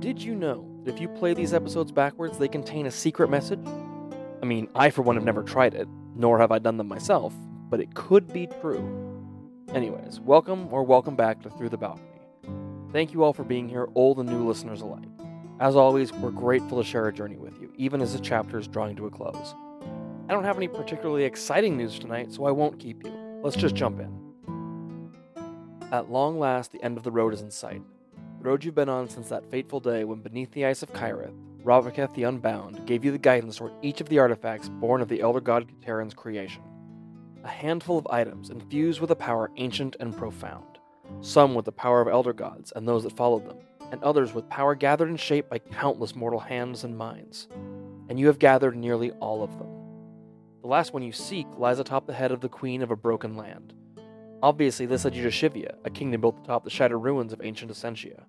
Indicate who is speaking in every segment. Speaker 1: Did you know that if you play these episodes backwards, they contain a secret message? I mean, I for one have never tried it, nor have I done them myself, but it could be true. Anyways, welcome or welcome back to Through the Balcony. Thank you all for being here, old and new listeners alike. As always, we're grateful to share our journey with you, even as the chapter is drawing to a close. I don't have any particularly exciting news tonight, so I won't keep you. Let's just jump in. At long last, the end of the road is in sight. The road you've been on since that fateful day when, beneath the ice of Kyrith, Ravaketh the Unbound gave you the guidance toward each of the artifacts born of the Elder God Kateran's creation. A handful of items infused with a power ancient and profound, some with the power of Elder Gods and those that followed them, and others with power gathered and shaped by countless mortal hands and minds. And you have gathered nearly all of them. The last one you seek lies atop the head of the Queen of a Broken Land. Obviously, this led you to Shivia, a kingdom built atop the shattered ruins of ancient Essentia.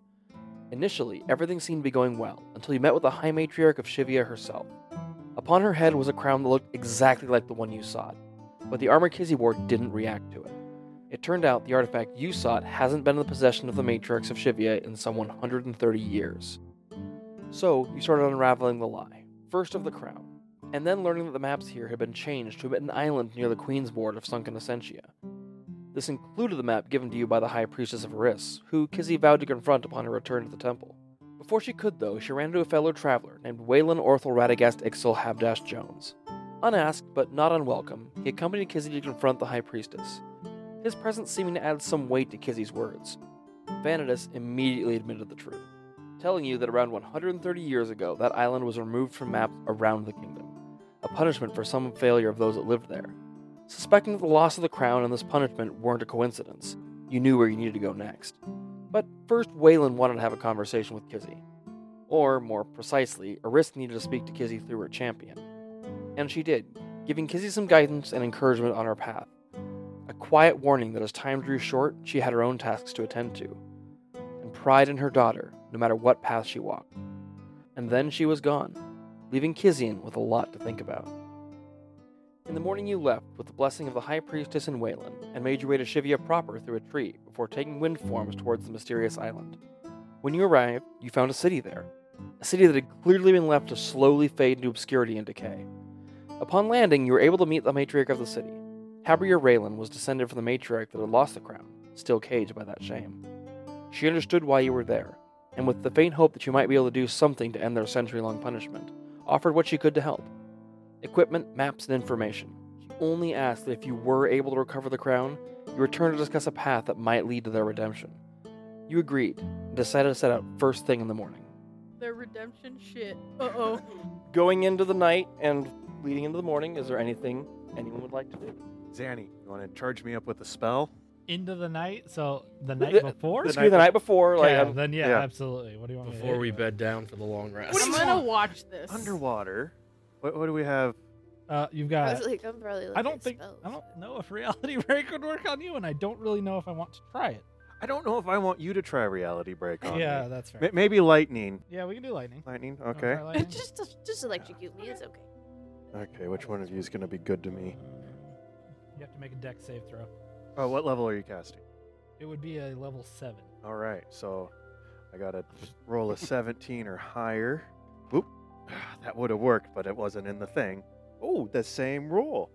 Speaker 1: Initially, everything seemed to be going well until you met with the High Matriarch of Shivia herself. Upon her head was a crown that looked exactly like the one you sought, but the armor Kizzy wore didn't react to it. It turned out the artifact you sought hasn't been in the possession of the Matriarchs of Shivia in some 130 years. So, you started unraveling the lie, first of the crown, and then learning that the maps here had been changed to admit an island near the Queen's Ward of Sunken Essentia. This included the map given to you by the High Priestess of Eris, who Kizzy vowed to confront upon her return to the temple. Before she could, though, she ran into a fellow traveler named Waylon Orthel Radagast Ixil Habdash Jones. Unasked, but not unwelcome, he accompanied Kizzy to confront the High Priestess, his presence seeming to add some weight to Kizzy's words. Vanitas immediately admitted the truth, telling you that around 130 years ago, that island was removed from maps around the kingdom, a punishment for some failure of those that lived there. Suspecting that the loss of the crown and this punishment weren't a coincidence, you knew where you needed to go next. But first, Waylon wanted to have a conversation with Kizzy. Or, more precisely, Arisk needed to speak to Kizzy through her champion. And she did, giving Kizzy some guidance and encouragement on her path. A quiet warning that as time drew short, she had her own tasks to attend to. And pride in her daughter, no matter what path she walked. And then she was gone, leaving Kizian with a lot to think about. In the morning, you left with the blessing of the High Priestess and Wayland, and made your way to Shivia proper through a tree before taking wind forms towards the mysterious island. When you arrived, you found a city there, a city that had clearly been left to slowly fade into obscurity and decay. Upon landing, you were able to meet the matriarch of the city. Habria Raylan was descended from the matriarch that had lost the crown, still caged by that shame. She understood why you were there, and with the faint hope that you might be able to do something to end their century long punishment, offered what she could to help equipment, maps, and information. She only asked that if you were able to recover the crown, you return to discuss a path that might lead to their redemption. You agreed and decided to set out first thing in the morning.
Speaker 2: Their redemption shit. Uh oh.
Speaker 1: Going into the night and leading into the morning, is there anything anyone would like to do?
Speaker 3: Zanny, you want to charge me up with a spell?
Speaker 4: into the night. So
Speaker 1: The-
Speaker 4: the night
Speaker 1: the-
Speaker 4: before.
Speaker 1: This could be the night before, like
Speaker 4: yeah,
Speaker 1: I'm-
Speaker 4: then yeah,
Speaker 3: yeah.
Speaker 4: absolutely. What do you want? me to
Speaker 5: before
Speaker 4: do? Uh,
Speaker 5: we bed down for the long rest.
Speaker 2: I'm gonna watch this.
Speaker 3: Underwater. What, what do we have?
Speaker 4: Uh, you've
Speaker 6: I
Speaker 4: got.
Speaker 6: was like, I'm
Speaker 4: I
Speaker 6: probably. looking
Speaker 4: don't
Speaker 6: at
Speaker 4: think
Speaker 6: spells.
Speaker 4: I don't know if reality break would work on you, and I don't really know if I want to try it.
Speaker 3: I don't know if I want you to try reality break on
Speaker 4: yeah,
Speaker 3: me.
Speaker 4: that's fair.
Speaker 3: Ma- maybe lightning.
Speaker 4: yeah, we can do lightning.
Speaker 3: Lightning.
Speaker 4: Wanna try
Speaker 3: Okay.
Speaker 4: lightning?
Speaker 6: just just- just electrocute me. It's okay.
Speaker 3: Okay. Which one of you is going to be good to me?
Speaker 4: You have to make a deck save throw.
Speaker 3: Oh, what level are you casting?
Speaker 4: It would be a level seven.
Speaker 3: All right. So I got to roll a 17 or higher. Whoop. That would have worked, but it wasn't in the thing. Oh, the same roll.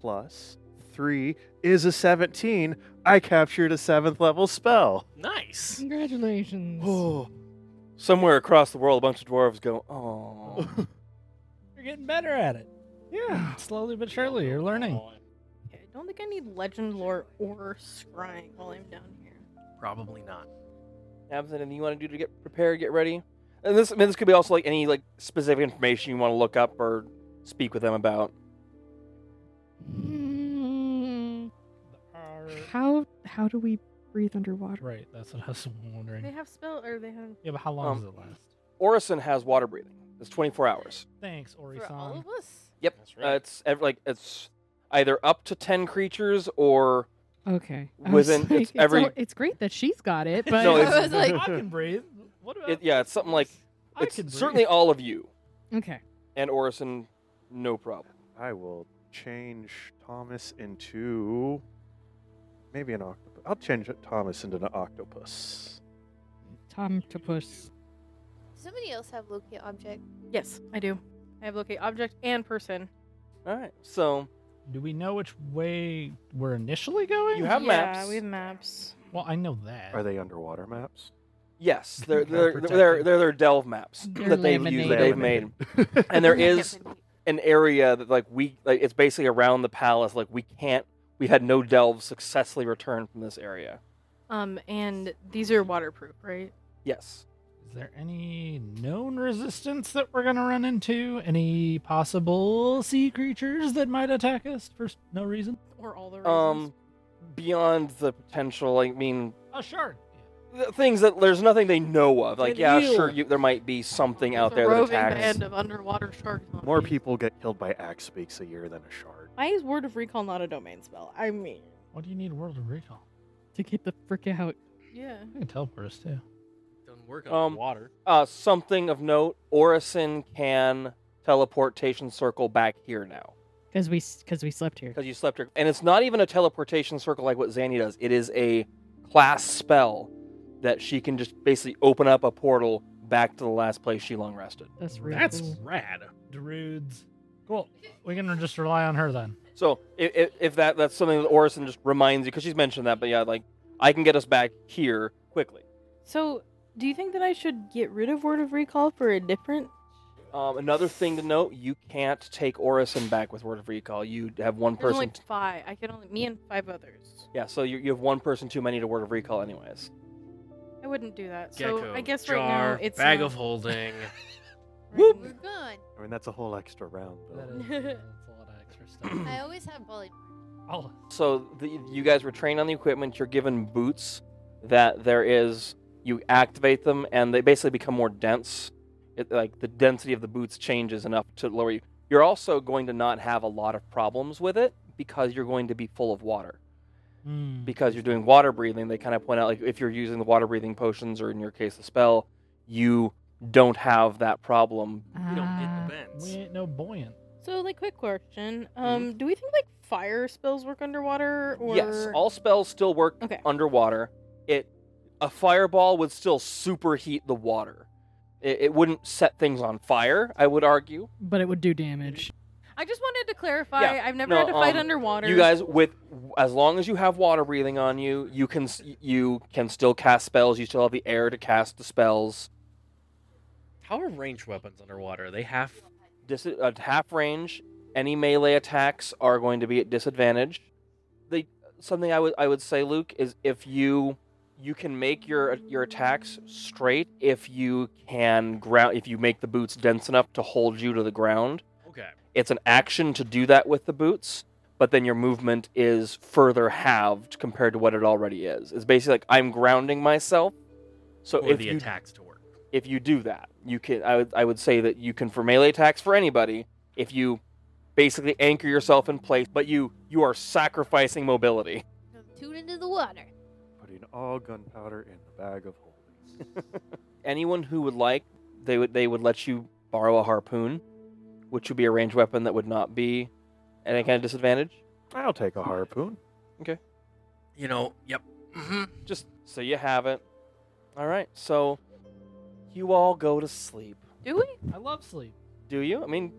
Speaker 3: Plus three is a 17. I captured a seventh level spell.
Speaker 5: Nice.
Speaker 4: Congratulations!
Speaker 3: Oh.
Speaker 1: somewhere across the world, a bunch of dwarves go, "Oh,
Speaker 4: You're getting better at it.
Speaker 3: yeah.
Speaker 4: Slowly but surely, you're learning.
Speaker 2: Okay, I don't think I need legend lore or scrying while I'm down here.
Speaker 5: Probably not.
Speaker 1: Abs, anything you want to do to get prepared, get ready?" And this, I mean, this could be also like any like specific information you want to look up or speak with them about.
Speaker 7: Hmm,
Speaker 4: The R-
Speaker 7: How how do we breathe underwater?
Speaker 4: Right, that's what I was
Speaker 2: They
Speaker 4: wondering.
Speaker 2: have spell or they have.
Speaker 4: Yeah, but how long
Speaker 1: Um,
Speaker 4: does it last?
Speaker 1: Orison has water breathing. It's 24 hours.
Speaker 4: Thanks,
Speaker 2: For all
Speaker 4: Orisan.
Speaker 2: of us?
Speaker 1: Yep,
Speaker 5: That's
Speaker 1: uh, it's ev- like it's either up to 10 creatures or
Speaker 7: Okay. I was
Speaker 1: Within- it's
Speaker 7: like,
Speaker 1: every-
Speaker 7: all- it's great that she's got it, but
Speaker 1: No,
Speaker 6: it's- I was like-
Speaker 4: I can breathe. What about?
Speaker 1: it, yeah, it's something like
Speaker 4: I
Speaker 1: it's
Speaker 4: can breathe.
Speaker 1: certainly all of you
Speaker 7: okay.
Speaker 1: and Orison, no problem.
Speaker 3: I will change Thomas into maybe an octopus. I'll change Thomas into an octopus.
Speaker 7: Tom to push.
Speaker 6: Does somebody else have locate object?
Speaker 2: Yes, I do. I have locate object and person.
Speaker 1: All right. So
Speaker 4: Do we know which way we're initially going?
Speaker 1: You have-
Speaker 2: Yeah,
Speaker 1: maps.
Speaker 2: we have maps.
Speaker 4: well, I know that.
Speaker 3: Are they underwater maps?
Speaker 1: yes, they're
Speaker 4: Okay.
Speaker 1: they're they're they're, they're their delve maps
Speaker 7: They're
Speaker 1: that they use that they've made,
Speaker 3: laminated.
Speaker 1: and there is an area that like we like it's basically around the palace. Like we can't. We've had no delves successfully return from this area.
Speaker 2: Um, and these are waterproof, right?
Speaker 1: Yes.
Speaker 4: Is there any known resistance that we're gonna run into? Any possible sea creatures that might attack us for s- no reason?
Speaker 2: Or all the reasons.
Speaker 1: Um, beyond the potential. I mean,
Speaker 4: A shark.
Speaker 1: th- things that there's nothing they know of. Like
Speaker 4: An
Speaker 1: yeah,
Speaker 4: eel.
Speaker 1: sure, you, there might be something
Speaker 2: There's
Speaker 1: out
Speaker 2: a
Speaker 1: there that
Speaker 2: roving
Speaker 1: attacks.
Speaker 2: band of underwater sharks. on
Speaker 3: More
Speaker 2: me.
Speaker 3: people get killed by axe beaks a year than a shark.
Speaker 2: Why is word of recall not a domain spell? I mean,
Speaker 4: What do you need World of Recall?
Speaker 7: to get the frick out.
Speaker 2: yeah.
Speaker 4: You can teleport us too.
Speaker 5: Doesn't work
Speaker 1: Um,
Speaker 5: on water.
Speaker 1: Uh, something of note: Orison can teleportation circle back here now.
Speaker 7: Because we, because we slept here.
Speaker 1: because you slept. And it's not even a teleportation circle like what Zanny does. It is a class spell that she can just basically open up a portal back to the last place she long rested.
Speaker 7: That's really
Speaker 5: That's
Speaker 7: cool.
Speaker 5: rad.
Speaker 4: Druids. Cool. We can just rely on her then.
Speaker 1: So if, if that that's something that Orison just reminds you because she's mentioned that, but yeah, like I can get us back here quickly.
Speaker 2: So, do you think that I should get rid of word of recall for a different?
Speaker 1: Um, another thing to note: you can't take Orison back with Word of Recall. You have one
Speaker 2: There's
Speaker 1: person.
Speaker 2: only five. I can only me and five others.
Speaker 1: yeah, so you, you have one person too many to Word of Recall, anyways.
Speaker 2: I wouldn't do that. so
Speaker 5: Gecko,
Speaker 2: I guess
Speaker 5: jar,
Speaker 2: right now it's
Speaker 5: bag
Speaker 2: not-
Speaker 5: of holding.
Speaker 6: We're gone.
Speaker 3: I mean, that's a whole extra round. Though.
Speaker 4: uh, a lot of extra stuff.
Speaker 6: I always have volley.
Speaker 4: I'll-
Speaker 1: So the, you guys were trained on the equipment. You're given boots that there is. You activate them, and they basically become more dense. It, like the density of the boots changes enough to lower you. You're also going to not have a lot of problems with it because you're going to be full of water.
Speaker 4: Hmm.
Speaker 1: Because you're doing water breathing, they kind of point out like if you're using the water breathing potions or in your case the spell, you don't have that problem.
Speaker 5: You don't
Speaker 7: Ah.
Speaker 5: hit the vents.
Speaker 4: We ain't no buoyant.
Speaker 2: So, like, quick question.
Speaker 5: Mm-hmm.
Speaker 2: Um, do we think like fire spells work underwater? Or
Speaker 1: Yes, all spells still work
Speaker 2: okay.
Speaker 1: underwater, it a fireball would still superheat the water. It, it wouldn't set things on fire, I would argue.
Speaker 7: But it would do damage.
Speaker 2: I just wanted to clarify.
Speaker 1: Yeah,
Speaker 2: I've never
Speaker 1: no,
Speaker 2: had to fight
Speaker 1: um,
Speaker 2: underwater.
Speaker 1: You guys, with as long as you have water breathing on you, you can s- you can still cast spells. You still have the air to cast the spells.
Speaker 5: How are ranged weapons underwater? They have.
Speaker 1: Dis- at half range, any melee attacks are going to be at disadvantage. The something I would I would say, Luke, is if you you can make your your attacks straight if you can ground if you make the boots dense enough to hold you to the ground.
Speaker 5: Okay.
Speaker 1: It's an action to do that with the boots, but then your movement is further halved compared to what it already is. It's basically like I'm grounding myself. So
Speaker 5: For
Speaker 1: if
Speaker 5: the
Speaker 1: you
Speaker 5: attacks to work.
Speaker 1: if you do that, you can. I would, I would say that you can for melee attacks for anybody. If you basically anchor yourself in place, but you you are sacrificing mobility.
Speaker 6: I'm tuned into the water.
Speaker 3: Putting all gunpowder in the bag of holding.
Speaker 1: Anyone who would like, they would they would let you borrow a harpoon, which would be a ranged weapon that would not be any kind of disadvantage.
Speaker 3: I'll take a harpoon.
Speaker 5: You know. Yep. hmm
Speaker 1: Just so you have it. All right, so you all go to sleep.
Speaker 2: do we?
Speaker 4: I love sleep.
Speaker 1: Do you? I mean,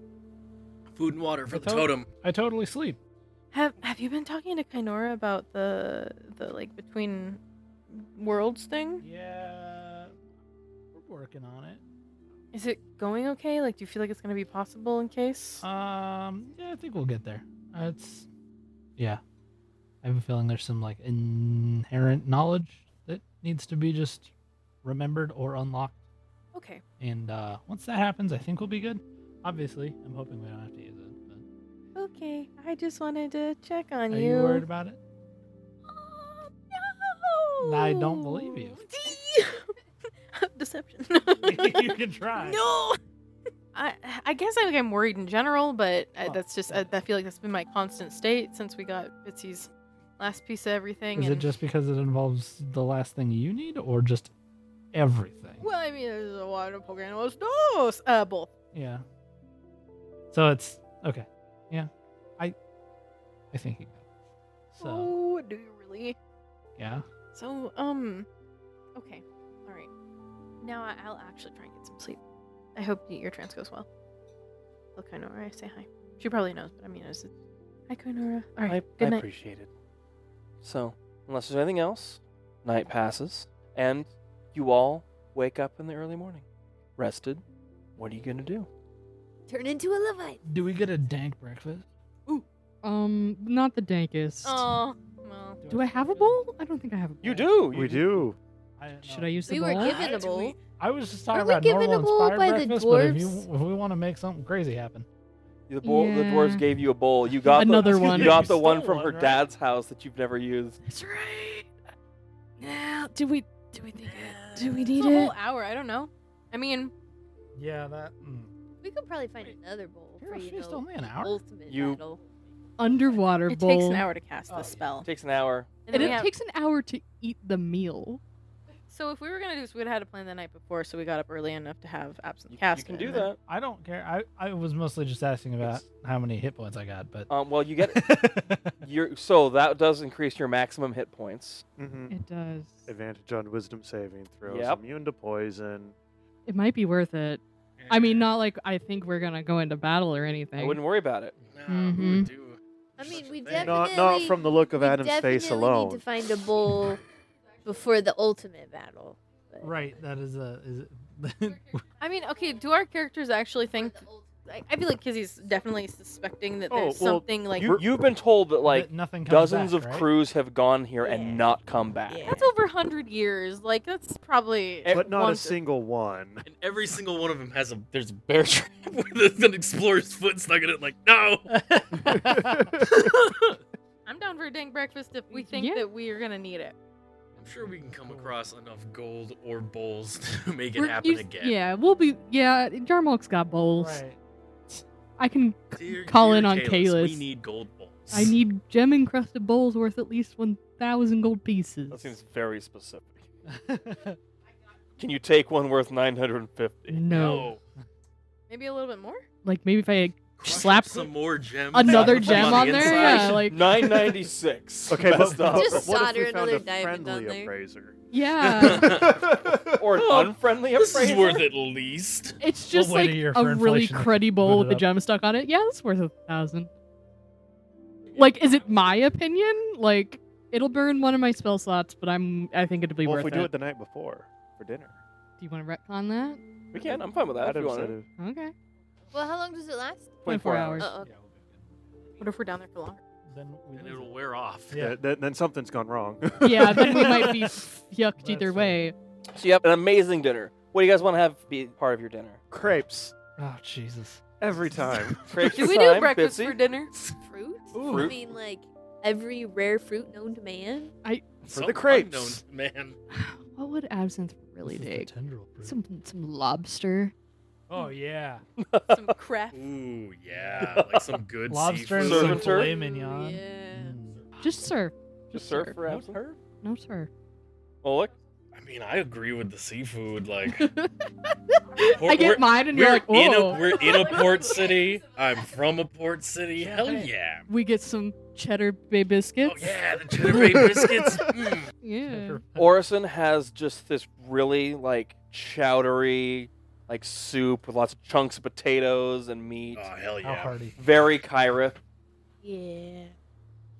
Speaker 5: Food and water for
Speaker 4: The
Speaker 5: the totem.
Speaker 4: I totally sleep.
Speaker 2: Have Have you been talking to Kainora about the the like between worlds thing?
Speaker 4: Yeah. We're working on it.
Speaker 2: Is it going okay? Like, do you feel like it's gonna be possible in
Speaker 5: Uh,
Speaker 2: case?
Speaker 4: Um. Yeah, I think we'll get there. Uh, it's. Yeah. I have a feeling there's some like inherent knowledge that needs to be just remembered or unlocked.
Speaker 2: okay.
Speaker 4: And uh, once that happens, I think we'll be good. Obviously, I'm hoping we don't have to use it. But
Speaker 2: Okay. I just wanted to check on
Speaker 4: are
Speaker 2: you.
Speaker 4: you worried about it?
Speaker 2: no.
Speaker 4: I don't believe you.
Speaker 2: Deception.
Speaker 4: you can try.
Speaker 2: No. I I guess I, I'm worried in general, but I,
Speaker 4: Oh,
Speaker 2: that's just uh, I,
Speaker 4: yeah.
Speaker 2: I feel like that's been my constant state since we got Bitsy's last piece of everything.
Speaker 4: Is it
Speaker 2: and-
Speaker 4: just because it involves the last thing you need, or just everything?
Speaker 2: Well, I mean, there's a lot of Pokemon dos. Uh, both.
Speaker 4: Yeah. So it's okay. Yeah, I, I think you got. It. So
Speaker 2: Oh, do you really?
Speaker 4: yeah,
Speaker 2: So, um, okay, all right. Now I- I'll actually try and get some sleep. I hope y- your trance goes well. Look, Kainora, I say hi. She probably knows, but I mean, I said, hi, Kainora. All right,
Speaker 1: I,
Speaker 2: good
Speaker 1: I
Speaker 2: night.
Speaker 1: appreciate it. So, unless there's anything else, night passes, and you all wake up in the early morning. Rested. What are you going to do?
Speaker 6: Turn into a Levite.
Speaker 4: Do we get a dank breakfast?
Speaker 7: Um, not the dankest.
Speaker 2: Oh, well.
Speaker 7: do I have a bowl? I don't think I have a bowl.
Speaker 1: You do!
Speaker 3: We do.
Speaker 4: I don't
Speaker 7: Should
Speaker 4: know.
Speaker 7: I use the
Speaker 6: We were
Speaker 7: bowl?
Speaker 6: given a bowl.
Speaker 4: I was just
Speaker 6: Were
Speaker 4: talking
Speaker 6: we
Speaker 4: about
Speaker 6: given
Speaker 4: normal
Speaker 6: a bowl
Speaker 4: inspired
Speaker 6: by the
Speaker 4: breakfast, but if, you,
Speaker 6: dwarves?
Speaker 4: if we want to make something crazy happen,
Speaker 1: The, bowl, the dwarves
Speaker 7: Yeah.
Speaker 1: gave you a bowl. You got
Speaker 7: Another
Speaker 1: the,
Speaker 7: one.
Speaker 1: You got the
Speaker 4: You
Speaker 1: one
Speaker 4: stole
Speaker 1: from
Speaker 4: one,
Speaker 1: her
Speaker 4: right?
Speaker 1: dad's house that you've never used.
Speaker 2: That's right. Now, do we do we think it? Do we
Speaker 6: It's
Speaker 2: need
Speaker 6: a
Speaker 2: it?
Speaker 6: whole
Speaker 2: hour. I don't know. I mean,
Speaker 4: yeah, that mm.
Speaker 6: We could probably find
Speaker 4: Wait.
Speaker 6: another bowl
Speaker 4: You're
Speaker 6: for
Speaker 4: a
Speaker 6: you
Speaker 4: feast
Speaker 6: know,
Speaker 4: only an hour.
Speaker 6: ultimate
Speaker 1: You-
Speaker 6: battle.
Speaker 7: Underwater
Speaker 2: it
Speaker 7: bowl.
Speaker 2: takes an hour to cast
Speaker 4: Oh, yeah.
Speaker 2: the spell.
Speaker 1: It takes an hour.
Speaker 2: And
Speaker 7: And
Speaker 2: then
Speaker 7: it
Speaker 2: we have-
Speaker 7: takes an hour to eat the meal.
Speaker 2: so if we were gonna do this, we'd had a plan the night before, so we got up early enough to have absent
Speaker 1: You,
Speaker 2: cast.
Speaker 1: you can
Speaker 2: it
Speaker 1: do
Speaker 2: and then-
Speaker 1: that.
Speaker 4: I don't care. I, I was mostly just asking about
Speaker 1: It's-
Speaker 4: how many hit points I got, but
Speaker 1: Um, well, you get your so that does increase your maximum hit points.
Speaker 3: Mm-hmm.
Speaker 7: It does.
Speaker 3: Advantage on wisdom saving throws.
Speaker 1: Yep.
Speaker 3: Immune to poison.
Speaker 7: It might be worth it. I mean, not like I think we're gonna go into battle or anything.
Speaker 1: I wouldn't worry about it.
Speaker 5: Nah, who
Speaker 7: Mhm.
Speaker 5: would do?
Speaker 6: I
Speaker 5: such
Speaker 6: mean,
Speaker 5: a
Speaker 6: we
Speaker 3: Not
Speaker 5: thing?
Speaker 3: not
Speaker 6: Definitely-
Speaker 3: from the look of
Speaker 6: we
Speaker 3: Adam's face
Speaker 6: definitely
Speaker 3: alone.
Speaker 6: need to find a bowl before the ultimate battle. but-
Speaker 4: right, that is a is it,
Speaker 2: I mean, okay. Do our characters actually think? I, I feel like Kizzy's definitely suspecting that
Speaker 3: Oh,
Speaker 2: there's
Speaker 3: well,
Speaker 2: something like
Speaker 1: You, you've been told that like
Speaker 4: that nothing comes
Speaker 1: dozens
Speaker 4: back,
Speaker 1: of
Speaker 4: right?
Speaker 1: crews have gone here
Speaker 6: Yeah.
Speaker 1: and not come back.
Speaker 6: Yeah.
Speaker 2: that's over hundred years. Like that's probably.
Speaker 1: But
Speaker 3: but not a
Speaker 2: once-
Speaker 3: single one.
Speaker 5: And every single one of them has a there's a bear trap with an explorer's foot stuck in it. Like no. I'm
Speaker 2: I'm down for a dank breakfast if we think
Speaker 7: Yeah.
Speaker 2: that we are gonna need it.
Speaker 5: sure we can come across enough gold or bowls to make it
Speaker 7: We're-
Speaker 5: happen
Speaker 7: you-
Speaker 5: again.
Speaker 7: Yeah, we'll be. Yeah, Yarmulk's got bowls.
Speaker 4: Right.
Speaker 7: I can.
Speaker 5: Dear-
Speaker 7: Call
Speaker 5: dear
Speaker 7: in on
Speaker 5: Kalis, We
Speaker 7: Kalis.
Speaker 5: need gold bowls.
Speaker 7: I need gem encrusted bowls worth at least one thousand gold pieces.
Speaker 1: That seems very specific.
Speaker 4: no.
Speaker 1: Can you take one worth 950?
Speaker 7: no.
Speaker 2: Maybe a little bit more.
Speaker 7: Like maybe if I had
Speaker 5: Crush
Speaker 7: Slap
Speaker 5: up some more gems.
Speaker 7: another
Speaker 5: on the
Speaker 7: gem on there,
Speaker 5: inside.
Speaker 7: yeah, like
Speaker 1: 996.
Speaker 3: Okay, but,
Speaker 1: Best
Speaker 3: but
Speaker 1: of.
Speaker 6: Just
Speaker 3: what if
Speaker 6: solder
Speaker 3: we found a
Speaker 6: another diamond on
Speaker 3: friendly
Speaker 6: there.
Speaker 3: appraiser?
Speaker 7: yeah.
Speaker 1: or an unfriendly
Speaker 5: This
Speaker 1: appraiser.
Speaker 5: is worth at least.
Speaker 7: It's
Speaker 4: We'll
Speaker 7: just
Speaker 4: wait a
Speaker 7: like
Speaker 4: year
Speaker 7: a
Speaker 4: for
Speaker 7: really
Speaker 4: inflation to
Speaker 7: cruddy bowl
Speaker 4: boot
Speaker 7: with
Speaker 4: it
Speaker 7: a
Speaker 4: up.
Speaker 7: gem stuck on it. Yeah, it's worth a thousand. Like, is it my opinion? Like, it'll burn one of my spell slots, but I'm I think it'll be
Speaker 3: Well, if
Speaker 7: worth
Speaker 3: we
Speaker 7: it.
Speaker 3: do it the night before for dinner.
Speaker 7: Do you want to retcon that?
Speaker 1: We can. I'm fine with that. if
Speaker 3: Adam
Speaker 1: you want
Speaker 3: said
Speaker 1: it.
Speaker 3: it-
Speaker 7: Okay.
Speaker 6: Well, how long does it last?
Speaker 7: 24 hours.
Speaker 6: Uh-oh.
Speaker 2: What if we're down there for longer?
Speaker 4: Then we
Speaker 5: And
Speaker 4: lose
Speaker 5: it'll
Speaker 4: it.
Speaker 5: wear off.
Speaker 4: Yeah.
Speaker 3: Th- then, then something's gone wrong.
Speaker 7: Yeah, then we might be yucked
Speaker 4: That's fair.
Speaker 7: either way.
Speaker 1: So you have an amazing dinner. What do you guys want to have be part of your dinner?
Speaker 3: Crepes
Speaker 4: Oh Jesus.
Speaker 3: every time.
Speaker 1: Crepes
Speaker 2: Do
Speaker 1: for
Speaker 2: we do
Speaker 1: time,
Speaker 2: breakfast
Speaker 1: Bitsy.
Speaker 2: for dinner?
Speaker 6: Fruit?
Speaker 1: Ooh.
Speaker 6: I
Speaker 1: Fruit.
Speaker 6: mean, like every rare fruit known to man.
Speaker 5: Some
Speaker 3: the crepes.
Speaker 5: unknown Man.
Speaker 7: what would absinthe really
Speaker 4: This is the
Speaker 7: dig?
Speaker 4: tendril fruit.
Speaker 7: Some some lobster.
Speaker 4: Oh yeah.
Speaker 2: Some crap.
Speaker 3: Mm.
Speaker 5: Ooh, yeah. Like some good
Speaker 4: Lobster and
Speaker 5: seafood.
Speaker 4: some
Speaker 1: Servitor?
Speaker 4: filet mignon.
Speaker 6: Yeah.
Speaker 4: Mm.
Speaker 7: Just serve.
Speaker 1: Just serve for
Speaker 4: No,
Speaker 1: absinthe.
Speaker 4: sir.
Speaker 7: No sir.
Speaker 1: Oleg?
Speaker 5: I mean, I agree with the seafood. Like,
Speaker 7: I get mine, and
Speaker 5: we're
Speaker 7: you're like, "Oh."
Speaker 5: in a
Speaker 7: whoa.
Speaker 5: we're in a port city. I'm from a port city. Hell
Speaker 4: Champagne.
Speaker 5: yeah!
Speaker 7: we get some cheddar bay
Speaker 5: Oh
Speaker 7: biscuits.
Speaker 5: yeah, the cheddar bay biscuits. Mm.
Speaker 7: Yeah.
Speaker 1: Orison has just this really like chowdery like soup with lots of chunks of potatoes and meat.
Speaker 3: Ah.
Speaker 5: Oh hell
Speaker 4: How
Speaker 5: yeah!
Speaker 4: hearty.
Speaker 1: Very Kyra.
Speaker 6: Yeah.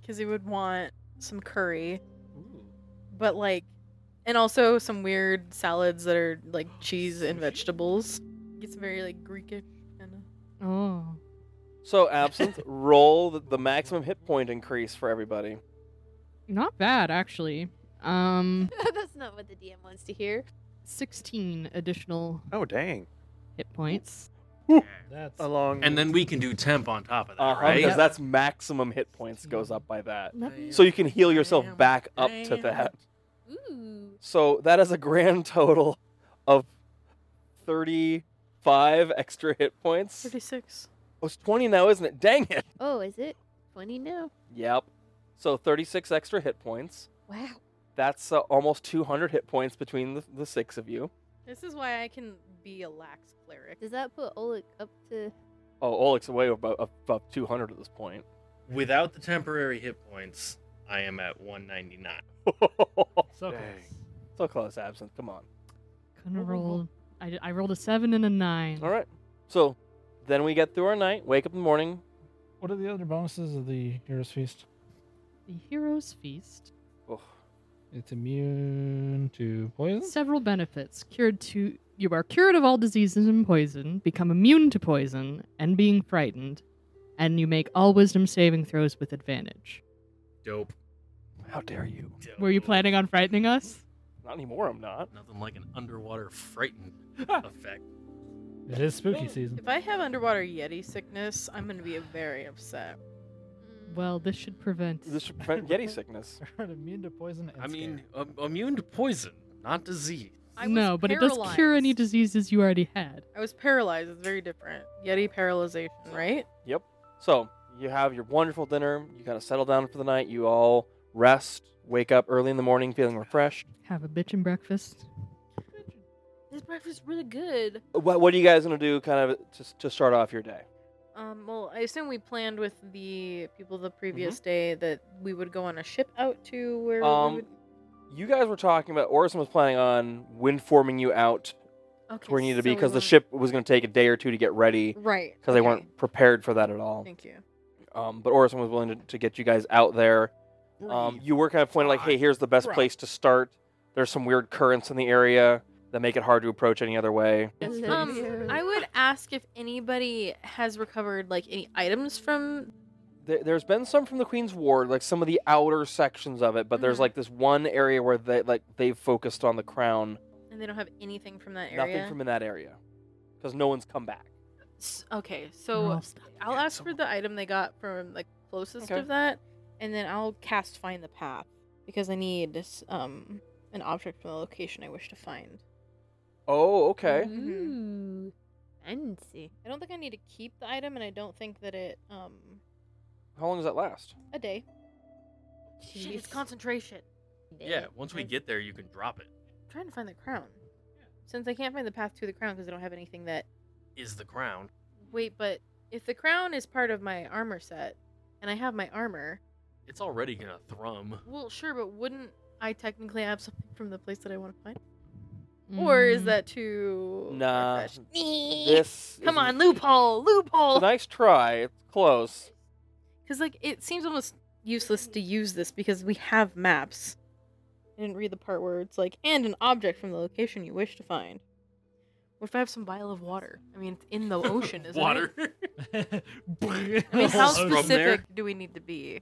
Speaker 2: Because he would want some curry,
Speaker 4: Ooh.
Speaker 2: but like, and also some weird salads that are like
Speaker 3: Oh,
Speaker 2: cheese and vegetables. It's very like Greekish. Kind of.
Speaker 7: Oh.
Speaker 1: So absinthe, roll the, the maximum hit point increase for everybody.
Speaker 7: Not bad actually. Um
Speaker 6: That's not what the DM wants to hear.
Speaker 7: 16 additional
Speaker 3: Oh dang!
Speaker 7: hit points.
Speaker 4: That's
Speaker 3: Along
Speaker 5: And then we can do temp on top of that,
Speaker 1: Uh-huh,
Speaker 5: right?
Speaker 1: Because that's maximum hit points goes up by that.
Speaker 7: Let me
Speaker 1: So you can heal yourself
Speaker 5: Damn.
Speaker 1: back up to
Speaker 5: Damn.
Speaker 1: that.
Speaker 6: Ooh.
Speaker 1: So that is a grand total of 35 extra hit points.
Speaker 2: Thirty-six.
Speaker 1: Oh, it's 20 now, isn't it? Dang it.
Speaker 6: Oh, is it 20 now?
Speaker 1: Yep. So 36 extra hit points.
Speaker 6: Wow.
Speaker 1: That's uh, almost 200 hit points between the, the six of you.
Speaker 2: This is why I can be a lax cleric.
Speaker 6: Does that put Oleg up to.
Speaker 1: Oh, Oleg's way above, above 200 at this point.
Speaker 5: Without the temporary hit points, I am at 199.
Speaker 1: so
Speaker 4: so close.
Speaker 3: Dang.
Speaker 1: close, Absinthe. Come on.
Speaker 7: Couldn't roll. I, I rolled a seven and a nine.
Speaker 1: All right. So then we get through our night, wake up in the morning.
Speaker 4: What are the other bonuses of the Hero's Feast?
Speaker 7: The Hero's Feast.
Speaker 1: Oh,
Speaker 4: It's immune to poison.
Speaker 7: Several benefits. Cured to you are cured of all diseases and poison, become immune to poison and being frightened, and you make all wisdom saving throws with advantage.
Speaker 5: Dope.
Speaker 1: how dare you?
Speaker 5: Dope.
Speaker 7: Were you planning on frightening us?
Speaker 1: Not anymore, I'm not.
Speaker 5: Nothing like an underwater frightened
Speaker 4: Ah,
Speaker 5: effect.
Speaker 4: It is spooky season.
Speaker 2: If I have underwater yeti sickness, I'm gonna be very upset.
Speaker 7: Well, this should prevent.
Speaker 1: This should prevent Yeti sickness.
Speaker 4: immune to poison. And
Speaker 5: I mean, um, immune to poison, not disease.
Speaker 2: I was
Speaker 7: no, but it does cure any
Speaker 2: paralyzed.
Speaker 7: diseases you already had.
Speaker 2: I was paralyzed. It's very different. Yeti paralyzation, right?
Speaker 1: Yep. So you have your wonderful dinner. You kind of settle down for the night. You all rest, wake up early in the morning feeling refreshed.
Speaker 7: Have a bitchin' breakfast.
Speaker 6: This breakfast really good.
Speaker 1: What, what are you guys going to do kind of to, to start off your day?
Speaker 2: Um, well, I assume we planned with the people the previous day that we would go on a ship out to where we
Speaker 1: Um,
Speaker 2: would.
Speaker 1: you guys were talking about, Orison was planning on windforming you out
Speaker 2: Okay,
Speaker 1: to where you needed to be
Speaker 2: so we
Speaker 1: because the
Speaker 2: won't-
Speaker 1: ship was going to take a day or two to get ready because
Speaker 2: Right.
Speaker 1: they
Speaker 2: okay,
Speaker 1: weren't prepared for that at all.
Speaker 2: Thank you.
Speaker 1: Um, but Orison was willing to, to get you guys out there. Um, you were kind of pointed like, hey, here's the best
Speaker 5: Right.
Speaker 1: place to start. There's some weird currents in the area that make it hard to approach any other way.
Speaker 2: Um, I would ask if anybody has recovered like any items from.
Speaker 1: there, there's been some from the Queen's Ward, like some of the outer sections of it, but there's
Speaker 2: Mhm.
Speaker 1: like this one area where they like they've focused on the crown,
Speaker 2: And they don't have anything from that area.
Speaker 1: nothing from in that area, because no one's come back.
Speaker 2: S- okay,
Speaker 7: We're
Speaker 2: so
Speaker 7: all stuck.
Speaker 2: I'll
Speaker 5: Yeah,
Speaker 2: ask for
Speaker 5: someone-
Speaker 2: the item they got from like closest
Speaker 1: Okay.
Speaker 2: of that, and then I'll cast find the path because I need s- um an object from the location I wish to find.
Speaker 1: Oh, okay.
Speaker 6: Ooh, fancy.
Speaker 2: I don't think I need to keep the item, and I don't think that it um
Speaker 1: Mm-hmm. How long does that last?
Speaker 2: a day. Shit, it's
Speaker 6: Jeez.
Speaker 2: concentration.
Speaker 5: Yeah, once we get there, you can drop it.
Speaker 2: I'm trying to find the crown. Since I can't find the path to the crown because I don't have anything that.
Speaker 5: Is the crown.
Speaker 2: Wait, but if the crown is part of my armor set, and I have my armor,
Speaker 5: It's already gonna thrum.
Speaker 2: well, sure, but wouldn't I technically have something from the place that I want to find? Or is
Speaker 7: Mm.
Speaker 2: that too?
Speaker 1: Nah,
Speaker 2: far-fetched?
Speaker 1: This
Speaker 2: Come
Speaker 1: isn't-
Speaker 2: on, loophole,
Speaker 1: It's a
Speaker 2: loophole.
Speaker 1: nice try. It's close.
Speaker 2: Because like it seems almost useless to use this because we have maps. I didn't read the part where it's like and an object from the location you wish to find. What if I have some vial of water? I mean, it's in the ocean, isn't
Speaker 5: Water.
Speaker 2: it?
Speaker 5: I
Speaker 2: I mean, how
Speaker 4: From
Speaker 2: specific do we need to be?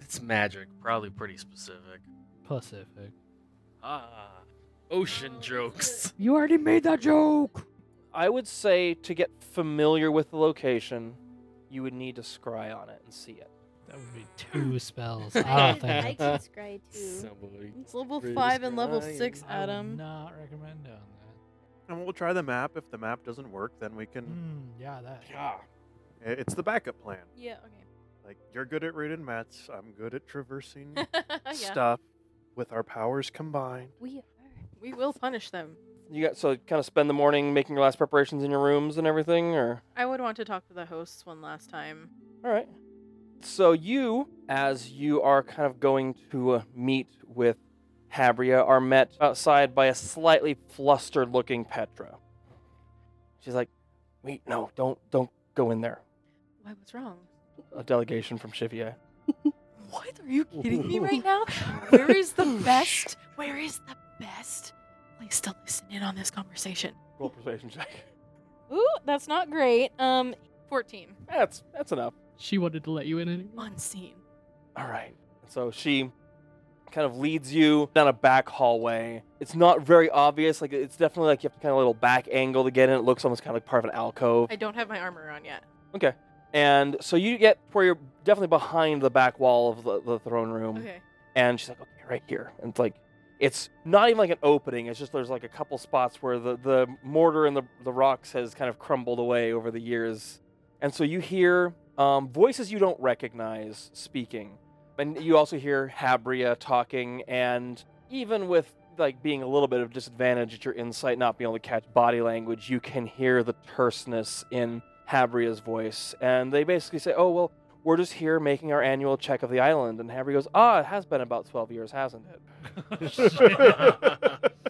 Speaker 5: It's magic. Probably pretty specific.
Speaker 4: Pacific.
Speaker 5: Ah, ocean jokes.
Speaker 4: You already made that joke.
Speaker 1: I would say to get familiar with the location, you would need to scry on it and see it.
Speaker 4: That would be two spells.
Speaker 6: I,
Speaker 4: I don't
Speaker 6: can- I
Speaker 4: think.
Speaker 6: can scry too.
Speaker 5: Somebody.
Speaker 2: It's level
Speaker 5: Raise
Speaker 2: five and level
Speaker 1: nine.
Speaker 2: six,
Speaker 4: I would
Speaker 2: Adam.
Speaker 4: not recommend doing that.
Speaker 3: And we'll try the map. If the map doesn't work, then we can.
Speaker 4: Mm, yeah, that.
Speaker 5: Yeah.
Speaker 3: i- It's the backup plan.
Speaker 2: Yeah.
Speaker 3: Like you're good at reading maps. I'm good at traversing
Speaker 6: Oh,
Speaker 2: Okay. yeah.
Speaker 3: stuff with our powers combined.
Speaker 6: We are.
Speaker 2: We will punish them.
Speaker 1: You got so kind of spend the morning making your last preparations in your rooms and everything, or
Speaker 2: I would want to talk to the hosts one last time.
Speaker 1: All right. So you, as you are kind of going to uh, meet with Habria, are met outside by a slightly flustered-looking Petra. She's like, "Wait, no, don't, don't go in there."
Speaker 2: Why? What's wrong?
Speaker 1: A delegation from Shivier.
Speaker 2: What? Are you kidding me right now? Where is the best? Where is the best place to listen in on this conversation?
Speaker 1: Roll persuasion check.
Speaker 2: Ooh, that's not great. Um, 14.
Speaker 1: That's that's enough.
Speaker 7: She wanted to let you in anyway.
Speaker 2: Unseen.
Speaker 1: All right. So she kind of leads you down a back hallway. It's not very obvious. Like it's definitely like you have to kind of a little back angle to get in. It looks almost kind of like part of an alcove.
Speaker 2: I don't have my armor on yet.
Speaker 1: And so you get where you're definitely behind the back wall of the, the throne room.
Speaker 2: Okay.
Speaker 1: And she's like, okay, right here. And it's like, it's not even like an opening. It's just there's like a couple spots where the, the mortar and the, the rocks has kind of crumbled away over the years. And so you hear um, voices you don't recognize speaking. And you also hear Habria talking. And even with like being a little bit of disadvantage at your insight, not being able to catch body language, you can hear the terseness in Habria's voice. And they basically say, oh, well, we're just here making our annual check of the island. And Harry goes, ah, it has been about 12 years, hasn't it?
Speaker 5: Shit.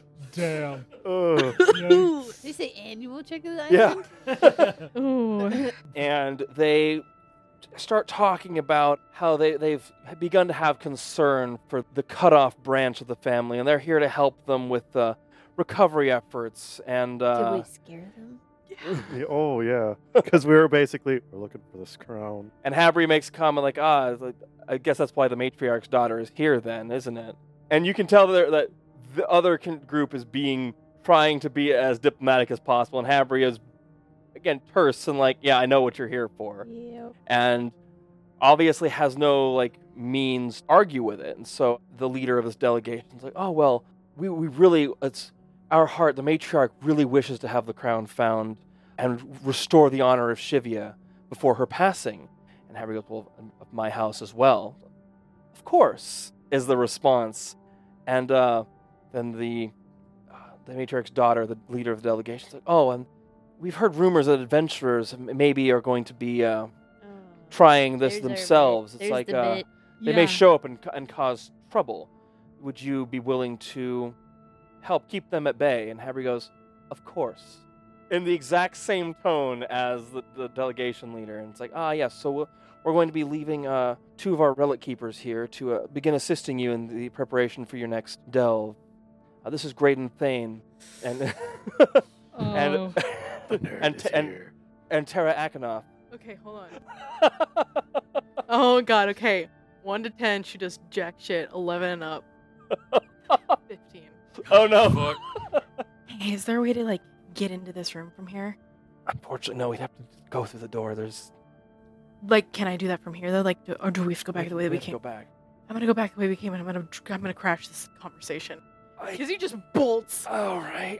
Speaker 4: Damn.
Speaker 3: Ugh.
Speaker 6: Did you say annual check of the island?
Speaker 1: Yeah.
Speaker 7: Ooh.
Speaker 1: and they start talking about how they, they've begun to have concern for the cutoff branch of the family, and they're here to help them with uh, recovery efforts. And
Speaker 6: Did
Speaker 1: uh,
Speaker 6: we scare them?
Speaker 3: Yeah, oh yeah, because we were basically we're looking for this crown.
Speaker 1: and Habri makes a comment like, "Ah, it's like, I guess that's why the matriarch's daughter is here, then, isn't it?" And you can tell that, that the other con- group is being trying to be as diplomatic as possible, and Habri is again terse and like, "Yeah, I know what you're here for."
Speaker 6: Yep.
Speaker 1: and obviously has no like means to argue with it. And so the leader of this delegation is like, "Oh well, we we really it's our heart. The matriarch really wishes to have the crown found and restore the honor of Shivia before her passing." And Harry goes, "Well, of my house as well, of course," is the response. And uh, then the uh, the matriarch's daughter, the leader of the delegation, is like, "Oh, and we've heard rumors that adventurers m- maybe are going to be." Uh, trying this
Speaker 6: Oh. There's our bit.
Speaker 1: themselves. It's
Speaker 6: There's
Speaker 1: like
Speaker 6: the
Speaker 1: uh,
Speaker 6: bit.
Speaker 1: they may show up and, ca- and cause trouble. Would you be willing to help keep them at bay? And Habri goes, Of course. In the exact same tone as the, the delegation leader. And it's like, Ah, yes, so we'll, we're going to be leaving uh, two of our relic keepers here to uh, begin assisting you in the preparation for your next delve. Uh, this is Graydon Thane. And.
Speaker 7: Oh.
Speaker 1: and and, t- and, and Tara Akanoff.
Speaker 2: Okay, hold on. Oh god, okay. 1 to 10, she does jack shit. 11 and up. 15.
Speaker 1: oh no.
Speaker 5: Fuck.
Speaker 2: Hey, is there a way to, like, get into this room from here?
Speaker 1: Unfortunately, no. We'd have to go through the door. There's.
Speaker 2: Like, can I do that from here, though? Like, do, or do we have to go back the way that
Speaker 1: we
Speaker 2: we
Speaker 1: have to
Speaker 2: came?
Speaker 1: Go back.
Speaker 2: I'm gonna go back the way we came and I'm gonna, dr- I'm gonna crash this conversation.
Speaker 1: I-
Speaker 2: Because he just bolts
Speaker 1: all right.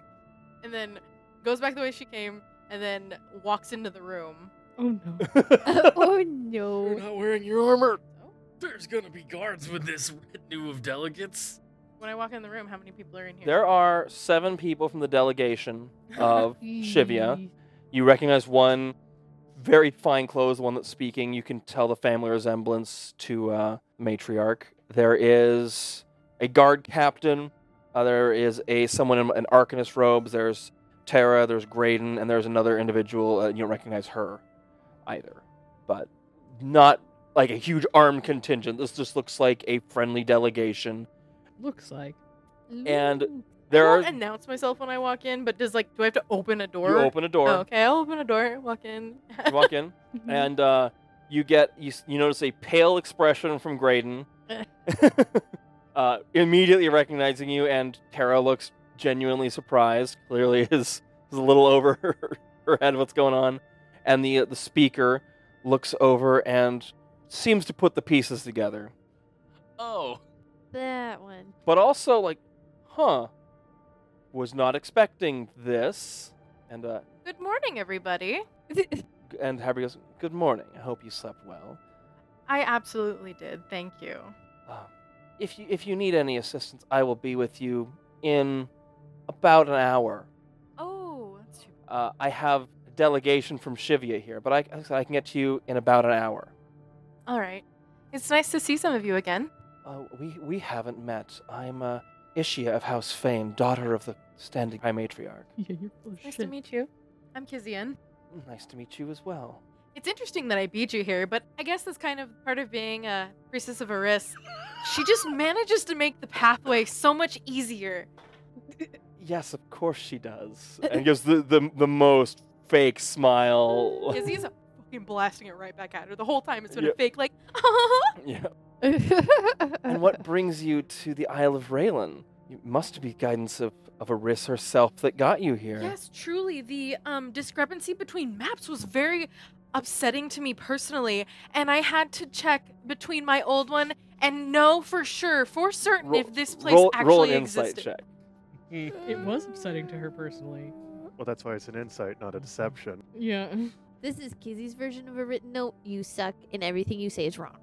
Speaker 2: and then goes back the way she came and then walks into the room.
Speaker 7: Oh no.
Speaker 6: oh
Speaker 5: You're
Speaker 6: no.
Speaker 5: not wearing your armor. There's gonna be guards with this retinue of delegates.
Speaker 2: When I walk in the room, how many people are in here?
Speaker 1: There are seven people from the delegation of Shivia. You recognize one very fine clothes, the one that's speaking. You can tell the family resemblance to uh, matriarch. There is a guard captain. Uh, there is a someone in an arcanist robes. There's Tara. There's Graydon, and there's another individual. Uh, you don't recognize her either, but not like a huge armed contingent. This just looks like a friendly delegation.
Speaker 7: Looks like.
Speaker 1: and
Speaker 6: Ooh.
Speaker 1: There
Speaker 2: I
Speaker 1: are
Speaker 2: won't announce myself when I walk in, but does like do I have to open a door?
Speaker 1: you open a door.
Speaker 2: Oh, okay, I'll open a door, walk in.
Speaker 1: You walk in, and uh, you get you, s- you notice a pale expression from Graydon, uh, immediately recognizing you, and Tara looks genuinely surprised. Clearly, is is a little over her, her head what's going on, and the the speaker looks over and seems to put the pieces together,
Speaker 5: Oh,
Speaker 6: That one.
Speaker 1: but also like, huh, was not expecting this, and uh,
Speaker 2: Good morning, everybody.
Speaker 1: and Habri goes, "Good morning. I hope you slept well."
Speaker 2: I absolutely did. Thank you.
Speaker 1: Um, if you if you need any assistance, I will be with you in about an hour.
Speaker 2: Oh, that's true.
Speaker 1: Uh, I have a delegation from Shivia here, but I, I said I can get to you in about an hour.
Speaker 2: All right. It's nice to see some of you again.
Speaker 1: Uh, we we haven't met. I'm uh, Ishia of House Fane, daughter of the Standing High Matriarch.
Speaker 7: Yeah, you're full of
Speaker 2: Nice to
Speaker 7: shit.
Speaker 2: meet you. I'm Kizian.
Speaker 1: Nice to meet you as well.
Speaker 2: It's interesting that I beat you here, but I guess that's kind of part of being a priestess of Eris. She just manages to make the pathway so much easier.
Speaker 1: Yes, of course she does, and gives the the, the most fake smile.
Speaker 2: Izzy's fucking blasting it right back at her the whole time. It's been
Speaker 1: Yeah.
Speaker 2: a fake, like,
Speaker 1: yeah.
Speaker 7: and
Speaker 1: And what brings you to the Isle of Raylan? You must be guidance of, of Eris herself that got you here.
Speaker 2: Yes, truly. The um, discrepancy between maps was very upsetting to me personally, and I had to check between my old one and know for sure, for certain,
Speaker 1: Roll-
Speaker 2: if this place
Speaker 1: roll,
Speaker 2: actually
Speaker 1: roll an
Speaker 2: existed.
Speaker 1: insight check.
Speaker 7: It was upsetting to her personally.
Speaker 3: Well, that's why it's an insight, not a deception.
Speaker 7: Yeah.
Speaker 6: This is Kizzy's version of a written note. You suck, and everything you say is wrong.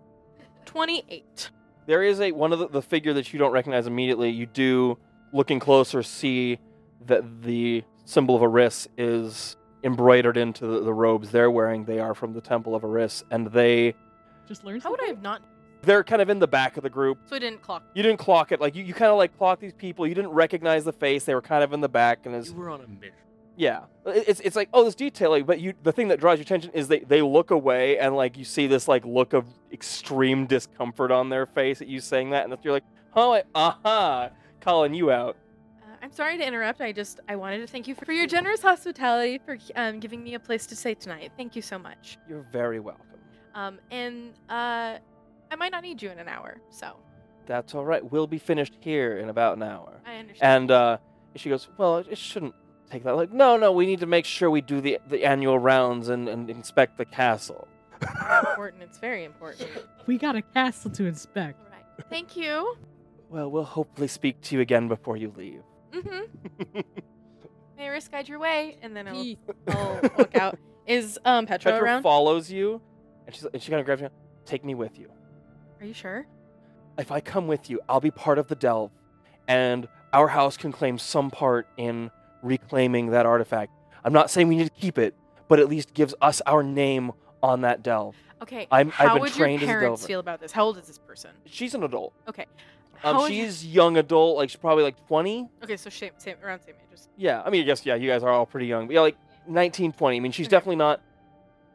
Speaker 2: Twenty-eight.
Speaker 1: There is a one of the, the figure that you don't recognize immediately. You do looking closer see that the symbol of Eris is embroidered into the, the robes they're wearing. They are from the Temple of Eris, and they
Speaker 7: Just learn
Speaker 2: How would I
Speaker 7: something?
Speaker 2: have not?
Speaker 1: They're kind of in the back of the group.
Speaker 2: So I didn't clock.
Speaker 1: You didn't clock it. Like you, you kind of like clock these people. You didn't recognize the face. They were kind of in the back, and it's
Speaker 5: You were on a mission.
Speaker 1: Yeah, It- it's it's like oh, this detailing, but you the thing that draws your attention is they they look away and like you see this like look of extreme discomfort on their face at you saying that, and you're like, oh, I- aha, calling you out.
Speaker 2: Uh, I'm sorry to interrupt. I just I wanted to thank you for your generous hospitality for um, giving me a place to stay tonight. Thank you so much.
Speaker 1: You're very welcome.
Speaker 2: Um, and uh, I might not need you in an hour, so
Speaker 1: That's all right. We'll be finished here in about an hour.
Speaker 2: I understand.
Speaker 1: And uh, she goes, well, it shouldn't take that. Like, no, no, we need to make sure we do the the annual rounds and, and inspect the castle.
Speaker 2: important. It's very important.
Speaker 7: We got a castle to inspect.
Speaker 2: All right. Thank you.
Speaker 1: Well, we'll hopefully speak to you again before you leave.
Speaker 2: Mm-hmm. May I risk guide your way, and then I'll, I'll walk out. Is um Petra,
Speaker 1: Petra
Speaker 2: around?
Speaker 1: follows you, and, she's, and she kind of grabs you. Take me with you.
Speaker 2: Are you sure?
Speaker 1: If I come with you, I'll be part of the delve, and our house can claim some part in reclaiming that artifact. I'm not saying we need to keep it, but at least gives us our name on that delve.
Speaker 2: Okay.
Speaker 1: I'm- I've
Speaker 2: how
Speaker 1: been
Speaker 2: would
Speaker 1: trained as
Speaker 2: your
Speaker 1: a
Speaker 2: parents
Speaker 1: Delver.
Speaker 2: feel about this? How old is this person?
Speaker 1: She's an adult.
Speaker 2: Okay. How
Speaker 1: Um,
Speaker 2: would you-
Speaker 1: she's young adult, like she's probably like 20.
Speaker 2: Okay, so same, same around same ages.
Speaker 1: Yeah, I mean, I guess yeah, you guys are all pretty young, but yeah, like 19, 20. I mean, she's
Speaker 2: Okay.
Speaker 1: definitely not.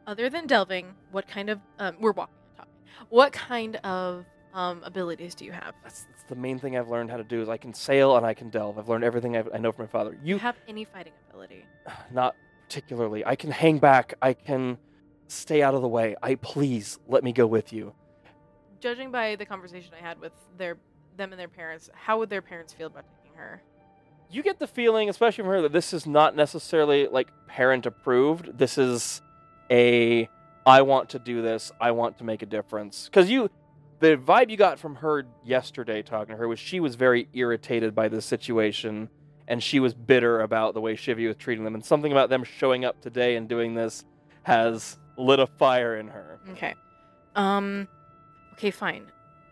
Speaker 2: Other than delving, what kind of um, we're walking on top. What kind of um, abilities do you have?
Speaker 1: That's, that's the main thing I've learned how to do is I can sail and I can delve. I've learned everything I've, I know from my father.
Speaker 2: Do you
Speaker 1: You
Speaker 2: have any fighting ability?
Speaker 1: not particularly. I can hang back. I can stay out of the way. I please let me go with you.
Speaker 2: Judging by the conversation I had with their them and their parents, how would their parents feel about taking her?
Speaker 1: You get the feeling, especially from her, that this is not necessarily like parent approved. This is a I want to do this. I want to make a difference. Because you, the vibe you got from her yesterday talking to her was she was very irritated by this situation and she was bitter about the way Shivy was treating them. And something about them showing up today and doing this has lit a fire in her.
Speaker 2: Okay. Um. Okay, fine.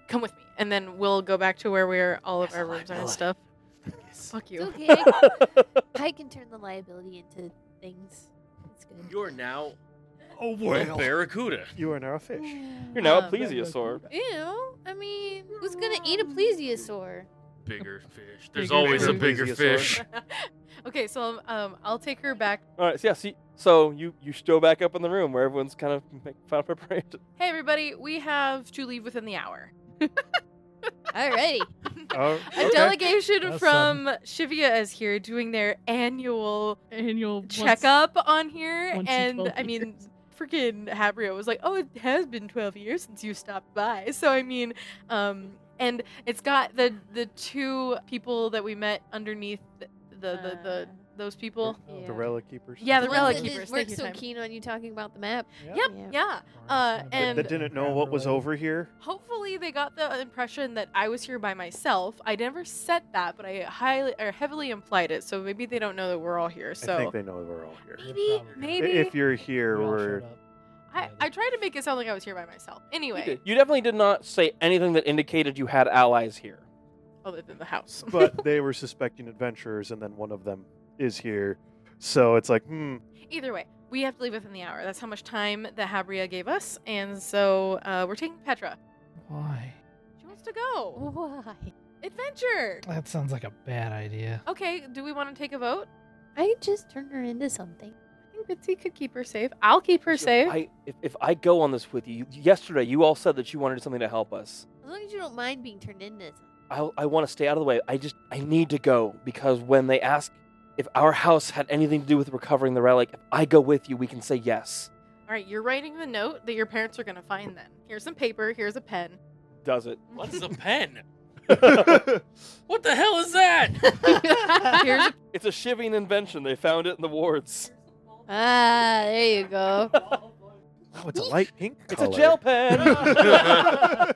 Speaker 2: Come with me, and then we'll go back to where we're all of
Speaker 1: That's
Speaker 2: our
Speaker 1: a
Speaker 6: oh,
Speaker 2: rooms are and
Speaker 1: liability.
Speaker 2: stuff.
Speaker 1: Yes.
Speaker 2: Fuck
Speaker 6: It's
Speaker 2: you.
Speaker 6: okay. I can turn the liability into things. It's good.
Speaker 5: You're now
Speaker 3: Oh,
Speaker 5: a barracuda.
Speaker 3: You are now a fish.
Speaker 1: You're now a
Speaker 2: Um,
Speaker 1: plesiosaur.
Speaker 6: Ew. I mean, who's gonna eat a plesiosaur?
Speaker 5: Bigger fish. There's
Speaker 7: Bigger
Speaker 5: always a
Speaker 7: fish.
Speaker 5: bigger fish.
Speaker 3: Plesiosaur.
Speaker 2: okay, so um, I'll take her back.
Speaker 1: All right, so yeah, see, so you you show back up in the room where everyone's kind of making final preparation.
Speaker 2: Hey, everybody, we have to leave within the hour.
Speaker 6: Alrighty.
Speaker 3: Oh,
Speaker 2: A
Speaker 3: okay.
Speaker 2: delegation
Speaker 4: That's
Speaker 2: from Shivia is here doing their annual
Speaker 7: Annual once-
Speaker 2: checkup on here,
Speaker 7: once in
Speaker 2: and
Speaker 7: 12
Speaker 2: I mean,
Speaker 7: years.
Speaker 2: freaking Habrio was like, "Oh, it has been 12 years since you stopped by." So I mean, um, and it's got the the two people that we met underneath the the the, the
Speaker 6: Uh,
Speaker 2: those people.
Speaker 6: Yeah.
Speaker 3: The relic keepers.
Speaker 2: Yeah, the
Speaker 6: ones
Speaker 2: relic
Speaker 6: that didn't
Speaker 2: keepers,
Speaker 6: work
Speaker 2: thank you,
Speaker 6: so
Speaker 2: Simon.
Speaker 6: keen on you talking about the map.
Speaker 2: Yep,
Speaker 6: Yeah.
Speaker 2: yeah. Uh,
Speaker 4: Or it's not
Speaker 2: and-
Speaker 4: really
Speaker 3: That didn't know what was
Speaker 4: related.
Speaker 3: over here.
Speaker 2: Hopefully, they got the impression that I was here by myself. I never said that, but I highly or heavily implied it. So maybe they don't know that we're all here. So
Speaker 3: I think they know we're all here.
Speaker 4: They're
Speaker 2: Maybe,
Speaker 4: probably-
Speaker 3: I-
Speaker 2: maybe.
Speaker 3: If you're here,
Speaker 4: We all
Speaker 3: we're
Speaker 4: showed up.
Speaker 2: I, I tried to make it sound like I was here by myself.
Speaker 1: You,
Speaker 2: Anyway,
Speaker 1: did- you definitely did not say anything that indicated you had allies here.
Speaker 2: other than the house.
Speaker 3: but they were suspecting adventurers, and then one of them is here. So it's like, hmm,
Speaker 2: Either way, we have to leave within the hour. That's how much time that Habria gave us, and so uh, we're taking Petra.
Speaker 4: Why?
Speaker 2: She wants to go
Speaker 6: Why?
Speaker 2: adventure.
Speaker 4: That sounds like a bad idea.
Speaker 2: Okay, do we want to take a vote?
Speaker 6: I just turned her into something.
Speaker 2: I think Bitsy could keep her safe. I'll keep her
Speaker 1: So
Speaker 2: safe.
Speaker 1: I, if, if I go on this with you, yesterday you all said that you wanted something to help us.
Speaker 6: As long as you don't mind being turned into something.
Speaker 1: I, I want to stay out of the way. I just, I need to go because when they ask if our house had anything to do with recovering the relic, if I go with you, we can say yes.
Speaker 2: All right, you're writing the note that your parents are gonna find. Then here's some paper. Here's a pen.
Speaker 1: Does it?
Speaker 5: What's a pen?
Speaker 3: I
Speaker 5: What the hell is that?
Speaker 2: here's a
Speaker 1: It's a shivving invention. They found it in the wards.
Speaker 6: Ah, there you go.
Speaker 3: Oh, it's a light pink
Speaker 1: It's
Speaker 3: color.
Speaker 1: a gel pen.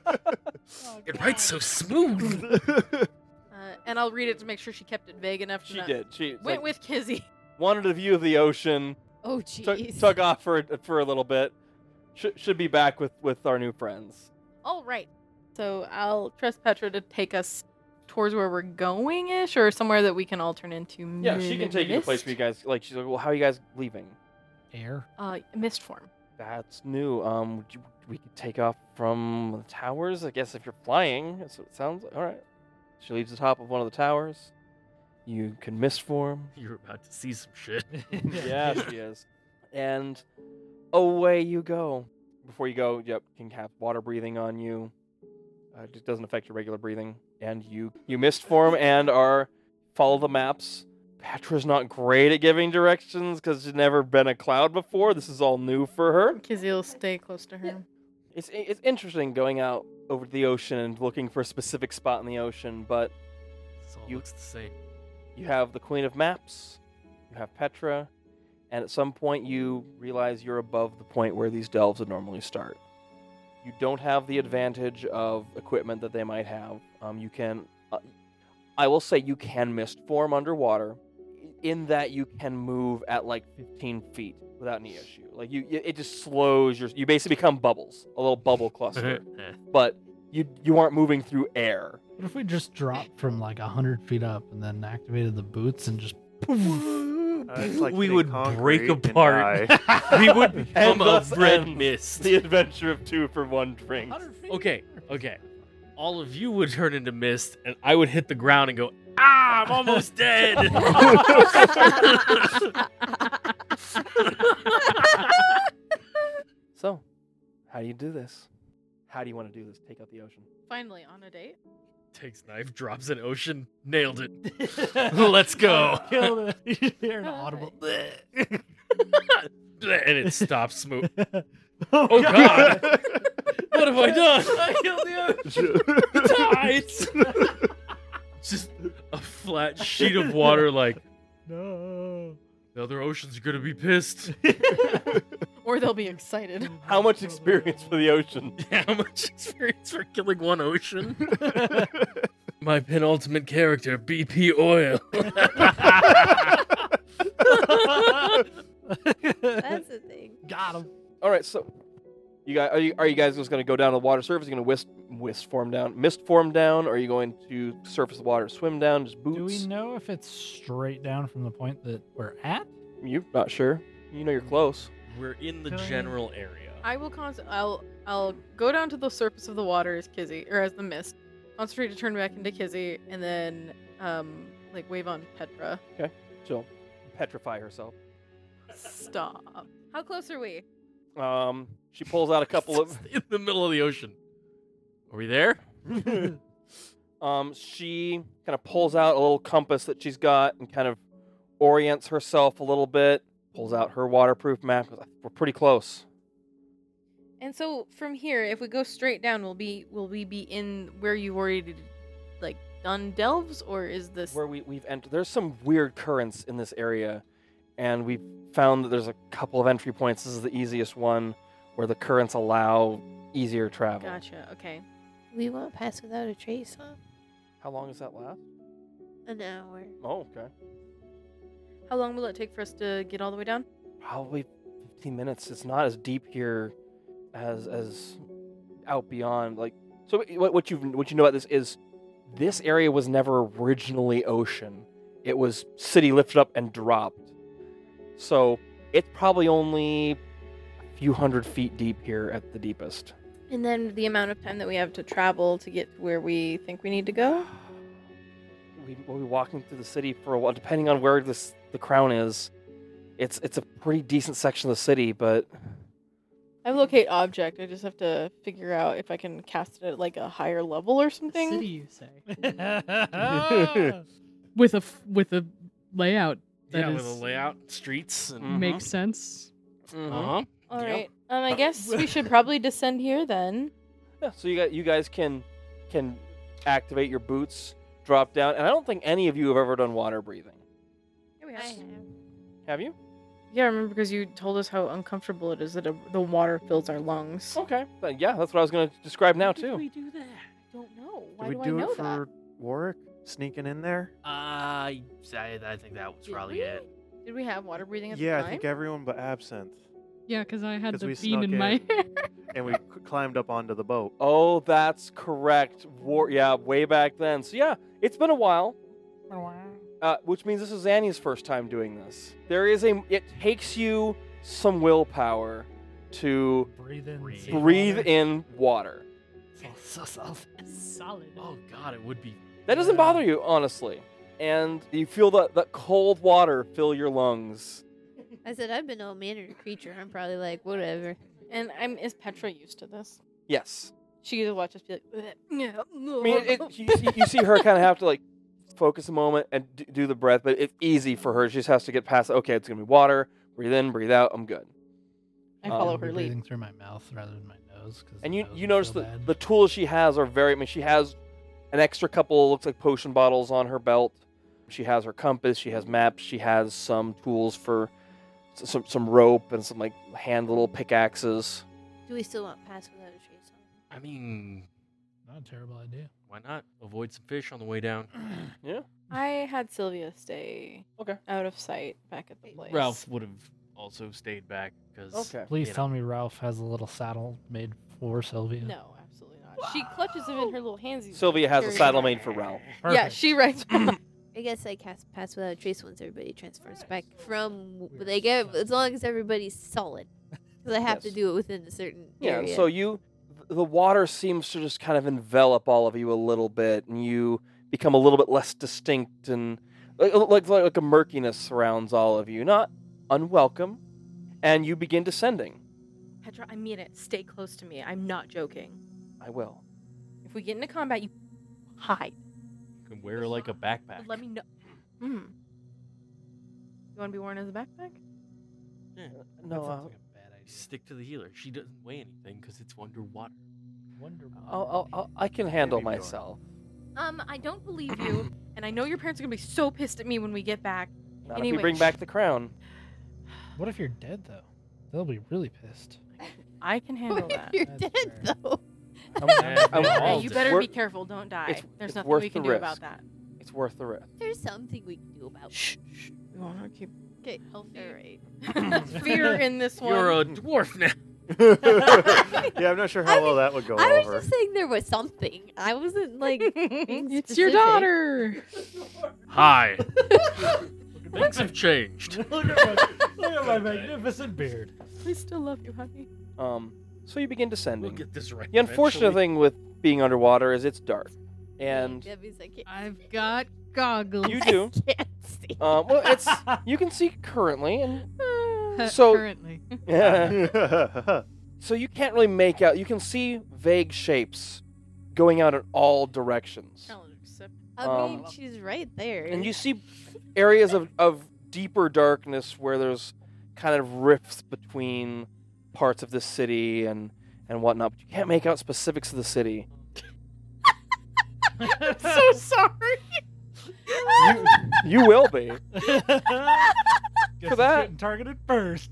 Speaker 5: It writes so smooth.
Speaker 2: uh, and I'll read it to make sure she kept it vague enough. to
Speaker 1: she
Speaker 2: not-
Speaker 1: did. She it's
Speaker 2: Went
Speaker 1: like,
Speaker 2: with Kizzy.
Speaker 1: wanted a view of the ocean.
Speaker 6: Oh,
Speaker 1: Tuck,
Speaker 6: jeez.
Speaker 1: tuck off for a- for a little bit. Sh- should be back with with our new friends.
Speaker 2: All right. So I'll trust Petra to take us towards where we're going ish or somewhere that we can all turn into.
Speaker 1: Yeah, she can take you to a place
Speaker 2: mist-
Speaker 1: where you guys like. She's like, well, how are you guys leaving?
Speaker 4: Air.
Speaker 2: Uh, mist form.
Speaker 1: That's new. Um, would you- we could take off from the towers, I guess, if you're flying. That's what it sounds like. All right. She leaves the top of one of the towers. You can mistform.
Speaker 5: You're about to see some shit.
Speaker 1: yeah, she is. And away you go. Before you go, yep, you can have water breathing on you. Uh, it just doesn't affect your regular breathing. And you you missed form and are follow the maps. Patra's not great at giving directions because she's never been a cloud before. This is all new for her.
Speaker 2: Kizil, stay close to her.
Speaker 1: It's it's interesting going out over the ocean and looking for a specific spot in the ocean, but
Speaker 5: This all
Speaker 1: You-
Speaker 5: looks the same.
Speaker 1: you have the Queen of Maps, you have Petra, and at some point you realize you're above the point where these delves would normally start. You don't have the advantage of equipment that they might have. Um, you can, uh, I will say, you can mist form underwater, in that you can move at like 15 feet without any issue. Like you, it it just slows your. You basically become bubbles, a little bubble cluster, but you you aren't moving through air.
Speaker 4: What if we just dropped from like a hundred feet up and then activated the boots and just
Speaker 3: Uh, it's like
Speaker 5: we
Speaker 3: hitting
Speaker 5: would
Speaker 3: concrete
Speaker 5: break
Speaker 3: and
Speaker 5: apart.
Speaker 3: die.
Speaker 5: we would
Speaker 1: And
Speaker 5: become a
Speaker 1: thus
Speaker 5: red
Speaker 1: ends
Speaker 5: mist.
Speaker 1: The adventure of two for one drink.
Speaker 4: feet?
Speaker 5: Okay, okay. All of you would turn into mist, and I would hit the ground and go, "Ah, I'm almost dead."
Speaker 1: So, how do you do this? How do you want to do this? Take out the ocean.
Speaker 2: Finally, on a date.
Speaker 5: Takes knife, drops an ocean, nailed it. Let's go.
Speaker 4: Kill it. You hear an audible.
Speaker 5: and it stops smooth.
Speaker 4: oh,
Speaker 5: Oh God! what have I done? I killed the tides. Just a flat sheet of water. Like
Speaker 4: No.
Speaker 5: the other oceans are gonna be pissed.
Speaker 2: Or they'll be excited.
Speaker 1: How much experience for the ocean?
Speaker 5: How much experience for killing one ocean? My penultimate character, BP Oil.
Speaker 6: That's the thing.
Speaker 4: Got him.
Speaker 1: All right, so you guys are you, are you guys just going to go down to the water surface? You're going to whisk whisk form down, mist form down, or are you going to surface the water, swim down, just
Speaker 4: Do we
Speaker 1: boots?
Speaker 4: know if it's straight down from the point that we're at?
Speaker 1: You're not sure. You know you're close.
Speaker 5: We're in the
Speaker 4: Go ahead.
Speaker 5: general area.
Speaker 2: I will con- I'll I'll go down to the surface of the water as Kizzy or as the mist. Concentrate to turn back into Kizzy, and then um like wave on Petra.
Speaker 1: She'll petrify herself.
Speaker 2: Stop. How close are we?
Speaker 1: Um, she pulls out a couple of.
Speaker 5: in the middle of the ocean. Are we there?
Speaker 1: um, she kind of pulls out a little compass that she's got and kind of orients herself a little bit. Pulls out her waterproof map. goes, We're pretty close.
Speaker 2: And so from here, if we go straight down, will be will we be in where you've already like done delves, or is this
Speaker 1: Where we, we've entered, there's some weird currents in this area, and we found that there's a couple of entry points. This is the easiest one, where the currents allow easier travel.
Speaker 2: gotcha? Okay.
Speaker 6: We won't pass without a trace, huh?
Speaker 1: How long does that last?
Speaker 6: An hour.
Speaker 1: Oh, okay.
Speaker 2: How long will it take for us to get all the way down?
Speaker 1: probably 15 minutes. It's not as deep here as as out beyond. Like so, what, what you what you know about this is this area was never originally ocean. It was city lifted up and dropped. So it's probably only a few hundred feet deep here at the deepest.
Speaker 2: And then the amount of time that we have to travel to get to where we think we need to go.
Speaker 1: we, we'll be walking through the city for a while. Depending on where this the crown is, it's it's a pretty decent section of the city, but
Speaker 2: I locate object. I just have to figure out if I can cast it at like a higher level or something.
Speaker 7: City, you say? With a f- with a layout That
Speaker 5: yeah, with
Speaker 7: is-
Speaker 5: a layout, streets, and
Speaker 1: Mhm.
Speaker 7: makes sense.
Speaker 5: uh-huh.
Speaker 2: All
Speaker 5: Yep.
Speaker 2: right. Um,
Speaker 3: Uh,
Speaker 2: I guess we should probably descend here then.
Speaker 1: Yeah, so you got you guys can can activate your boots, drop down, and I don't think any of you have ever done water breathing. Have you?
Speaker 2: Yeah, I remember because you told us how uncomfortable it is that it, the water fills our lungs.
Speaker 1: Okay. Then, Uh, yeah, that's what I was going to describe now too.
Speaker 5: do that?
Speaker 2: I don't know.
Speaker 3: Did we do it for Warwick sneaking in there?
Speaker 5: Uh, I, I think that was probably it.
Speaker 2: Did we have water breathing at
Speaker 3: Yeah,
Speaker 2: the
Speaker 3: I
Speaker 2: time?
Speaker 3: think everyone but Absinthe.
Speaker 7: Yeah, because I had
Speaker 3: 'Cause
Speaker 7: the
Speaker 3: we
Speaker 7: bean
Speaker 3: snuck
Speaker 7: in my
Speaker 3: in.
Speaker 7: hair.
Speaker 3: And we c- climbed up onto the boat.
Speaker 1: Oh, that's correct. War yeah, way back then. So yeah, it's been a while. Uh, which means this is Annie's first time doing this. There is a it takes you some willpower to
Speaker 4: Breathe in.
Speaker 5: Breathe.
Speaker 4: safe
Speaker 1: breathe
Speaker 4: water.
Speaker 1: in water.
Speaker 4: So, so, so-
Speaker 7: Solid.
Speaker 5: Oh god, it would be.
Speaker 1: That doesn't
Speaker 5: Yeah.
Speaker 1: bother you, honestly. And you feel that, that cold water fill your lungs.
Speaker 6: I said I've been all manner of creature. I'm probably like whatever.
Speaker 2: And I'm is Petra used to this?
Speaker 1: Yes.
Speaker 2: She used to watch us be like,
Speaker 1: I mean, it, you, see- you see her kind of have to like focus a moment and d- do the breath, but it's easy for her. She just has to get past, okay, it's going to be water. Breathe in, breathe out. I'm good.
Speaker 2: I
Speaker 1: Um,
Speaker 3: Oh,
Speaker 2: follow
Speaker 4: I'll be
Speaker 2: her lead.
Speaker 4: breathing through my mouth rather than my nose. 'cause
Speaker 1: And
Speaker 4: the
Speaker 1: you,
Speaker 4: nose
Speaker 1: you
Speaker 4: would
Speaker 1: notice
Speaker 4: feel
Speaker 1: that
Speaker 4: bad.
Speaker 1: the tools she has are very, I mean, she has an extra couple, looks like potion bottles on her belt. She has her compass, she has maps, she has some tools for s- some, some rope and some like hand little pickaxes.
Speaker 6: Do we still want pass without a trace on?
Speaker 5: I mean,
Speaker 4: Not a terrible idea.
Speaker 5: why not avoid some fish on the way down?
Speaker 2: I had Sylvia stay
Speaker 1: Okay.
Speaker 2: out of sight back at the place.
Speaker 5: Ralph would have also stayed back because
Speaker 4: Please
Speaker 5: You
Speaker 4: tell me Ralph has a little saddle made for Sylvia.
Speaker 2: No, absolutely not. She clutches him in her little hands. He's
Speaker 1: Sylvia has a
Speaker 2: carrying
Speaker 1: saddle
Speaker 2: her.
Speaker 1: made for Ralph.
Speaker 2: Yeah, she rides.
Speaker 6: I guess I cast pass without a trace once everybody transfers back from.
Speaker 4: We are
Speaker 6: They get
Speaker 4: set.
Speaker 6: as long as everybody's solid. Because I have to
Speaker 1: Yes.
Speaker 6: do it within a certain
Speaker 1: Yeah, and
Speaker 6: area.
Speaker 1: so you, th- the water seems to just kind of envelop all of you a little bit, and you become a little bit less distinct, and like like, like, like a murkiness surrounds all of you, not unwelcome, and you begin descending.
Speaker 2: Petra, I mean it. Stay close to me. I'm not joking.
Speaker 1: I will.
Speaker 2: If we get into combat, you hide.
Speaker 5: can wear like a backpack.
Speaker 2: Let me know. Hmm. You want to be worn as a backpack?
Speaker 1: No, uh,
Speaker 5: Stick to the healer. She doesn't weigh anything because it's underwater.
Speaker 1: I'll, I'll, I'll, I can handle
Speaker 3: Maybe we are.
Speaker 1: myself.
Speaker 2: Um, I don't believe you, and I know your parents are gonna be so pissed at me when we get back.
Speaker 1: Not if
Speaker 2: Anyway.
Speaker 1: we bring back the crown.
Speaker 4: What if you're dead though? They'll be really pissed.
Speaker 2: I can handle
Speaker 6: What if
Speaker 2: that.
Speaker 6: you're
Speaker 4: That's
Speaker 6: dead
Speaker 4: fair.
Speaker 6: though?
Speaker 5: Yeah,
Speaker 1: I'm-
Speaker 5: we
Speaker 1: I'm-
Speaker 2: Hey,
Speaker 5: all
Speaker 2: you
Speaker 5: do.
Speaker 2: better be
Speaker 1: We're-
Speaker 2: careful. Don't die.
Speaker 1: it's-
Speaker 2: There's
Speaker 1: it's
Speaker 2: nothing
Speaker 1: worth
Speaker 2: we
Speaker 1: the
Speaker 2: can do about
Speaker 1: risk.
Speaker 2: that.
Speaker 1: It's worth the risk.
Speaker 6: There's something we can do about.
Speaker 2: Shh. shh. We want to keep
Speaker 6: Okay.
Speaker 2: healthy.
Speaker 6: All right.
Speaker 2: Fear in this one.
Speaker 5: You're a dwarf now.
Speaker 3: yeah, I'm not sure
Speaker 6: I
Speaker 3: how well
Speaker 6: was-
Speaker 3: that would go
Speaker 6: I was
Speaker 3: over.
Speaker 6: just saying there was something. I wasn't like. being
Speaker 7: It's your
Speaker 6: specific.
Speaker 7: daughter.
Speaker 5: Hi. Things have changed.
Speaker 4: look, at my, look at my
Speaker 5: Okay.
Speaker 4: magnificent beard.
Speaker 2: we still love you, honey.
Speaker 1: Um, so you begin
Speaker 5: We'll
Speaker 1: descending.
Speaker 5: get this right.
Speaker 1: the unfortunate
Speaker 5: eventually.
Speaker 1: thing with being underwater is it's dark, and
Speaker 6: That means I can't,
Speaker 7: I've got goggles.
Speaker 1: you do.
Speaker 6: can't see.
Speaker 1: Um, well, it's you can see currently, and so-
Speaker 7: currently.
Speaker 1: so you can't really make out. You can see vague shapes going out in all directions,
Speaker 6: Oh, I mean,
Speaker 1: Um,
Speaker 6: she's right there.
Speaker 1: and you see areas of, of deeper darkness where there's kind of rifts between parts of the city and and whatnot. But you can't make out specifics of the city.
Speaker 2: so sorry.
Speaker 1: You, you will be.
Speaker 4: Guess
Speaker 1: For
Speaker 4: for
Speaker 1: that-
Speaker 4: that. getting targeted first.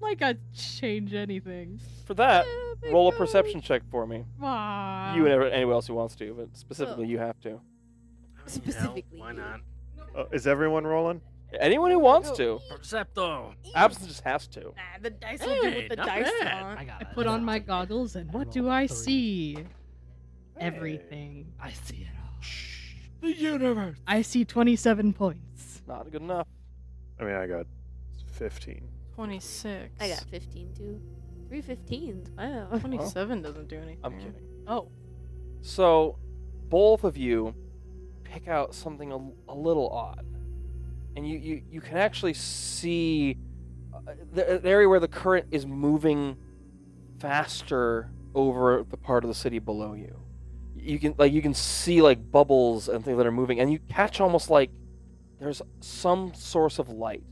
Speaker 7: Like I'd change anything.
Speaker 1: For that,
Speaker 6: Oh my
Speaker 1: Uh, roll a
Speaker 6: God.
Speaker 1: perception check for me.
Speaker 7: Wow.
Speaker 1: You and every- anyone else who wants to, but
Speaker 6: Oh.
Speaker 1: specifically you have to.
Speaker 5: I mean, hell,
Speaker 6: specifically
Speaker 5: why
Speaker 6: you.
Speaker 5: not?
Speaker 3: Oh, is everyone rolling?
Speaker 1: Anyone who
Speaker 6: Oh.
Speaker 1: wants to,
Speaker 5: Percepto.
Speaker 1: Absence just has to.
Speaker 2: Nah, the dice will do
Speaker 5: Hey,
Speaker 2: what the
Speaker 5: not
Speaker 2: dice
Speaker 5: bad.
Speaker 2: want.
Speaker 4: got
Speaker 7: I put on my goggles and what do I see? Everything.
Speaker 4: I see it all.
Speaker 5: The universe.
Speaker 7: I see 27 points.
Speaker 1: Not good enough.
Speaker 3: I mean, I got 15.
Speaker 2: 26.
Speaker 6: I got 15 too. Three 15s. Wow.
Speaker 2: 27 doesn't do anything.
Speaker 1: I'm kidding.
Speaker 2: Oh.
Speaker 1: Mm. So, both of you pick out something a, a little odd, and you, you, you can actually see uh, the, the area where the current is moving faster over the part of the city below you. You can like you can see like bubbles and things that are moving, and you catch almost like there's some source of light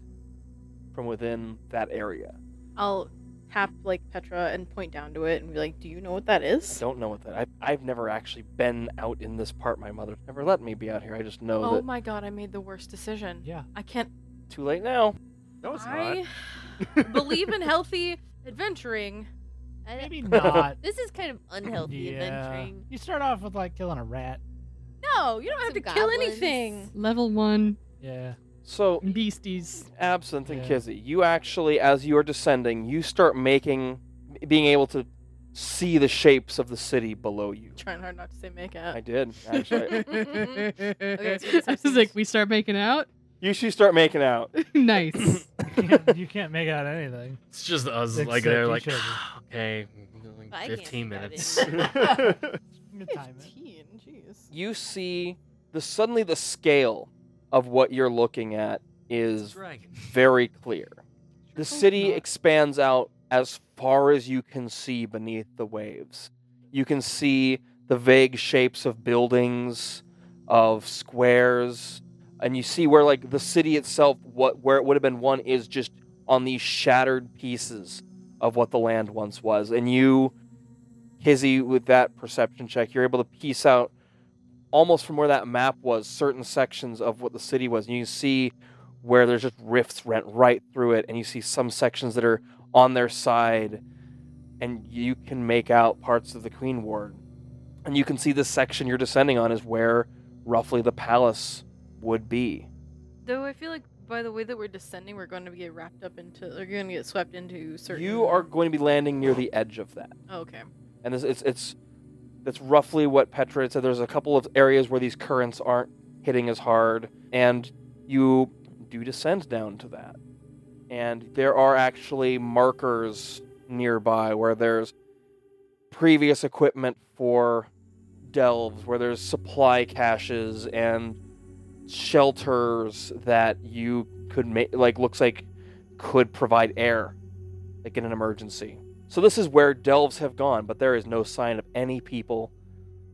Speaker 1: from within that area.
Speaker 2: I'll tap like Petra and point down to it and be like, "Do you know what that
Speaker 1: I
Speaker 2: is?"
Speaker 1: don't know what that. I've, I've never actually been out in this part. My mother never let me be out here. I just know
Speaker 2: Oh
Speaker 1: that
Speaker 2: my god, I made the worst decision.
Speaker 4: Yeah.
Speaker 2: I can't.
Speaker 1: Too late now.
Speaker 3: No, it's
Speaker 2: I believe in healthy adventuring.
Speaker 6: I-
Speaker 4: Maybe not.
Speaker 6: This is kind of unhealthy
Speaker 4: yeah.
Speaker 6: adventuring.
Speaker 4: You start off with like killing a rat.
Speaker 2: No, you don't have
Speaker 6: Some
Speaker 2: to kill
Speaker 6: goblins.
Speaker 2: anything.
Speaker 7: Level 1
Speaker 4: Yeah.
Speaker 1: So,
Speaker 7: Mm. beasties.
Speaker 1: Absinthe and
Speaker 4: Yeah.
Speaker 1: Kizzy, you actually, as you are descending, you start making, being able to see the shapes of the city below you.
Speaker 2: Trying hard not to say make
Speaker 1: I
Speaker 2: out.
Speaker 1: did actually.
Speaker 2: Okay, so
Speaker 7: I was like, we start making out.
Speaker 1: You should start making out.
Speaker 7: nice.
Speaker 4: You can't, you can't make out anything.
Speaker 5: It's just us, like
Speaker 4: Except
Speaker 5: they're
Speaker 4: each
Speaker 5: like,
Speaker 4: other.
Speaker 5: okay, like
Speaker 6: I can't
Speaker 5: fifteen
Speaker 6: make out
Speaker 5: minutes.
Speaker 6: anything.
Speaker 4: You can time it.
Speaker 2: 15, jeez.
Speaker 1: You see the suddenly the scale of what you're looking at is
Speaker 5: Dragon.
Speaker 1: very clear. The city
Speaker 4: not.
Speaker 1: expands out as far as you can see beneath the waves. You can see the vague shapes of buildings, of squares, and you see where like the city itself what where it would have been one is just on these shattered pieces of what the land once was. And you Hizzy with that perception check, you're able to piece out almost from where that map was certain sections of what the city was. And you see where there's just rifts rent right through it, and you see some sections that are on their side, and you can make out parts of the Queen Ward. And you can see the section you're descending on is where roughly the palace would be.
Speaker 2: Though I feel like by the way that we're descending, we're going to get wrapped up into, we're going to get swept into certain.
Speaker 1: You are going to be landing near the edge of that.
Speaker 2: Oh, okay.
Speaker 1: and this, it's it's that's roughly what Petra had said. There's a couple of areas where these currents aren't hitting as hard, and you do descend down to that. And there are actually markers nearby where there's previous equipment for delves, where there's supply caches and shelters that you could make like looks like could provide air like in an emergency. So this is where delves have gone, but there is no sign of any people.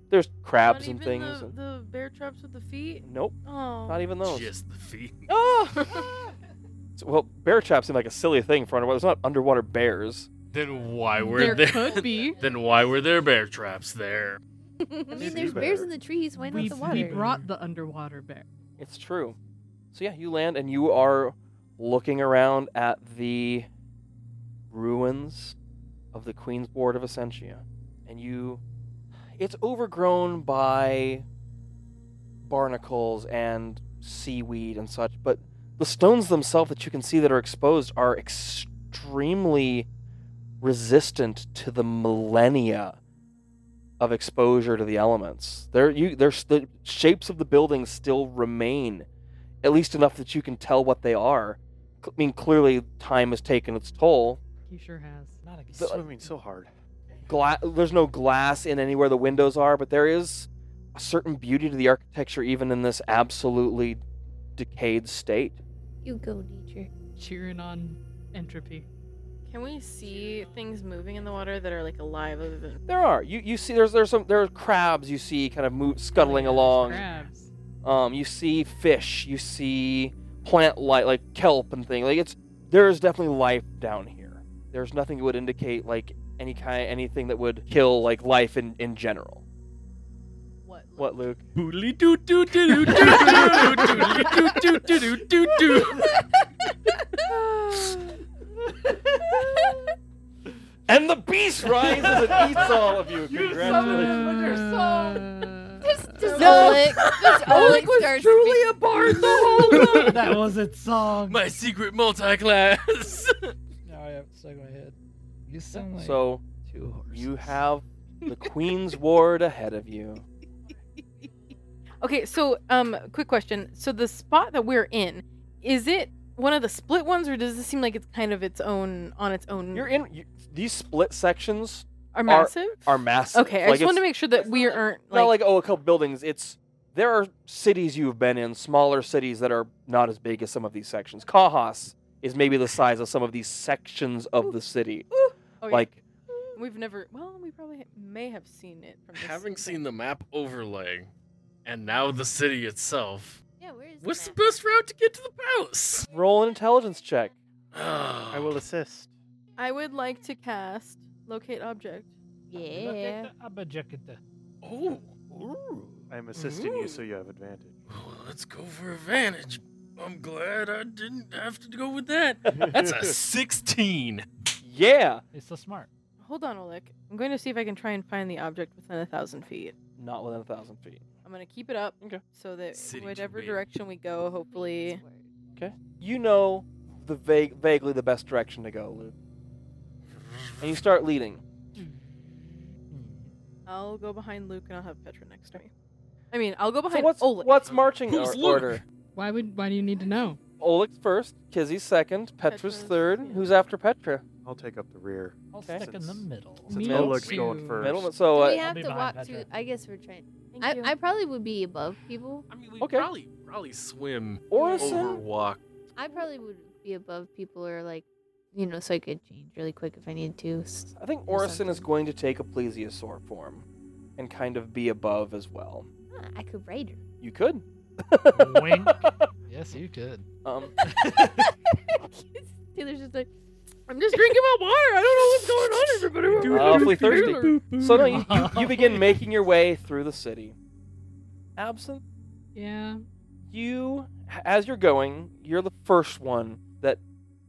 Speaker 1: There's crabs
Speaker 2: Not
Speaker 1: and
Speaker 2: even
Speaker 1: things.
Speaker 2: The,
Speaker 1: and-
Speaker 2: the bear traps with the feet.
Speaker 1: Nope,
Speaker 2: Oh.
Speaker 1: not even those.
Speaker 5: Just the feet.
Speaker 2: Oh.
Speaker 1: So- well, bear traps seem like a silly thing for underwater. There's not underwater bears.
Speaker 5: Then why were
Speaker 7: there
Speaker 5: there?
Speaker 7: could be.
Speaker 5: Then why were there bear traps there?
Speaker 6: I
Speaker 3: Maybe
Speaker 6: mean, there's
Speaker 3: better.
Speaker 6: bears in the trees. Why not
Speaker 7: We,
Speaker 6: the
Speaker 7: we
Speaker 6: water?
Speaker 7: brought the underwater bear.
Speaker 1: It's true. So yeah, you land and you are looking around at the ruins of the Queen's Board of Essentia. And you it's overgrown by barnacles and seaweed and such, but the stones themselves that you can see that are exposed are extremely resistant to the millennia of exposure to the elements. There, you, there's the shapes of the buildings still remain, at least enough that you can tell what they are. C- I mean, clearly time has taken its toll.
Speaker 7: He sure has.
Speaker 4: Not again.
Speaker 1: The-
Speaker 3: Swimming so hard.
Speaker 1: Gla- there's no glass in anywhere the windows are, but there is a certain beauty to the architecture, even in this absolutely decayed state.
Speaker 6: You go, nature.
Speaker 7: Cheering on entropy.
Speaker 2: Can we see things moving in the water that are like alive other than
Speaker 1: There are you, you see there's there's some there are crabs you see kind of move, scuttling
Speaker 7: Oh, yeah, there's
Speaker 1: along.
Speaker 7: Crabs.
Speaker 1: Um, you see fish, you see plant life like kelp and thing. Like it's there is definitely life down here. There's nothing that would indicate like any kind anything that would kill like life in in general.
Speaker 2: what? look-
Speaker 1: What, Luke?
Speaker 5: Boodly doo doo doo doo doo doo doo doo doo doo doo doo doo.
Speaker 1: And the beast rises and eats all of you. Congratulations.
Speaker 6: There's, there's
Speaker 1: No.
Speaker 6: Oleg. There's Oleg starts
Speaker 1: Truly a bard the whole time.
Speaker 4: that was its song.
Speaker 5: My secret multi-class.
Speaker 4: Now I have it stuck in my head. You sound like
Speaker 1: So
Speaker 4: two horses.
Speaker 1: you have the Queen's Ward ahead of you.
Speaker 2: Okay, so um, quick question. So the spot that we're in, is it one of the split ones, or does this seem like it's kind of its own on its own?
Speaker 1: You're in you, these split sections
Speaker 2: are massive.
Speaker 1: are massive.
Speaker 2: okay, I
Speaker 1: Like,
Speaker 2: just want
Speaker 1: it's-
Speaker 2: to make sure that we aren't
Speaker 1: not like oh a couple buildings it's there are cities you've been in smaller cities that are not as big as some of these sections Kajas is maybe the size of some of these sections of the city
Speaker 2: oh, yeah.
Speaker 1: like
Speaker 2: we've never. Well, we probably ha- may have seen it. From this
Speaker 5: Having seen
Speaker 2: thing.
Speaker 5: the map overlay, and now the city itself,
Speaker 6: Yeah, where is
Speaker 5: what's the
Speaker 6: Matt?
Speaker 5: best route to get to the palace?
Speaker 1: roll an intelligence check
Speaker 5: I
Speaker 3: I will assist.
Speaker 2: I would like to cast locate object.
Speaker 6: Yeah.
Speaker 4: Abajekata.
Speaker 5: Oh,
Speaker 3: I am assisting you, so you have advantage.
Speaker 5: let's go for advantage. I'm glad I didn't have to go with that. That's a 16.
Speaker 1: yeah
Speaker 4: It's so smart.
Speaker 2: Hold on, Oleg. I'm going to see if I can try and find the object within a thousand feet.
Speaker 1: not within a thousand feet
Speaker 2: I'm going to keep it up.
Speaker 1: Okay.
Speaker 2: So that
Speaker 5: City to
Speaker 2: whatever
Speaker 5: be.
Speaker 2: direction we go, hopefully.
Speaker 1: you know the vague, vaguely the best direction to go Luke and you start leading
Speaker 4: Hmm.
Speaker 2: I'll go behind Luke and I'll have Petra next to me. I mean, I'll go behind
Speaker 1: so what's
Speaker 2: Oleg.
Speaker 1: what's marching
Speaker 5: Who's
Speaker 1: or-
Speaker 5: Luke?
Speaker 1: order
Speaker 7: Why would? Why do you need to know?
Speaker 1: Oleg's first, Kizzy's second, Petra's
Speaker 2: Petra's-
Speaker 1: third.
Speaker 2: yeah.
Speaker 1: Who's after Petra?
Speaker 3: I'll take up the rear.
Speaker 4: I'll
Speaker 1: Okay.
Speaker 4: stick in the
Speaker 3: Since-
Speaker 4: middle.
Speaker 3: Since
Speaker 1: Me
Speaker 3: Oleg's
Speaker 4: too.
Speaker 3: going first.
Speaker 1: Middleman. So
Speaker 6: we
Speaker 1: uh,
Speaker 6: have
Speaker 4: be
Speaker 6: to
Speaker 4: behind
Speaker 6: walk
Speaker 4: Petra.
Speaker 6: through. I guess we're trying.
Speaker 2: Thank
Speaker 6: I,
Speaker 2: you.
Speaker 6: I probably would be above people.
Speaker 5: I mean, we
Speaker 1: Okay.
Speaker 5: probably probably swim
Speaker 1: Orison.
Speaker 5: over walk.
Speaker 6: I probably would be above people or like, you know, so I could change really quick if I needed to. S-
Speaker 1: I think Orison is going to take a plesiosaur form, and kind of be above as well.
Speaker 6: Ah, I could ride her.
Speaker 1: You could.
Speaker 4: Wink. Yes, you could.
Speaker 1: Um,
Speaker 6: Taylor's just like,
Speaker 2: I'm just drinking my water. I don't know what's going on. Everybody,
Speaker 1: Dude, awfully thirsty. so no, you, you, you
Speaker 4: Wow.
Speaker 1: begin making your way through the city. Absinthe,
Speaker 7: Yeah.
Speaker 1: you as you're going, you're the first one that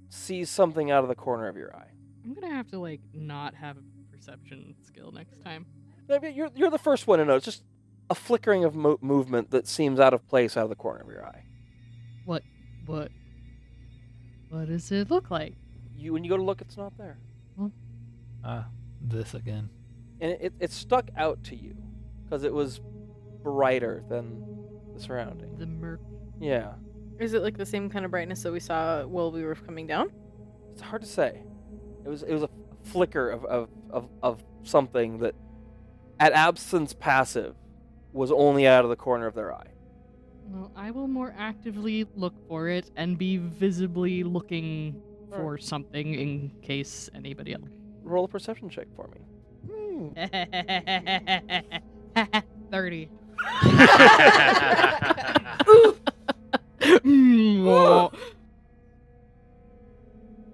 Speaker 1: sees something out of the corner of your eye.
Speaker 7: I'm gonna have to like not have a perception skill next time.
Speaker 1: I mean, You're, you're the first one to notice just a flickering of mo- movement that seems out of place out of the corner of your eye.
Speaker 7: What? What? What does it look like?
Speaker 1: You when you go to look, it's not there,
Speaker 4: Ah, this again.
Speaker 1: and it, it stuck out to you because it was brighter than the surrounding.
Speaker 7: The murk.
Speaker 1: Yeah,
Speaker 2: Is it like the same kind of brightness that we saw while we were coming down?
Speaker 1: it's hard to say. It was it was a flicker of of, of, of something that, at absence passive, was only out of the corner of their eye.
Speaker 7: Well, I will more actively look for it and be visibly looking for something in case anybody else.
Speaker 1: Roll a perception check for me.
Speaker 7: Thirty.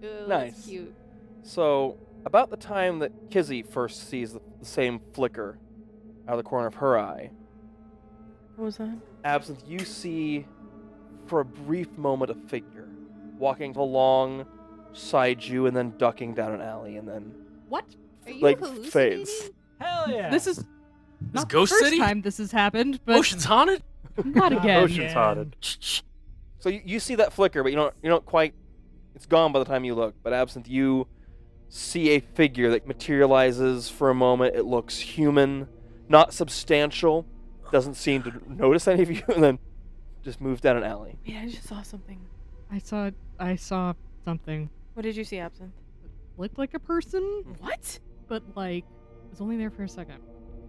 Speaker 6: oh,
Speaker 1: Nice.
Speaker 6: That's cute.
Speaker 1: So, about the time that Kizzy first sees the, the same flicker out of the corner of her eye,
Speaker 2: What was that?
Speaker 1: Absinthe, you see for a brief moment a figure walking along side you and then ducking down an alley and then
Speaker 7: what?
Speaker 6: Are you
Speaker 1: Like,
Speaker 6: hallucinating?
Speaker 1: fades.
Speaker 4: Hell yeah.
Speaker 7: This is not
Speaker 5: Ghost
Speaker 7: the first
Speaker 5: City?
Speaker 7: time this has happened, but
Speaker 5: Ocean's haunted.
Speaker 7: not again.
Speaker 3: Ocean's haunted.
Speaker 1: so you, you see that flicker but you don't you don't quite it's gone by the time you look but Absinthe you see a figure that materializes for a moment it looks human not substantial doesn't seem to notice any of you and then just moves down an alley
Speaker 2: Wait, I just saw something.
Speaker 7: I saw. I saw something.
Speaker 2: What did you see, Absinthe?
Speaker 7: Looked like a person,
Speaker 2: What?
Speaker 7: but like it was only there for a second.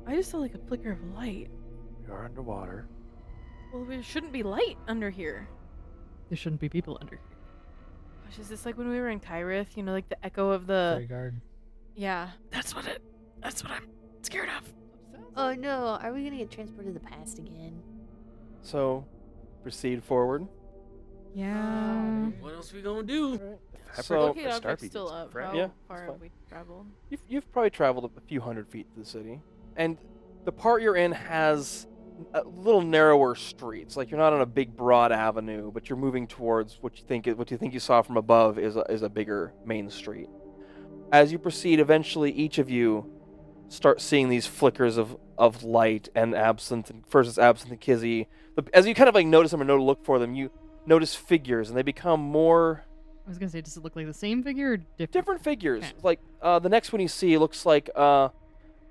Speaker 2: I just saw like a flicker of light.
Speaker 3: We are underwater.
Speaker 2: Well, there shouldn't be light under here.
Speaker 7: There shouldn't be people under. here.
Speaker 2: Gosh, is this like when we were in Kyrith? You know, like the echo of
Speaker 4: Uh.
Speaker 2: the.
Speaker 4: Guard.
Speaker 2: Yeah. That's what it. That's what I'm scared of.
Speaker 6: Oh no, are we gonna get transported to the past again?
Speaker 1: so proceed forward
Speaker 7: Yeah.
Speaker 5: What else we gonna
Speaker 1: Uh,
Speaker 5: do?
Speaker 1: So-
Speaker 2: okay, Object's still up. How
Speaker 1: Yeah,
Speaker 2: far
Speaker 1: that's
Speaker 2: have
Speaker 1: fine.
Speaker 2: we traveled?
Speaker 1: You've, you've probably traveled a few hundred feet to the city, and the part you're in has a little narrower streets. Like you're not on a big broad avenue, but you're moving towards what you think what you think you saw from above is a, is a bigger main street. As you proceed, eventually each of you start seeing these flickers of, of light and absinthe. And first it's absinthe and Kizzy. The, as you kind of like notice them or know to look for them, you notice figures, and they become more
Speaker 7: I was gonna say, does it look like the same figure or different?
Speaker 1: different figures.
Speaker 7: Okay.
Speaker 1: Like uh, the next one you see looks like uh,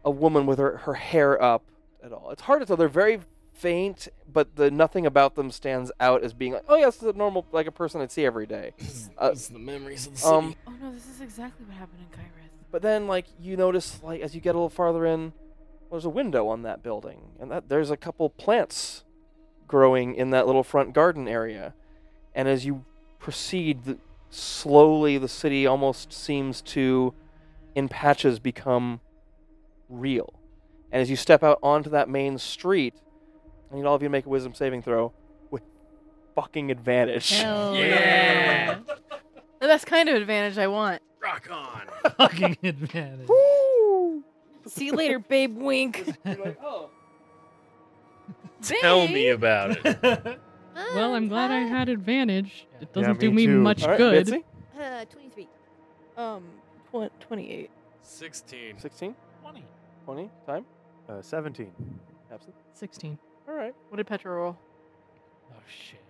Speaker 1: a woman with her, her hair up at all. It's hard to tell. They're very faint, but the nothing about them stands out as being like, oh yeah, this is a normal like a person I'd see every day. Uh,
Speaker 5: It's the memories of the city.
Speaker 1: Um,
Speaker 2: Oh no, this is exactly what happened in Kyrith.
Speaker 1: but then like you notice like as you get a little farther in, there's a window on that building, and that there's a couple plants growing in that little front garden area, and as you proceed, the, slowly the city almost seems to, in patches, become real, and as you step out onto that main street, I need all of you to make a wisdom saving throw with fucking advantage.
Speaker 7: Hell
Speaker 5: Yeah.
Speaker 2: Now, that's kind of advantage I want.
Speaker 5: Rock on.
Speaker 4: Fucking advantage.
Speaker 2: See you later, babe. Wink.
Speaker 1: "Oh,
Speaker 5: Tell me about it.
Speaker 7: Well, I'm glad
Speaker 6: Ah,
Speaker 7: I had advantage. It
Speaker 3: Yeah,
Speaker 7: doesn't do
Speaker 3: me
Speaker 7: me
Speaker 3: too.
Speaker 7: much
Speaker 1: All right,
Speaker 7: good.
Speaker 1: Mitzi?
Speaker 6: Uh, 23.
Speaker 2: Um, tw- twenty-eight.
Speaker 5: Sixteen.
Speaker 1: 16,
Speaker 4: 20.
Speaker 1: 20, time,
Speaker 3: Uh, 17.
Speaker 1: absent.
Speaker 7: Sixteen.
Speaker 1: All right.
Speaker 2: What did Petra roll?
Speaker 4: Oh, shit.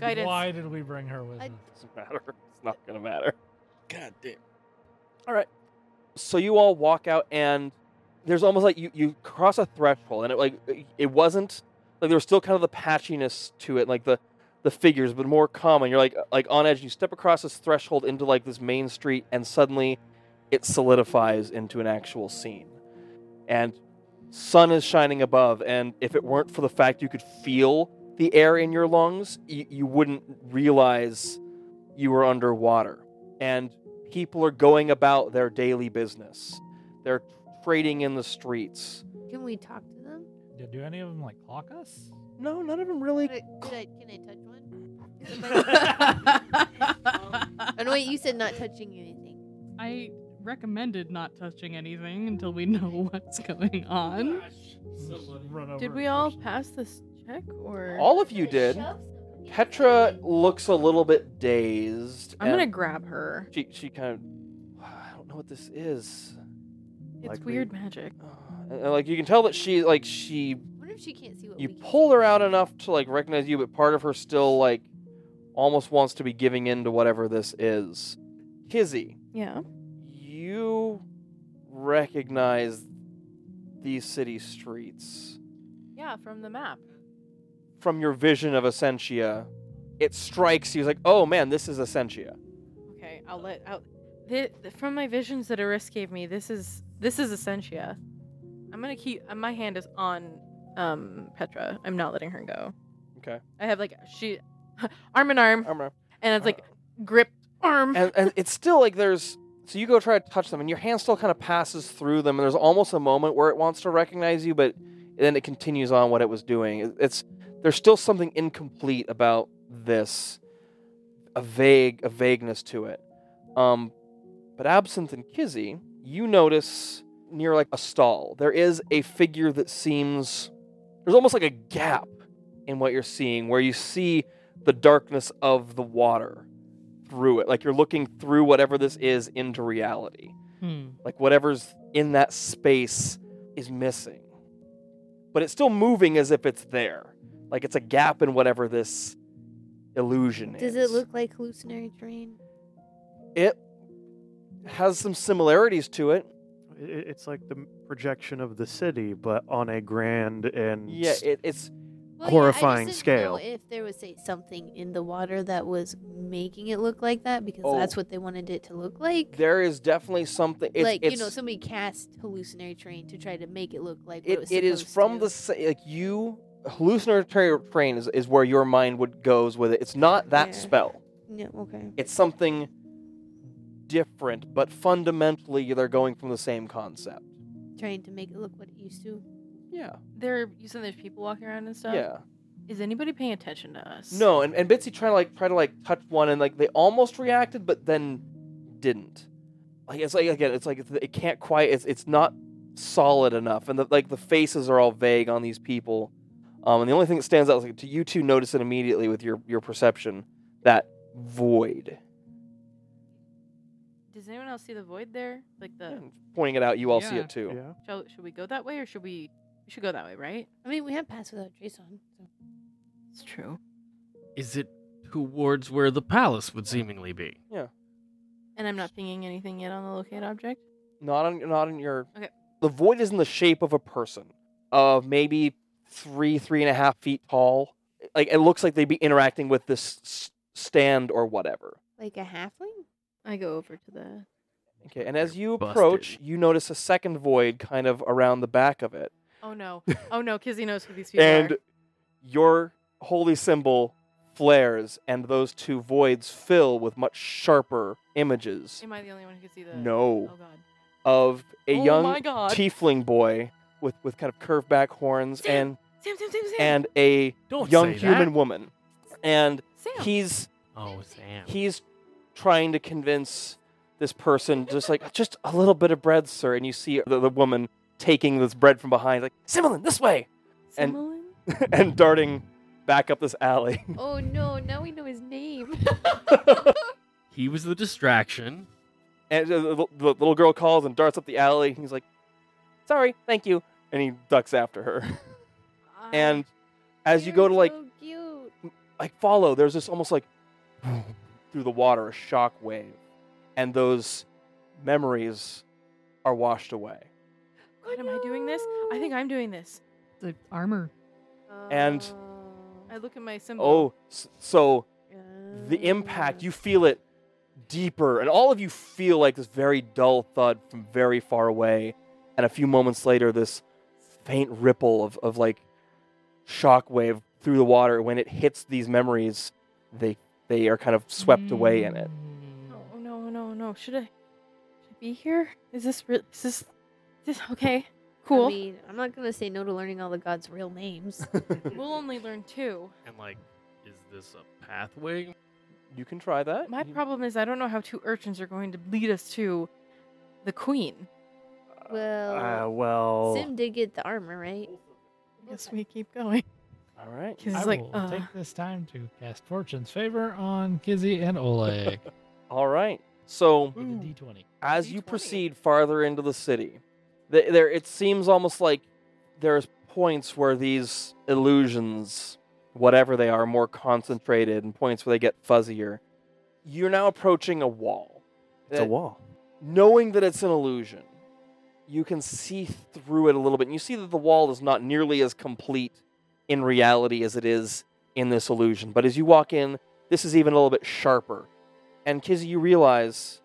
Speaker 2: Guidance.
Speaker 4: Why did we bring her with
Speaker 6: I-
Speaker 4: us?
Speaker 1: Doesn't matter. It's not gonna matter.
Speaker 5: God damn.
Speaker 1: So you all walk out, and there's almost like you you cross a threshold, and it like it wasn't Like there was still kind of the patchiness to it, like the the figures, but more common. You're like like on edge. You step across this threshold into like this main street, and suddenly it solidifies into an actual scene. And sun is shining above, and if it weren't for the fact you could feel the air in your lungs, you, you wouldn't realize you were underwater. And people are going about their daily business. They're trading in the streets.
Speaker 6: Can we talk to them?
Speaker 4: Do, do any of them like clock us?
Speaker 1: No, none of them really.
Speaker 6: Can I, can I, can I touch one? Is it my-
Speaker 2: I
Speaker 6: oh no, wait, you said not touching anything.
Speaker 7: I recommended not touching anything until we know what's going on.
Speaker 2: Did we all pass this check or?
Speaker 1: All of you did. Petra looks a little bit dazed.
Speaker 2: I'm gonna
Speaker 1: and
Speaker 2: grab her.
Speaker 1: She she kind of. I don't know what this is.
Speaker 2: It's
Speaker 3: Like we-
Speaker 2: weird magic.
Speaker 1: Uh, and, and, like you can tell that she like she
Speaker 6: What if she can't see what
Speaker 1: you
Speaker 6: we can
Speaker 1: pull
Speaker 6: see?
Speaker 1: her out enough to like recognize you, but part of her still like almost wants to be giving in to whatever this is. Kizzy.
Speaker 2: Yeah.
Speaker 1: you recognize these city streets
Speaker 2: Yeah, from the map.
Speaker 1: from your vision of Essentia. It strikes you like, oh man, this is Essentia.
Speaker 2: Okay, I'll let out. Thi- from my visions that Aris gave me, this is this is Essentia. I'm gonna keep uh, my hand is on um Petra. I'm not letting her go.
Speaker 1: Okay.
Speaker 2: I have like she arm in arm,
Speaker 1: I'm-
Speaker 2: and it's like gripped arm.
Speaker 1: And, and it's still like there's. So you go try to touch them, and your hand still kind of passes through them, and there's almost a moment where it wants to recognize you, but then it continues on what it was doing. It- It's there's still something incomplete about this, a vague a vagueness to it. Um, but Absinthe and Kizzy, you notice near like a stall, there is a figure that seems there's almost like a gap in what you're seeing, where you see the darkness of the water through it. Like you're looking through whatever this is into reality.
Speaker 7: Hmm.
Speaker 1: Like whatever's in that space is missing. But it's still moving as if it's there. Like it's a gap in whatever this illusion is.
Speaker 6: Does it look like hallucinatory terrain?
Speaker 1: It has some similarities to it.
Speaker 3: I- i- it's like the m- projection of the city, but on a grand and
Speaker 1: Yeah,
Speaker 3: s-
Speaker 1: it, it's
Speaker 6: Well,
Speaker 3: Horrifying
Speaker 6: yeah, I just didn't know
Speaker 3: scale.
Speaker 6: if there was say something in the water that was making it look like that, because
Speaker 1: Oh.
Speaker 6: that's what they wanted it to look like.
Speaker 1: there is definitely something. It's,
Speaker 6: like you know,
Speaker 1: it's-
Speaker 6: somebody cast hallucinatory terrain to try to make it look like what
Speaker 1: it,
Speaker 6: was
Speaker 1: it is
Speaker 6: supposed
Speaker 1: from
Speaker 6: to.
Speaker 1: the sa- like you hallucinatory train is, is where your mind would goes with it. It's not that
Speaker 6: Yeah.
Speaker 1: spell.
Speaker 6: No, okay.
Speaker 1: it's something different, but fundamentally they're going from the same concept.
Speaker 6: Trying to make it look what it used to.
Speaker 1: Yeah.
Speaker 2: They're you said there's people walking around and stuff.
Speaker 1: Yeah.
Speaker 2: Is anybody paying attention to us?
Speaker 1: No, and, and Bitsy tried to like try to like touch one and like they almost reacted but then didn't. Like it's like again, it's like it's, it can't quite it's it's not solid enough and the, like the faces are all vague on these people. Um, and the only thing that stands out is like to you two notice it immediately with your your perception that void.
Speaker 2: Does anyone else see the void there? Like the
Speaker 1: And pointing it out, you all see
Speaker 4: Yeah.
Speaker 1: it too.
Speaker 3: yeah.
Speaker 2: shall, should we go that way or should we we should go that way, right?
Speaker 6: I mean, we have passed without trace on. So.
Speaker 2: It's true.
Speaker 5: Is it towards where the palace would seemingly be?
Speaker 2: And I'm not pinging anything yet on the locate object.
Speaker 1: Not on not on your
Speaker 2: Okay.
Speaker 1: The void is in the shape of a person. Of maybe three, three and a half feet tall. Like it looks like they'd be interacting with this s- stand or whatever.
Speaker 6: Like a halfling?
Speaker 2: I go over to the
Speaker 1: Okay, and as you
Speaker 5: Busted.
Speaker 1: approach, you notice a second void kind of around the back of it.
Speaker 2: Oh no. Oh no, Kizzy knows who these people
Speaker 1: And
Speaker 2: are.
Speaker 1: your holy symbol flares and those two voids fill with much sharper images
Speaker 2: Am I the only one who can see the
Speaker 1: No.
Speaker 2: Oh god.
Speaker 1: of a
Speaker 2: oh
Speaker 1: young
Speaker 2: my god.
Speaker 1: tiefling boy with, with kind of curved back horns
Speaker 2: Sam!
Speaker 1: and
Speaker 2: Sam, Sam, Sam, Sam.
Speaker 1: and a
Speaker 5: Don't
Speaker 1: young
Speaker 5: say
Speaker 1: human
Speaker 5: That.
Speaker 1: woman and
Speaker 2: Sam.
Speaker 1: he's
Speaker 5: Oh, Sam.
Speaker 1: he's trying to convince this person just like just a little bit of bread sir and you see the, the woman taking this bread from behind like Similin, this way and-
Speaker 2: Simulin?
Speaker 1: and darting back up this alley
Speaker 6: Oh no! Now we know his name.
Speaker 5: He was the distraction.
Speaker 1: and the, the- the little girl calls and darts up the alley he's like sorry thank you and he ducks after her and as you go to like
Speaker 6: so cute.
Speaker 1: like follow there's this almost like through the water a shock wave and those memories are washed away
Speaker 2: God, am I doing this? I think I'm doing this.
Speaker 7: The armor.
Speaker 2: Oh,
Speaker 1: And-
Speaker 2: I look at my symbol.
Speaker 1: Oh, s- so the impact, you feel it deeper, and all of you feel like this very dull thud from very far away. And a few moments later, this faint ripple of, of like shockwave through the water. When it hits these memories, they they are kind of swept away in
Speaker 7: Mm.
Speaker 1: it.
Speaker 2: No,
Speaker 7: Hmm.
Speaker 2: oh no, oh no, oh no. Should I, should I be here? Is this real? Is this, this okay? Cool.
Speaker 6: I mean, I'm not gonna say no to learning all the gods' real names.
Speaker 2: we'll only learn two.
Speaker 5: And like, is this a pathway?
Speaker 1: You can try that.
Speaker 2: My
Speaker 1: You-
Speaker 2: problem is I don't know how two urchins are going to lead us to the queen.
Speaker 3: Uh,
Speaker 6: well,
Speaker 1: Oh.
Speaker 3: well,
Speaker 6: Sim did get the armor, right?
Speaker 2: I guess we keep going.
Speaker 1: All right.
Speaker 2: Kiz
Speaker 4: I
Speaker 2: is like,
Speaker 4: will
Speaker 2: uh,
Speaker 4: take this time to cast Fortune's favor on Kizzy and Oleg.
Speaker 1: All right. So
Speaker 4: With a D20.
Speaker 1: as you
Speaker 2: D20.
Speaker 1: proceed farther into the city, th- there it seems almost like there's points where these illusions, whatever they are, are more concentrated, and points where they get fuzzier. You're now approaching a wall.
Speaker 3: it's a
Speaker 1: That-
Speaker 3: wall.
Speaker 1: Knowing that it's an illusion, you can see through it a little bit, and you see that the wall is not nearly as complete in reality as it is in this illusion. But as you walk in, this is even a little bit sharper. And Kizzy, you realize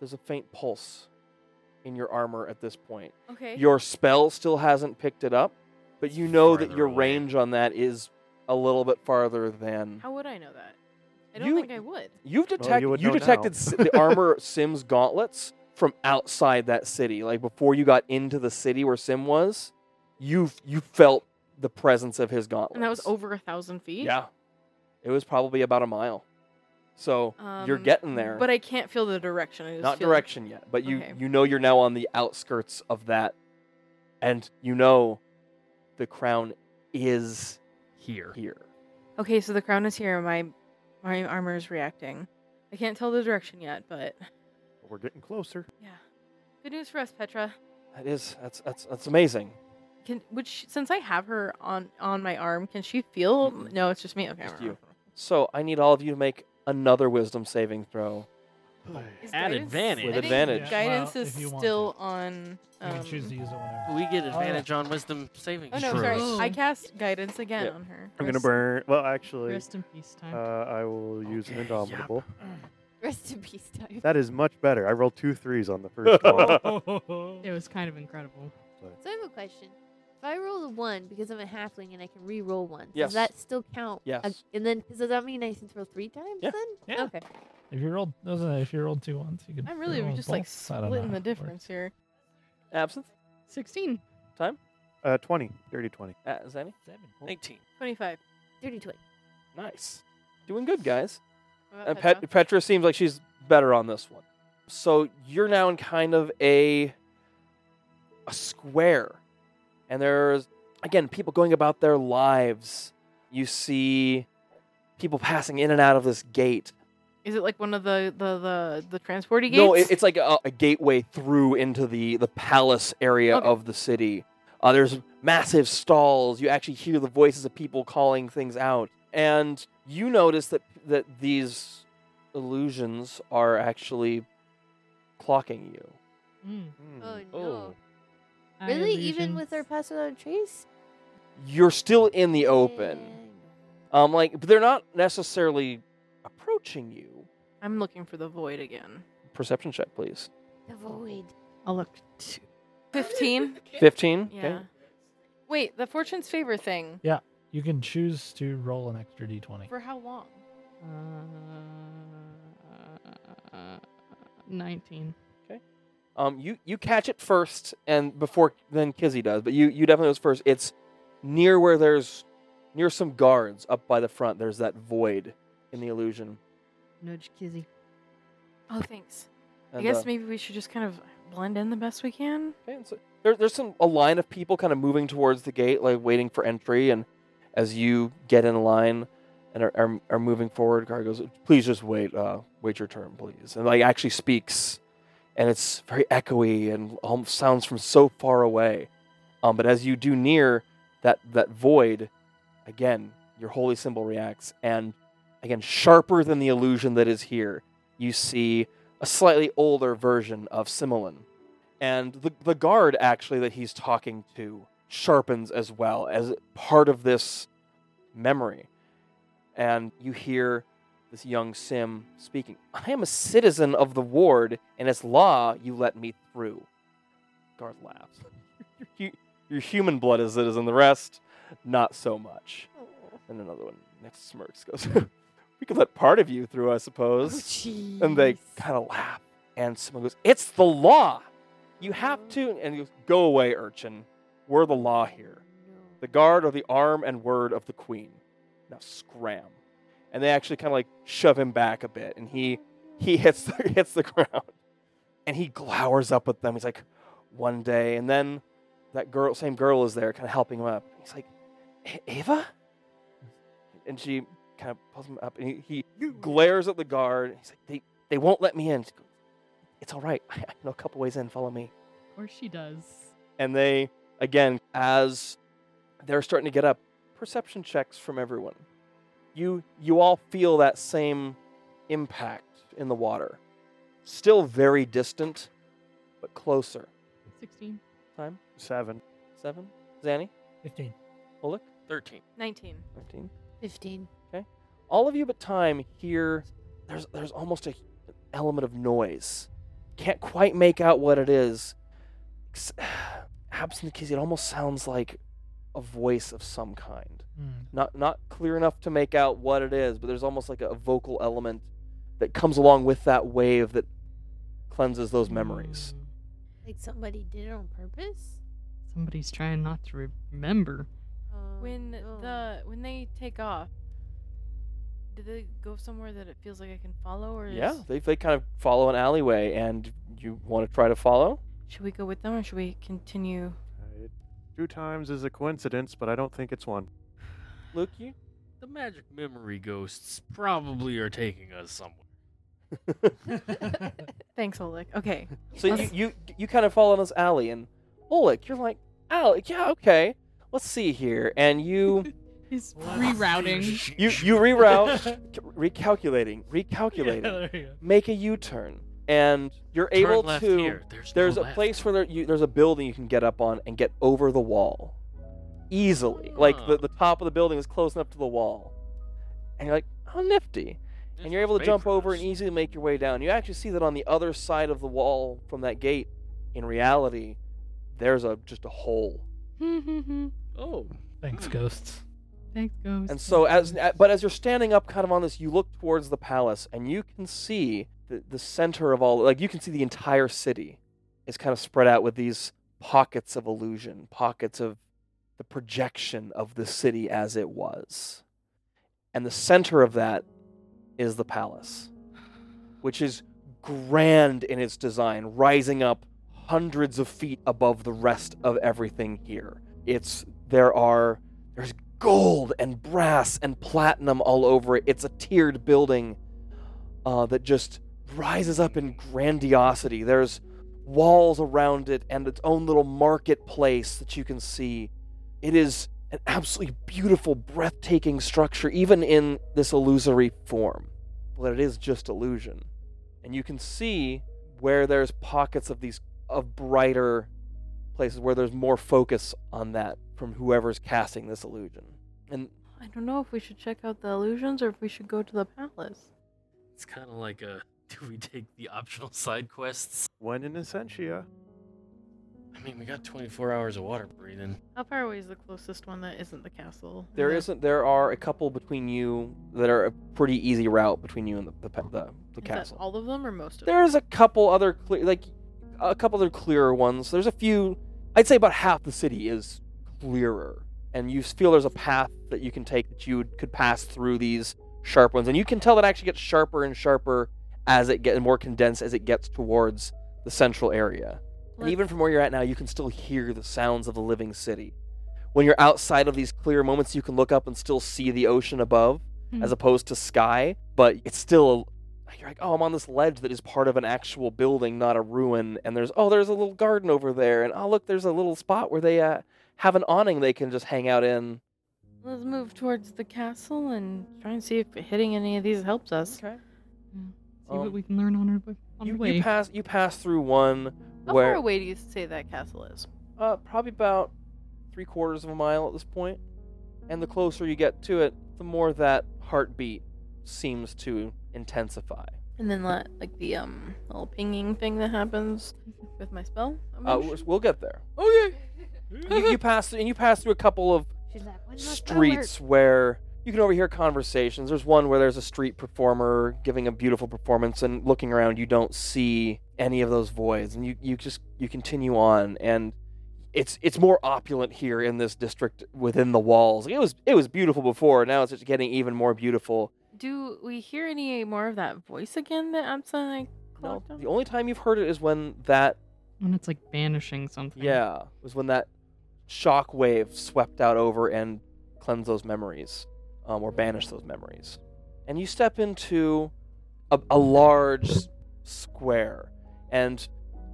Speaker 1: there's a faint pulse in your armor at this point.
Speaker 2: Okay.
Speaker 1: Your spell still hasn't picked it up, but you know that
Speaker 5: Farther
Speaker 1: your
Speaker 5: away.
Speaker 1: range on that is a little bit farther than
Speaker 2: how would I know that? I don't
Speaker 1: You-
Speaker 2: think I would.
Speaker 1: You've detected you,
Speaker 3: would know now.
Speaker 1: detected s- the armor Sim's gauntlets from outside that city, like before you got into the city where Sim was. You you felt the presence of his gauntlets,
Speaker 2: And that was over a thousand feet.
Speaker 1: Yeah, it was probably about a mile. So you're
Speaker 2: Um,
Speaker 1: getting there,
Speaker 2: But I can't feel the direction. I just
Speaker 1: not
Speaker 2: feel-
Speaker 1: direction yet. But you
Speaker 2: Okay.
Speaker 1: you know you're now on the outskirts of that, and you know the crown is
Speaker 5: Here.
Speaker 1: here.
Speaker 2: Okay, so the crown is here. My my armor is reacting. I can't tell the direction yet, but
Speaker 3: We're getting closer.
Speaker 2: yeah. Good news for us, Petra.
Speaker 1: That is that's that's that's amazing.
Speaker 2: Can would she, since I have her on on my arm, can she feel? No, it's just me. Okay,
Speaker 1: Just
Speaker 2: never mind.
Speaker 1: So I need all of you to make another wisdom saving throw.
Speaker 2: Is
Speaker 5: At
Speaker 2: guidance-
Speaker 5: advantage.
Speaker 1: With
Speaker 2: I think
Speaker 1: advantage. Yeah,
Speaker 2: Guidance
Speaker 4: well,
Speaker 2: is
Speaker 4: if you want
Speaker 2: still
Speaker 4: to.
Speaker 2: on.
Speaker 4: You
Speaker 2: Um,
Speaker 4: can choose to use it whenever.
Speaker 5: We get
Speaker 4: yeah.
Speaker 5: advantage on wisdom saving.
Speaker 2: oh no,
Speaker 5: throws.
Speaker 2: sorry.
Speaker 7: True.
Speaker 2: I cast guidance again
Speaker 1: Yeah.
Speaker 2: on her.
Speaker 3: I'm gonna
Speaker 7: Rest-
Speaker 3: burn. Well, actually,
Speaker 7: Rest in peace
Speaker 3: uh,
Speaker 7: time.
Speaker 3: I will use an
Speaker 5: Okay, yep.
Speaker 3: indomitable.
Speaker 6: Rest in peace, time.
Speaker 3: That is much better. I rolled two threes on the first one.
Speaker 7: it was kind of incredible.
Speaker 6: So I have a question. If I roll a one because I'm a halfling and I can re-roll one,
Speaker 1: Yes.
Speaker 6: does that still count?
Speaker 1: Yes.
Speaker 6: Ag- and then does that mean I can roll three times
Speaker 1: Yeah.
Speaker 6: then?
Speaker 4: Yeah.
Speaker 6: Okay.
Speaker 4: If you rolled, those are, if you rolled two ones, you could.
Speaker 2: I'm really
Speaker 4: re-roll
Speaker 2: just like
Speaker 4: both. I don't
Speaker 2: splitting the
Speaker 4: know how it works.
Speaker 2: difference here.
Speaker 1: Absinthe,
Speaker 7: 16.
Speaker 3: Uh, 20. Dirty 20.
Speaker 1: uh, Zanny.
Speaker 5: 19.
Speaker 2: Twenty-five.
Speaker 6: Dirty twenty.
Speaker 1: Nice. Doing good, guys.
Speaker 2: What about
Speaker 1: And
Speaker 2: Petra?
Speaker 1: Uh, Pet- Petra seems like she's better on this one. So you're now in kind of a a square. And there's again people going about their lives. You see people passing in and out of this gate.
Speaker 2: Is it like one of the the the, the transporty gates?
Speaker 1: No, it, it's like a, a gateway through into the the palace area
Speaker 2: Okay.
Speaker 1: of the city. Uh, there's massive stalls. You actually hear the voices of people calling things out, and you notice that that these illusions are actually clocking you.
Speaker 7: Mm.
Speaker 6: Oh
Speaker 3: Hmm.
Speaker 6: no.
Speaker 7: Eye
Speaker 6: Really? Even
Speaker 7: illusion.
Speaker 6: with our pass without a trace?
Speaker 1: You're still in the open.
Speaker 2: Mm.
Speaker 1: Um, like but they're not necessarily approaching you.
Speaker 2: I'm looking for the void again.
Speaker 1: Perception check, please.
Speaker 6: The void.
Speaker 7: I'll look. T-
Speaker 2: Fifteen.
Speaker 1: Fifteen.
Speaker 2: yeah. Wait, the fortune's favor thing.
Speaker 4: You can choose to roll an extra d20.
Speaker 2: For how long?
Speaker 7: uh, 19.
Speaker 1: Um, you you catch it first, and before then Kizzy does, but you you definitely was first. It's near where there's near some guards up by the front. There's that void in the illusion.
Speaker 7: Nudge Kizzy.
Speaker 2: Oh, thanks. I
Speaker 1: And,
Speaker 2: guess
Speaker 1: uh,
Speaker 2: maybe we should just kind of blend in the best we can.
Speaker 1: okay, and so there, there's some a line of people kind of moving towards the gate, like waiting for entry. And as you get in line and are, are, are moving forward, guard goes, "Please just wait, uh, wait your turn, please." And like actually speaks, and it's very echoey and um, sounds from so far away. Um, but as you do near that that void, again your holy symbol reacts, and again sharper than the illusion that is here, you see a slightly older version of Similan and the, the guard actually that he's talking to sharpens as well as part of this memory. And you hear this young Sim speaking I am a citizen of the ward, and as law, you let me through. Garth laughs. Your hu- Your human blood is it is in the rest, not so much.
Speaker 6: Oh,
Speaker 1: And another one next smirks goes, We could let part of you through, I suppose. And they kind of laugh. And someone goes, It's the law. You have to. And he goes, Go away, urchin. We're the law here. The guard are the arm and word of the queen. Now scram. And they actually kind of like shove him back a bit. And he he hits the, hits the ground. And he glowers up at them. He's like, One day. And then that girl, same girl is there kind of helping him up. He's like, "A- Ava? And she kind of pulls him up. And he, he glares at the guard. He's like, They they won't let me in. She goes, It's all right. I know a couple ways in. Follow me.
Speaker 7: Of course she does.
Speaker 1: And they, again, as they're starting to get up, perception checks from everyone. You you all feel that same impact in the water. Still very distant, but closer.
Speaker 7: 16.
Speaker 1: Time?
Speaker 3: Seven.
Speaker 1: Seven? Zanny?
Speaker 4: 15.
Speaker 1: Olek?
Speaker 5: 13.
Speaker 2: 19.
Speaker 1: 15?
Speaker 6: 15.
Speaker 1: all of you but time hear there's there's almost a element of noise. Can't quite make out what it is. Ex- Absent the keys, it almost sounds like a voice of some kind.
Speaker 4: Hmm.
Speaker 1: Not not clear enough to make out what it is, but there's almost like a, vocal element that comes along with that wave that cleanses those
Speaker 5: Mm.
Speaker 1: memories.
Speaker 6: Like somebody did it on purpose?
Speaker 7: Somebody's trying not to remember.
Speaker 6: Oh,
Speaker 2: When
Speaker 6: no.
Speaker 2: the when they take off, do they go somewhere that it feels like I can follow, or
Speaker 1: Yeah,
Speaker 2: is-
Speaker 1: they they kind of follow an alleyway, and you want to try to follow.
Speaker 2: should we go with them, or should we continue?
Speaker 3: Uh, Two times is a coincidence, but I don't think it's one.
Speaker 1: Luke, you
Speaker 5: The magic memory ghosts probably are taking us somewhere.
Speaker 2: Thanks, Oleg. Okay,
Speaker 1: So you,
Speaker 2: Let's-
Speaker 1: you you kind of fall in this alley, and Oleg, you're like, Alec, yeah, okay, let's see here, and you
Speaker 7: He's
Speaker 4: Let's
Speaker 7: rerouting.
Speaker 5: You
Speaker 1: you you reroute, c- recalculating,
Speaker 4: Yeah,
Speaker 1: recalculating,
Speaker 4: there you go.
Speaker 1: make a U-turn, and you're
Speaker 5: Turn
Speaker 1: able
Speaker 5: left
Speaker 1: to.
Speaker 5: here. There's, no
Speaker 1: There's a
Speaker 5: left.
Speaker 1: place where there, you, there's a building you can get up on and get over the wall easily. Like the,
Speaker 5: Ah.
Speaker 1: the top of the building is close enough to the wall, and you're like, oh, nifty
Speaker 5: This
Speaker 1: and you're
Speaker 5: was
Speaker 1: able to
Speaker 5: made
Speaker 1: jump
Speaker 5: for
Speaker 1: over
Speaker 5: us.
Speaker 1: and easily make your way down. You actually see that on the other side of the wall from that gate, in reality, there's a just a hole.
Speaker 5: Oh,
Speaker 4: Thanks, ghosts.
Speaker 7: Thanks, ghost.
Speaker 1: And so as uh, but as you're standing up kind of on this, you look towards the palace and you can see the, the center of all like you can see the entire city is kind of spread out with these pockets of illusion, pockets of the projection of the city as it was. And the center of that is the palace, which is grand in its design, rising up hundreds of feet above the rest of everything here. It's there are there's gold and brass and platinum all over it. It's a tiered building uh, that just rises up in grandiosity. There's walls around it and its own little marketplace that you can see. It is an absolutely beautiful, breathtaking structure, even in this illusory form. But it is just illusion. And you can see where there's pockets of these of brighter places where there's more focus on that from whoever's casting this illusion. And
Speaker 2: I don't know if we should check out the illusions or if we should go to the palace.
Speaker 5: it's kind of like a. Do we take the optional side quests?
Speaker 3: When in Essentia.
Speaker 5: I mean, we got 24 hours of water breathing.
Speaker 2: How far away is the closest one that isn't the castle?
Speaker 1: There not There are a couple between you that are a pretty easy route between you and the the pa- the, the castle.
Speaker 2: all of them or most of them?
Speaker 1: There's a couple other clear, like a couple other clearer ones. There's a few. I'd say about half the city is clearer, and you feel there's a path that you can take that you would- could pass through these sharp ones, and you can tell that actually gets sharper and sharper as it gets more condensed as it gets towards the central area. And even from where you're at now, you can still hear the sounds of the living city. When you're outside of these clear moments, you can look up and still see the ocean above, as
Speaker 7: Hmm.
Speaker 1: opposed to sky. But it's still you're like, oh, I'm on this ledge that is part of an actual building, not a ruin. And there's oh, there's a little garden over there, and oh, look, there's a little spot where they uh, have an awning they can just hang out in.
Speaker 2: Let's move towards the castle and try and see if hitting any of these helps us.
Speaker 1: Okay.
Speaker 7: See what
Speaker 1: um,
Speaker 7: we can learn on our way. On the
Speaker 1: You,
Speaker 7: way.
Speaker 1: you pass you pass through one
Speaker 2: How
Speaker 1: where
Speaker 2: far away do you say that castle is?
Speaker 1: uh, probably about three quarters of a mile at this point, and the closer you get to it, the more that heartbeat seems to intensify.
Speaker 2: And then that, like the um little pinging thing that happens with my spell.
Speaker 1: Uh,
Speaker 2: emotion.
Speaker 1: we'll- we'll get there.
Speaker 5: Okay.
Speaker 1: You, you pass and you pass through a couple of
Speaker 6: She's like, "When's my spell work?"
Speaker 1: streets where you can overhear conversations. There's one where there's a street performer giving a beautiful performance, and looking around, you don't see any of those voids, and you, you just you continue on, and it's it's more opulent here in this district within the walls. It was it was beautiful before, now it's just getting even more beautiful.
Speaker 2: Do we hear any more of that voice again that Absa and I
Speaker 1: No,
Speaker 2: clocked
Speaker 1: the
Speaker 2: on?
Speaker 1: only time you've heard it is when that
Speaker 7: When it's like banishing something.
Speaker 1: yeah was when that shock wave swept out over and cleansed those memories, um, or banished those memories, and you step into a, a large s- square, and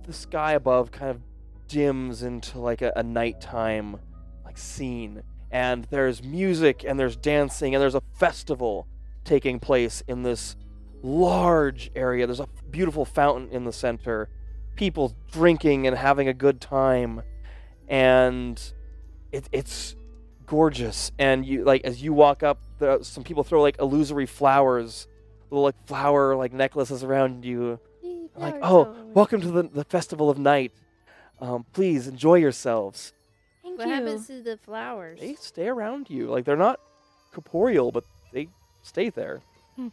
Speaker 1: the sky above kind of dims into like a, a nighttime like scene, and there's music and there's dancing and there's a festival taking place in this large area. There's a beautiful fountain in the center, people drinking and having a good time, and it, it's gorgeous. And you like as you walk up, there, some people throw like illusory flowers, little like flower like necklaces around you.
Speaker 6: Leave
Speaker 1: Like,
Speaker 6: flowers
Speaker 1: oh,
Speaker 6: alone."
Speaker 1: welcome to the, the festival of night. Um, please enjoy yourselves.
Speaker 2: Thank
Speaker 6: What
Speaker 2: you.
Speaker 6: happens to the flowers?
Speaker 1: They stay around you. Like they're not corporeal, but they stay there.
Speaker 6: I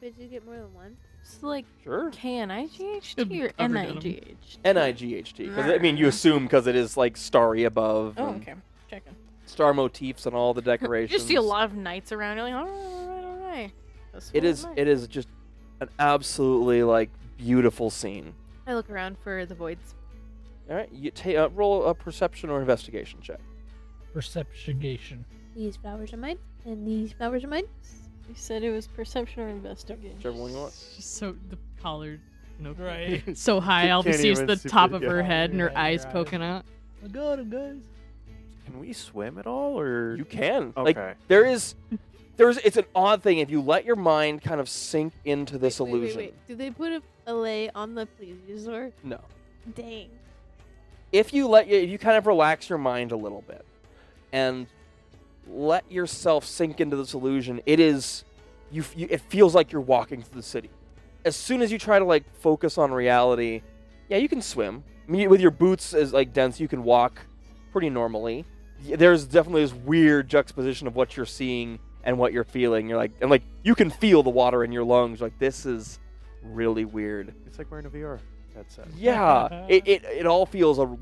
Speaker 6: bet you get more than one.
Speaker 2: It's like
Speaker 1: Sure.
Speaker 2: K N I G H
Speaker 7: Should
Speaker 2: T
Speaker 7: be
Speaker 2: or N
Speaker 7: covered in
Speaker 2: I
Speaker 7: 'em.
Speaker 2: G H.
Speaker 1: N I G H T. 'cause, I mean, you assume because it is like starry above,
Speaker 2: Oh,
Speaker 1: and
Speaker 2: okay. Checking.
Speaker 1: star motifs, and all the
Speaker 2: You
Speaker 1: decorations.
Speaker 2: just see a lot of knights around. You're like, all right, all right, all right.
Speaker 1: It is. It is just an absolutely like beautiful scene.
Speaker 2: I look around for the voids.
Speaker 1: All right, you ta uh, roll a perception or investigation check.
Speaker 4: Perception.
Speaker 6: These flowers are mine, and these flowers are mine.
Speaker 2: You said it was perception or investigation.
Speaker 1: Whichever one you want.
Speaker 7: It's just so the collar, you know,
Speaker 4: Right.
Speaker 7: so high. I'll be
Speaker 3: Can't
Speaker 7: sees
Speaker 3: even
Speaker 7: the
Speaker 3: see-
Speaker 7: top of
Speaker 3: yeah.
Speaker 7: her head and her
Speaker 4: Right,
Speaker 7: eyes
Speaker 4: right.
Speaker 7: poking out.
Speaker 4: I got it, guys.
Speaker 3: Can we swim at all, or
Speaker 1: You can. Like
Speaker 3: Okay.
Speaker 1: there is, there is. It's an odd thing if you let your mind kind of sink into this
Speaker 6: Wait, wait,
Speaker 1: illusion.
Speaker 6: Wait, wait. Do they put a, a lay on the plesiosaur?
Speaker 1: No.
Speaker 6: Dang.
Speaker 1: if you let if you kind of relax your mind a little bit and let yourself sink into this illusion it is you, f- you it feels like you're walking through the city as soon as you try to like focus on reality yeah you can swim I mean, with your boots as like dense you can walk pretty normally Y- there's definitely this weird juxtaposition of what you're seeing and what you're feeling you're like and like you can feel the water in your lungs like this is really weird
Speaker 3: It's like wearing a VR headset.
Speaker 1: yeah, it, it it all feels a.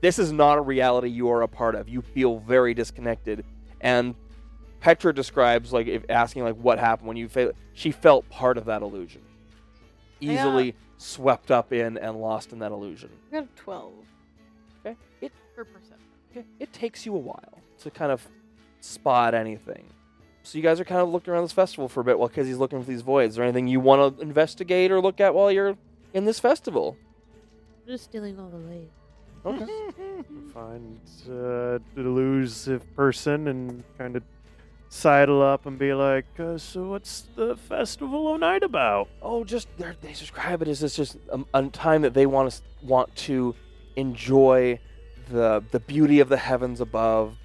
Speaker 1: This is not a reality you are a part of. You feel very disconnected, and Petra describes like if asking like what happened when you fail. She felt part of that illusion,
Speaker 2: I got-
Speaker 1: easily swept up in and lost in that illusion.
Speaker 2: I got a 12
Speaker 1: Okay, it
Speaker 2: for perception.
Speaker 1: okay, it takes you a while to kind of spot anything. So you guys are kind of looking around this festival for a bit while Kizzy's looking for these voids. Is there anything you want to investigate or look at while you're in this festival?
Speaker 6: I'm just stealing all the lays.
Speaker 1: Okay.
Speaker 3: Find uh, an elusive person and kind of sidle up and be like, uh, "So, what's the festival of night about?"
Speaker 1: oh, just they're- they describe it as this just a, a time that they want to want to enjoy the the beauty of the heavens above.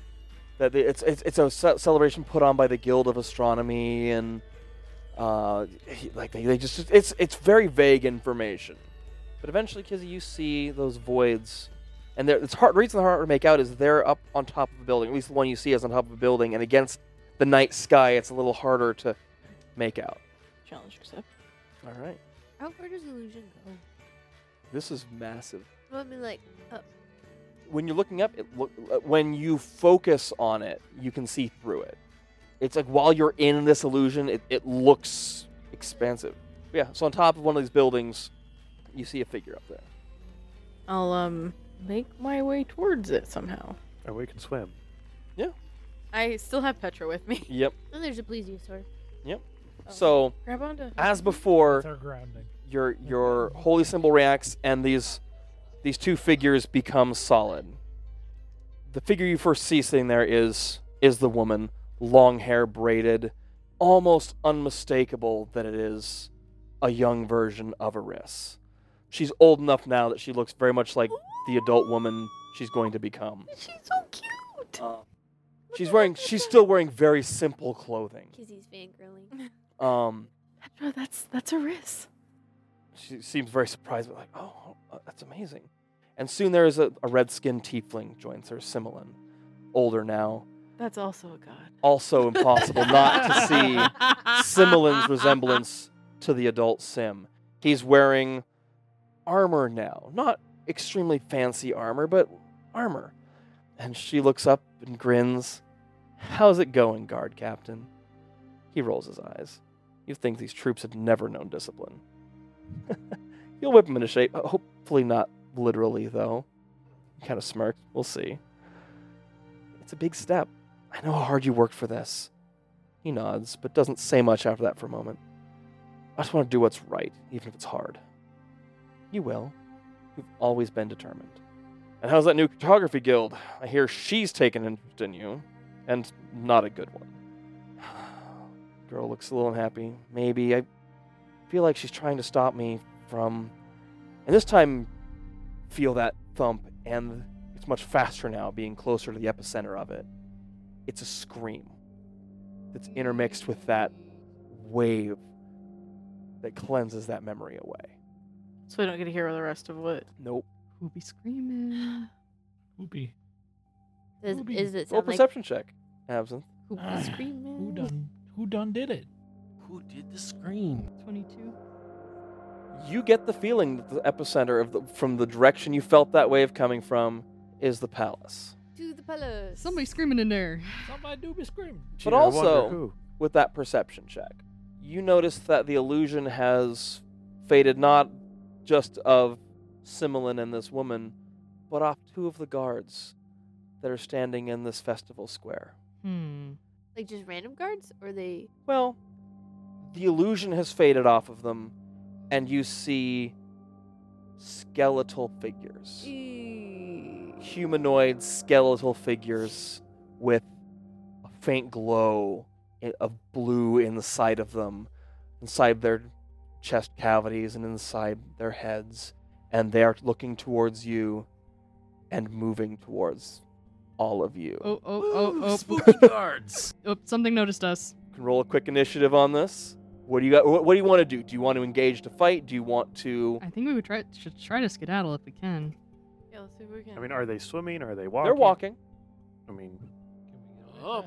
Speaker 1: That they, it's, it's it's a ce- celebration put on by the Guild of Astronomy and uh, like they, they just it's it's very vague information. But eventually, Kizzy, you see those voids, and they're- it's hard. The reason they're hard to make out is they're up on top of a building. At least the one you see is on top of a building, and against the night sky, it's a little harder to make out.
Speaker 2: Challenge accept.
Speaker 1: All right.
Speaker 6: How far does illusion go?
Speaker 1: This is massive.
Speaker 6: Well, I mean, like, up.
Speaker 1: When you're looking up, it look, uh, when you focus on it, you can see through it. It's like while you're in this illusion, it, it looks expansive. Yeah, so on top of one of these buildings, you see a figure up there.
Speaker 2: I'll um make my way towards it somehow.
Speaker 3: Or we can swim.
Speaker 2: I still have Petra with me.
Speaker 1: Yep.
Speaker 6: And there's a plesiosaur.
Speaker 1: Yep.
Speaker 6: Oh.
Speaker 1: So,
Speaker 2: Grab onto.
Speaker 1: as
Speaker 4: That's
Speaker 1: before,
Speaker 4: our grounding.
Speaker 1: your your holy symbol reacts and these these two figures become solid. The figure you first see sitting there is is the woman, long hair braided, almost unmistakable that it is a young version of Eris. She's old enough now that she looks very much like the adult woman she's going to become.
Speaker 2: She's so cute. What?
Speaker 1: Um, she's wearing. She's still wearing very simple clothing.
Speaker 6: Because he's fangirling.
Speaker 1: Um,
Speaker 2: Petra, that's that's a risk.
Speaker 1: she seems very surprised, but like, oh, uh, that's amazing. And soon there is a, a red-skinned tiefling joins her, Similin, older now,
Speaker 2: That's also a god.
Speaker 1: also impossible not to see Similin's resemblance to the adult Sim. He's wearing armor now. Not extremely fancy armor, but armor. And she looks up and grins. How's it going, guard captain? He rolls his eyes. You think these troops have never known discipline. You'll whip them into shape. uh, Hopefully, not literally, though. Kind of smirks. We'll see. It's a big step. I know how hard you worked for this. He nods, but doesn't say much after that for a moment. I just want to do what's right, even if it's hard. You will. You've always been determined. And how's that new cartography guild? I hear she's taken interest in you, and not a good one. Girl looks a little unhappy. Maybe. I feel like she's trying to stop me from. And this time, feel that thump, and it's much faster now, being closer to the epicenter of it. It's a scream that's intermixed with that wave that cleanses that memory away.
Speaker 2: So I don't get to hear the rest of what.
Speaker 1: Nope.
Speaker 7: Who be screaming?
Speaker 4: Whoopee.
Speaker 6: Does,
Speaker 4: Ruby.
Speaker 6: is it
Speaker 1: Roll
Speaker 6: sound like
Speaker 1: perception check, Absinthe.
Speaker 6: who be
Speaker 4: Ah,
Speaker 6: screaming?
Speaker 4: Who done? Who done did it?
Speaker 5: Who did the scream?
Speaker 7: 22.
Speaker 1: You get the feeling that the epicenter of the, from the direction you felt that wave coming from is the palace.
Speaker 6: To the palace.
Speaker 7: Somebody screaming in there.
Speaker 4: Somebody do be screaming.
Speaker 1: But
Speaker 3: Gee, I wonder
Speaker 1: also-
Speaker 3: who.
Speaker 1: With that perception check, you notice that the illusion has faded not just of Similin and this woman, but off two of the guards that are standing in this festival square.
Speaker 7: Hmm.
Speaker 6: Like just random guards? Or they.
Speaker 1: Well, the illusion has faded off of them, and you see skeletal figures. Humanoid skeletal figures with a faint glow i- of blue inside of them, inside their chest cavities and inside their heads, and they are looking towards you and moving towards all of you.
Speaker 7: Oh, oh, oh,
Speaker 5: Ooh,
Speaker 7: oh.
Speaker 5: Spooky guards.
Speaker 7: Oh, something noticed us.
Speaker 1: can roll a quick initiative on this. What do you got? What, what do you want to do? Do you want to engage to fight? Do you want to?
Speaker 7: I think we would try should try to skedaddle if we can.
Speaker 2: Yeah, let's see if we can.
Speaker 3: I mean, are they swimming? Are they walking?
Speaker 1: Mm. They're walking.
Speaker 3: I mean,
Speaker 5: Oh.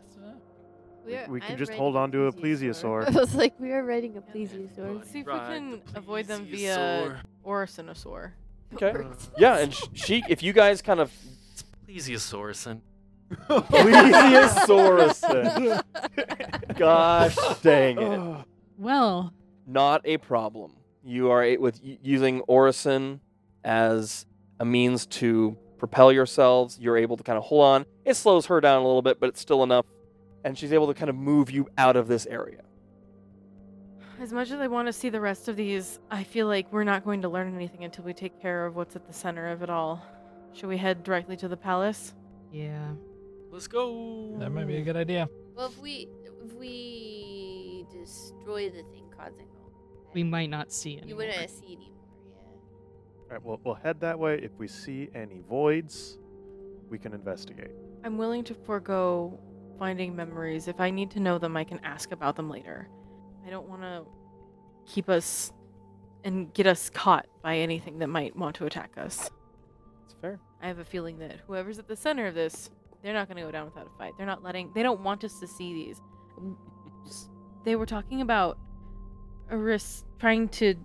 Speaker 6: We, are,
Speaker 3: we can
Speaker 6: I'm
Speaker 3: just
Speaker 6: riding
Speaker 3: hold
Speaker 6: a
Speaker 3: on to a plesiosaur.
Speaker 6: I was like, we are riding a
Speaker 2: Yeah, there's
Speaker 6: plesiosaur.
Speaker 2: Let's see if we can avoid them via- Or a Sinosaur.
Speaker 1: Okay. Yeah, and sh- she, if you guys kind of
Speaker 5: Plesiosaurus and
Speaker 1: plesiosaurus, gosh dang it,
Speaker 3: Ugh.
Speaker 7: Well,
Speaker 1: not a problem. You are a, with y- using Orison as a means to propel yourselves. You're able to kind of hold on. It slows her down a little bit, but it's still enough, and she's able to kind of move you out of this area.
Speaker 2: As much as I want to see the rest of these, I feel like we're not going to learn anything until we take care of what's at the center of it all. Should we head directly to the palace?
Speaker 7: yeah.
Speaker 5: Let's go.
Speaker 4: That might be a good idea.
Speaker 6: Well, if we if we destroy the thing causing all,
Speaker 7: We might not see it.
Speaker 6: You wouldn't see anymore. Yeah.
Speaker 3: All right, we'll, we'll head that way. If we see any voids, we can investigate.
Speaker 2: I'm willing to forego finding memories. If I need to know them, I can ask about them later. I don't want to keep us and get us caught by anything that might want to attack us.
Speaker 1: It's fair.
Speaker 2: I have a feeling that whoever's at the center of this, they're not going to go down without a fight. They're not letting. They don't want us to see these. S- They were talking about Aris trying to.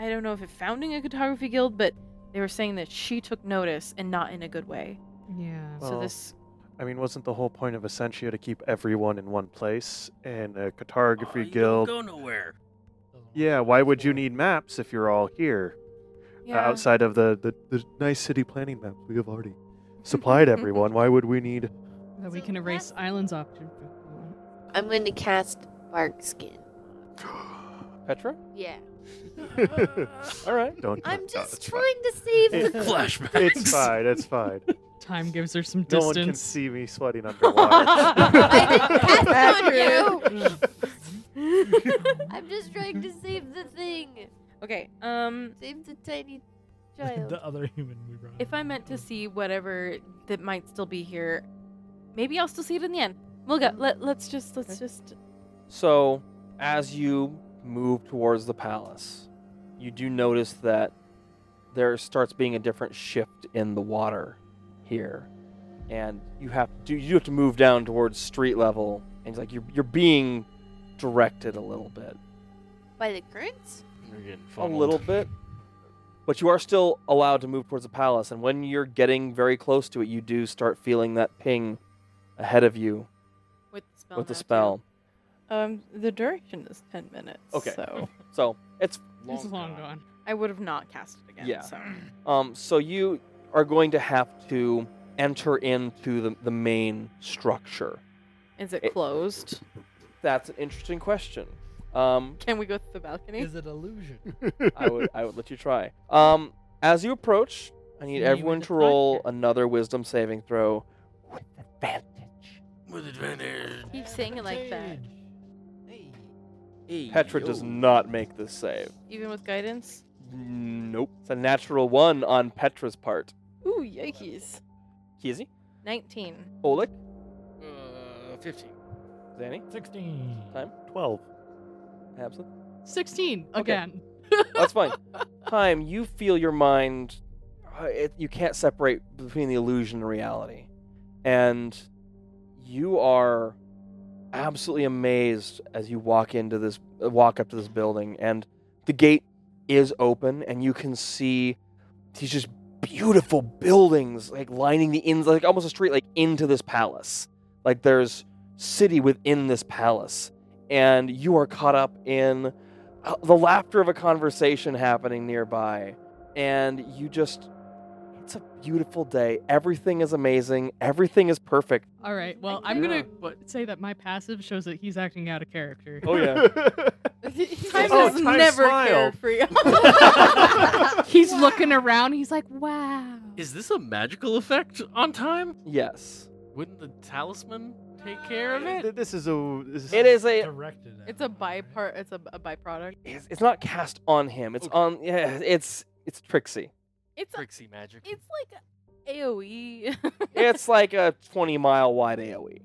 Speaker 2: I don't know if it founding a cartography guild, but they were saying that she took notice and not in a good way.
Speaker 7: Yeah.
Speaker 2: so
Speaker 3: Well,
Speaker 2: this.
Speaker 3: I mean, wasn't the whole point of Essentia to keep everyone in one place and a cartography
Speaker 5: you don't
Speaker 3: guild?
Speaker 5: Go nowhere.
Speaker 3: Yeah, why would you need maps if you're all here?
Speaker 2: Yeah.
Speaker 3: uh, Outside of the, the, the nice city planning map we have already supplied everyone, why would we need.
Speaker 7: That we
Speaker 6: So
Speaker 7: can erase
Speaker 6: that's-
Speaker 7: islands off.
Speaker 6: I'm going to cast bark skin.
Speaker 1: Petra.
Speaker 6: Yeah.
Speaker 3: Oh,
Speaker 1: All right.
Speaker 3: Don't.
Speaker 6: I'm
Speaker 3: no, it's
Speaker 6: just
Speaker 3: fine.
Speaker 6: trying to save
Speaker 3: It-
Speaker 6: the
Speaker 5: Flashbacks.
Speaker 3: It's fine, it's fine.
Speaker 7: Time gives her some
Speaker 3: No
Speaker 7: distance.
Speaker 3: one can see me sweating underwater.
Speaker 6: I didn't cast it on you. I'm just trying to save the thing.
Speaker 2: Okay. Um.
Speaker 6: Save the tiny child.
Speaker 4: the other human we brought.
Speaker 2: If I meant to see whatever that might still be here, Maybe I'll still see it in the end. Mulga, let, let's just let's just
Speaker 1: So, as you move towards the palace, you do notice that there starts being a different shift in the water here, and you have to you have to move down towards street level, and it's like you're you're being directed a little bit,
Speaker 6: By the currents?
Speaker 5: You're getting
Speaker 1: a
Speaker 5: funneled.
Speaker 1: little bit, but you are still allowed to move towards the palace. And when you're getting very close to it, you do start feeling that ping ahead of you
Speaker 2: with the spell.
Speaker 1: with the
Speaker 2: now, too.
Speaker 1: spell.
Speaker 2: Um, the duration is ten minutes.
Speaker 1: Okay.
Speaker 2: So
Speaker 1: So it's
Speaker 7: It's long gone.
Speaker 2: I would have not cast it again.
Speaker 1: Yeah.
Speaker 2: So
Speaker 1: Um, so you are going to have to enter into the, the main structure.
Speaker 2: is it
Speaker 1: It-
Speaker 2: closed?
Speaker 1: That's an interesting question. Um,
Speaker 2: Can we go through the balcony?
Speaker 4: Is it illusion?
Speaker 1: I would I would let you try. Um, as you approach, I need
Speaker 4: See you in
Speaker 1: everyone
Speaker 4: the
Speaker 1: to roll
Speaker 4: future.
Speaker 1: another Wisdom saving throw with advantage.
Speaker 5: With advantage.
Speaker 2: Keep saying it like that,
Speaker 1: Petra does not make this save.
Speaker 2: even with guidance.
Speaker 1: Nope. It's a natural one on Petra's part.
Speaker 2: Ooh, yikes!
Speaker 1: Kizzy,
Speaker 2: Nineteen.
Speaker 1: Oleg,
Speaker 5: Uh, 15.
Speaker 1: Zanny,
Speaker 4: 16.
Speaker 1: Time?
Speaker 3: 12.
Speaker 1: Absent.
Speaker 7: 16
Speaker 1: Okay.
Speaker 7: again.
Speaker 1: That's fine. Time, you feel your mind. uh, It, you can't separate between the illusion and reality. And you are absolutely amazed as you walk into this, uh, walk up to this building. And the gate is open, and you can see these just beautiful buildings, like lining the ins, like almost a street, like into this palace. Like there's city within this palace. And you are caught up in uh, the laughter of a conversation happening nearby and you just it's a beautiful day everything is amazing everything is perfect
Speaker 7: All right. Well,
Speaker 2: Thank
Speaker 7: I'm
Speaker 2: you.
Speaker 7: going
Speaker 5: But
Speaker 7: to say that my passive shows that he's acting out of character.
Speaker 1: oh yeah
Speaker 2: Time
Speaker 3: Oh,
Speaker 2: has
Speaker 3: time
Speaker 2: never
Speaker 3: smiled.
Speaker 2: cared for you.
Speaker 7: He's looking around. He's like, wow.
Speaker 5: is this a magical effect on time?
Speaker 1: yes
Speaker 5: Wouldn't the talisman take care of it?
Speaker 3: Th- This is a. This is
Speaker 1: it is a
Speaker 4: Directed. at
Speaker 2: It's a
Speaker 4: him, right?
Speaker 2: bypart. It's a, a byproduct.
Speaker 1: it's, it's not cast on him it's
Speaker 5: Okay.
Speaker 1: on yeah it's it's tricksy
Speaker 2: It's a,
Speaker 5: Trixie magic.
Speaker 2: it's like a E. AOE.
Speaker 1: it's like a 20 mile wide E. aoe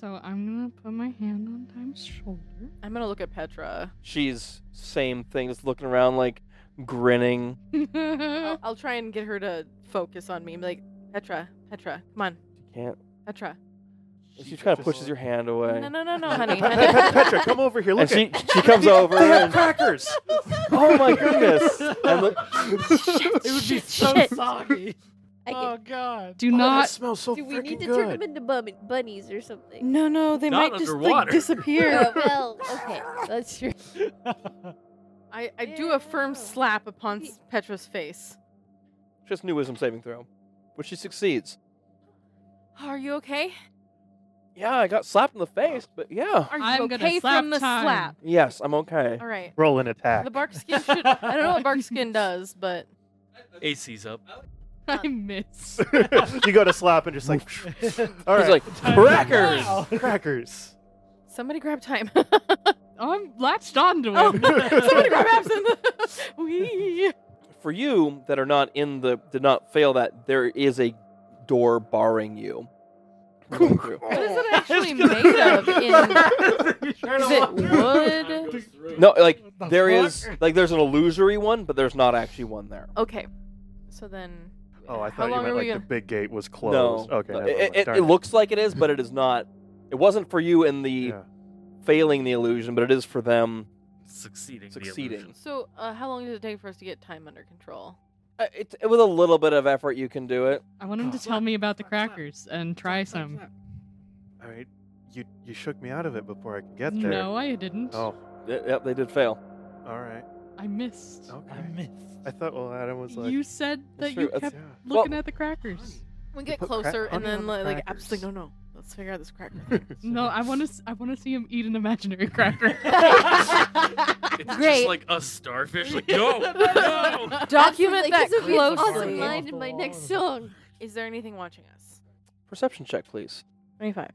Speaker 7: So I'm going to put my hand on Time's shoulder.
Speaker 2: I'm gonna look at Petra.
Speaker 1: she's same thing just looking around like grinning
Speaker 2: I'll, I'll try and get her to focus on me. and be like Petra, Petra, come on,
Speaker 1: she can't
Speaker 2: Petra.
Speaker 1: she kind of
Speaker 3: just-
Speaker 1: pushes your hand away
Speaker 2: No, no, no, no, honey.
Speaker 3: Pe- Pe- Petra, come over here.
Speaker 1: and
Speaker 3: Look
Speaker 1: she
Speaker 3: at
Speaker 1: she comes over
Speaker 3: They have
Speaker 1: and,
Speaker 3: crackers.
Speaker 1: oh my goodness and look,
Speaker 4: It would be so
Speaker 6: shit.
Speaker 4: soggy.
Speaker 6: I
Speaker 4: oh
Speaker 6: can,
Speaker 4: god.
Speaker 7: Do
Speaker 3: Oh, that
Speaker 7: not.
Speaker 3: smells so
Speaker 6: do we need
Speaker 3: freaking
Speaker 6: to
Speaker 3: good.
Speaker 6: turn them into bum- bunnies or something?
Speaker 2: no, no, they
Speaker 5: Not
Speaker 2: might just like
Speaker 5: underwater.
Speaker 6: Uh,
Speaker 2: disappear.
Speaker 6: well, okay, that's true.
Speaker 2: I, I do a firm
Speaker 6: Ew.
Speaker 2: slap upon s- Petra's face.
Speaker 1: just new wisdom saving throw which she succeeds
Speaker 2: Are you okay?
Speaker 1: Yeah, I got slapped in the face, but yeah.
Speaker 2: Are you
Speaker 7: I'm gonna
Speaker 2: okay
Speaker 7: slap
Speaker 2: from the
Speaker 7: time.
Speaker 2: slap?
Speaker 1: Yes, I'm okay.
Speaker 2: All right.
Speaker 3: Roll an attack.
Speaker 2: The bark skin should. I don't know what bark skin does, but
Speaker 5: AC's up.
Speaker 7: I miss.
Speaker 3: you go to slap and just like. All
Speaker 1: He's
Speaker 3: right.
Speaker 1: like,
Speaker 4: Crackers.
Speaker 3: crackers.
Speaker 2: somebody grab time.
Speaker 7: I'm latched onto
Speaker 2: oh,
Speaker 7: him.
Speaker 2: somebody grab absinthe. Wee.
Speaker 1: for you that are not in the, did not fail that, there is a door barring you. from going through.
Speaker 2: What is it actually made of? In is it wood?
Speaker 1: no, like,
Speaker 4: The
Speaker 1: there
Speaker 4: fuck?
Speaker 1: is, like, there's an illusory one, but there's not actually one there.
Speaker 2: Okay. So then.
Speaker 3: Oh, I
Speaker 2: How
Speaker 3: thought you
Speaker 2: long
Speaker 3: meant
Speaker 2: are
Speaker 3: like
Speaker 2: we
Speaker 3: the big gate was
Speaker 1: No.
Speaker 3: closed. Okay.
Speaker 1: no,
Speaker 3: never
Speaker 1: It,
Speaker 3: mind.
Speaker 1: it,
Speaker 3: Darn
Speaker 1: it looks like it is, but it is not. It wasn't for you in the
Speaker 3: Yeah.
Speaker 1: failing the illusion, but it is for them.
Speaker 5: Succeeding. the
Speaker 1: Succeeding.
Speaker 5: illusion.
Speaker 2: So, uh, how long does it take for us to get time under control?
Speaker 1: Uh, It, with a little bit of effort, you can do it.
Speaker 7: I want him to
Speaker 4: Slap,
Speaker 7: tell me about the
Speaker 4: slap, slap,
Speaker 7: crackers and try some.
Speaker 3: All right. You you shook me out of it before I could get there.
Speaker 7: No, I didn't.
Speaker 3: Oh.
Speaker 1: Y- Yep, they did fail.
Speaker 3: All right.
Speaker 7: I missed.
Speaker 3: Okay.
Speaker 4: I missed.
Speaker 3: I thought. Well, Adam was like.
Speaker 7: you said
Speaker 1: That's
Speaker 7: that you
Speaker 1: true, that's-
Speaker 7: kept
Speaker 3: yeah.
Speaker 7: looking
Speaker 1: Well-
Speaker 7: at the crackers.
Speaker 2: We
Speaker 3: You
Speaker 2: get
Speaker 3: put crack
Speaker 2: closer, and
Speaker 3: honey
Speaker 2: then
Speaker 3: on the
Speaker 2: li- like
Speaker 3: crackers.
Speaker 2: absolutely no, no. Let's figure out this cracker. thing."
Speaker 7: No, I want to. I want to see him eat an imaginary cracker.
Speaker 5: It's
Speaker 6: Great.
Speaker 5: just like a starfish. Like, go! go!
Speaker 2: Document that
Speaker 6: Absolutely, 'cause it'll be an
Speaker 2: closely.
Speaker 6: Awesome line in my next song.
Speaker 2: Is there anything watching us?
Speaker 1: Perception check, please.
Speaker 2: Twenty-five.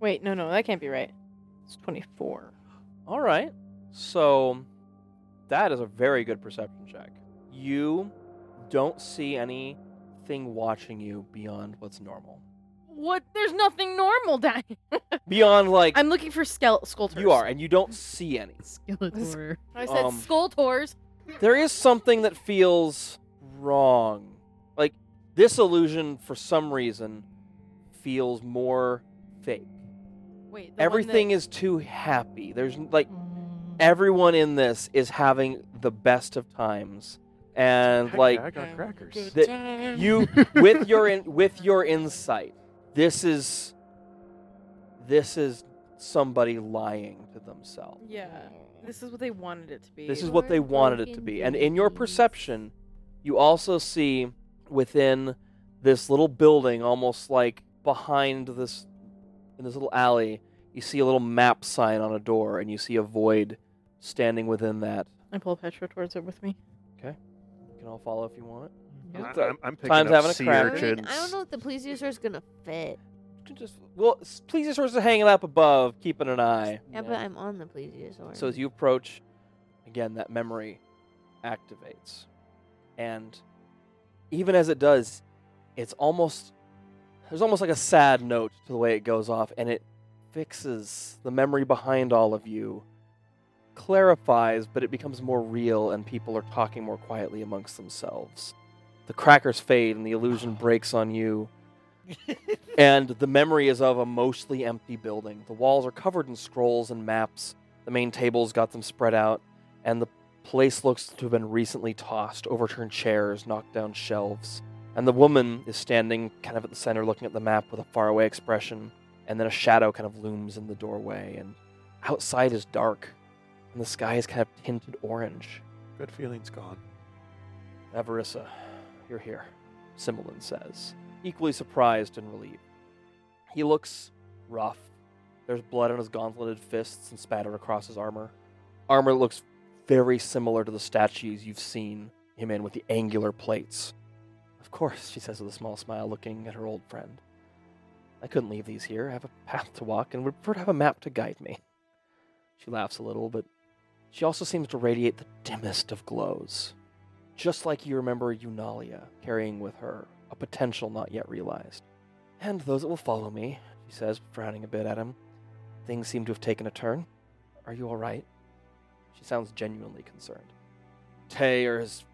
Speaker 2: Wait, no, no, that can't be right. It's twenty-four.
Speaker 1: All right. So that is a very good perception check. You don't see anything watching you beyond what's normal.
Speaker 2: What? There's nothing normal, Diane.
Speaker 1: Beyond like
Speaker 2: I'm looking for skull sculptors.
Speaker 1: you are, and you don't see any.
Speaker 7: Skeletor.
Speaker 2: I said
Speaker 1: Um,
Speaker 2: skull tours.
Speaker 1: There is something that feels wrong. Like this illusion, for some reason, feels more fake.
Speaker 2: Wait.
Speaker 1: Everything is too happy. There's n- like everyone in this is having the best of times, and
Speaker 3: Heck,
Speaker 1: like
Speaker 3: I got crackers.
Speaker 1: that you with your in, with your insight this is this is somebody lying to themselves
Speaker 2: Yeah. This is what they wanted it to be.
Speaker 1: this is what they
Speaker 6: Lord
Speaker 1: wanted it to
Speaker 6: broken
Speaker 1: be and in your
Speaker 6: dreams.
Speaker 1: perception you also see within this little building almost like behind this in this little alley you see a little map sign on a door and you see a void standing within that
Speaker 2: I pull Petra towards it with me.
Speaker 1: you can all follow if you want
Speaker 3: I-
Speaker 1: It's, uh,
Speaker 3: I'm, I'm picking
Speaker 1: time's
Speaker 3: up
Speaker 1: having a
Speaker 3: sea
Speaker 1: crack.
Speaker 6: I, mean,
Speaker 3: urchins.
Speaker 6: I don't know if the plesiosaur's gonna fit.
Speaker 1: You can just well s- plesiosaurs are hanging up above keeping an eye
Speaker 6: Yeah,
Speaker 1: you
Speaker 6: but
Speaker 1: know.
Speaker 6: I'm on the plesiosaur.
Speaker 1: So as you approach, again, that memory activates. And even as it does, it's almost there's almost like a sad note to the way it goes off, and it fixes the memory behind all of you, clarifies, but it becomes more real, and people are talking more quietly amongst themselves. The crackers fade, and the illusion breaks on you. and the memory is of a mostly empty building. The walls are covered in scrolls and maps, the main table's got them spread out, and the place looks to have been recently tossed, overturned chairs, knocked down shelves. And the woman is standing kind of at the center looking at the map with a faraway expression, and then a shadow kind of looms in the doorway, and outside is dark, and the sky is kind of tinted orange.
Speaker 3: Good feeling's gone.
Speaker 1: Avarissa, you're here, Simulin says, equally surprised and relieved. He looks rough. There's blood on his gauntleted fists and spattered across his armor. Armor that looks very similar to the statues you've seen him in with the angular plates. Of course, she says with a small smile, looking at her old friend. I couldn't leave these here. I have a path to walk and would prefer to have a map to guide me. She laughs a little, but she also seems to radiate the dimmest of glows just like you remember Eunalia carrying with her a potential not yet realized. And those that will follow me, she says, frowning a bit at him. Things seem to have taken a turn. Are you all right? She sounds genuinely concerned. Tay or his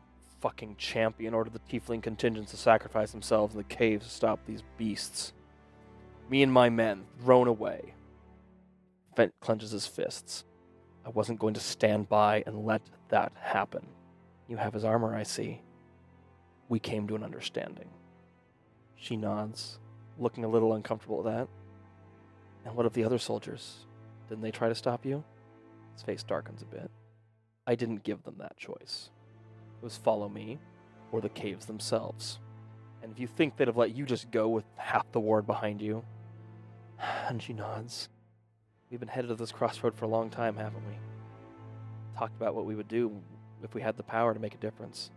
Speaker 1: fucking champion ordered the tiefling contingents to sacrifice themselves in the cave to stop these beasts. Me and my men thrown away. Vent clenches his fists. I wasn't going to stand by and let that happen. You have his armor, I see. We came to an understanding. She nods, looking a little uncomfortable at that. And what of the other soldiers? Didn't they try to stop you? His face darkens a bit. I didn't give them that choice. It was follow me or the caves themselves. And if you think they'd have let you just go with half the ward behind you. And she nods. We've been headed to this crossroad for a long time, haven't we? Talked about what we would do if we had the power to make a difference.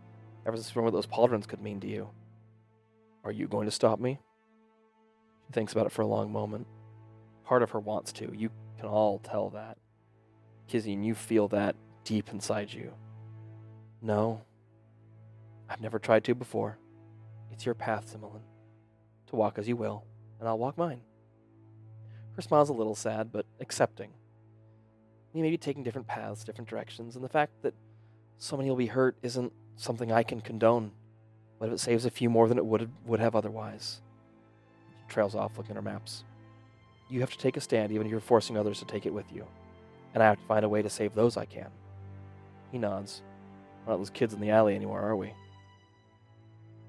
Speaker 1: Ever since we learned what those pauldrons could mean to you. Are you going to stop me? She thinks about it for a long moment. Part of her wants to. You can all tell that. Kizzy, and you feel that deep inside you. No. I've never tried to before. It's your path, Similin. To walk as you will, and I'll walk mine. Her smile's a little sad, but accepting. We may be taking different paths, different directions, and the fact that so many will be hurt isn't something I can condone. But if it saves a few more than it would would have otherwise. She trails off looking at her maps. You have to take a stand even if you're forcing others to take it with you. And I have to find a way to save those I can. He nods. We're not those kids in the alley anymore, are we?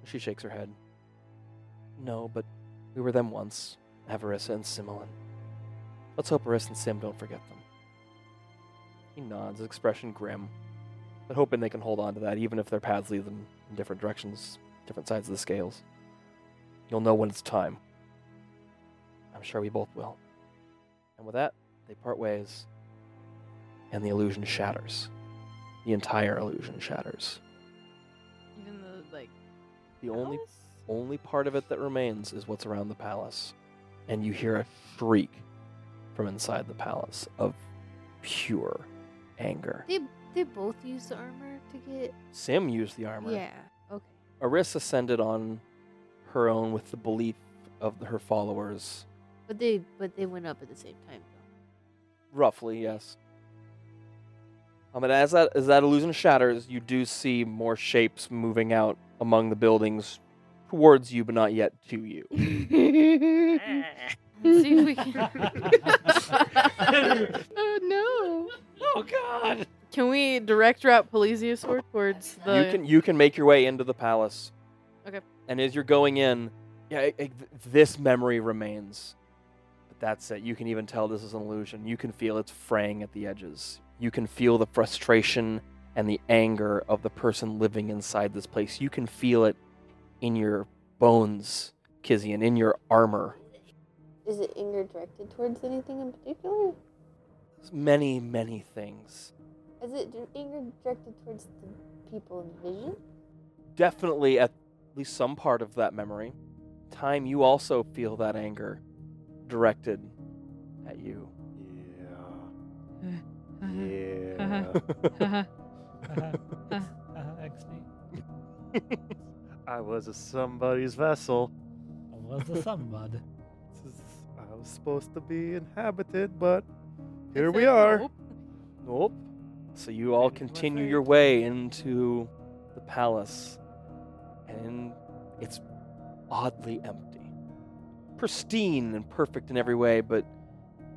Speaker 1: She shakes her head. No, but we were them once, Avarissa and Similin. Let's hope Aris and Sim don't forget them. He nods, his expression grim but hoping they can hold on to that, even if their paths lead them in different directions, different sides of the scales. You'll know when it's time. I'm sure we both will. And with that, they part ways, and the illusion shatters. The entire illusion shatters.
Speaker 2: Even the like.
Speaker 1: The only
Speaker 2: house?
Speaker 1: only part of it that remains is what's around the palace, and you hear a shriek from inside the palace of pure anger.
Speaker 6: They they both use the armor to get.
Speaker 1: Sim used the armor.
Speaker 6: Yeah. Okay.
Speaker 1: Arissa ascended on her own with the belief of her followers.
Speaker 6: But they but they went up at the same time though.
Speaker 1: Roughly, yes. Um, and as that as that illusion shatters, you do see more shapes moving out among the buildings towards you, but not yet to you.
Speaker 2: Let's see if we can.
Speaker 7: oh no!
Speaker 4: oh God!
Speaker 2: Can we direct route Polysiosaur towards the?
Speaker 1: you can you can make your way into the palace.
Speaker 2: Okay.
Speaker 1: And as you're going in, yeah, it, it, this memory remains. But that's it. You can even tell this is an illusion. You can feel it's fraying at the edges. You can feel the frustration and the anger of the person living inside this place. You can feel it in your bones, Kizian, in your armor.
Speaker 8: Is it anger directed towards anything in particular?
Speaker 1: Many, many things.
Speaker 8: Is it dir- anger directed towards the people in vision?
Speaker 1: definitely at least some part of that memory. Time you also feel that anger directed at you.
Speaker 3: Yeah.
Speaker 1: yeah.
Speaker 7: Uh-huh.
Speaker 4: Uh-huh, XD.
Speaker 3: I was a somebody's vessel.
Speaker 4: Was a sunbud.
Speaker 3: This is, I was supposed to be inhabited, but here
Speaker 2: It's
Speaker 3: we
Speaker 2: like,
Speaker 3: are.
Speaker 2: nope.
Speaker 1: Nope. So you all
Speaker 3: Didn't
Speaker 1: continue
Speaker 3: work
Speaker 1: your
Speaker 3: out.
Speaker 1: way into the palace, and it's oddly empty. Pristine and perfect in every way, but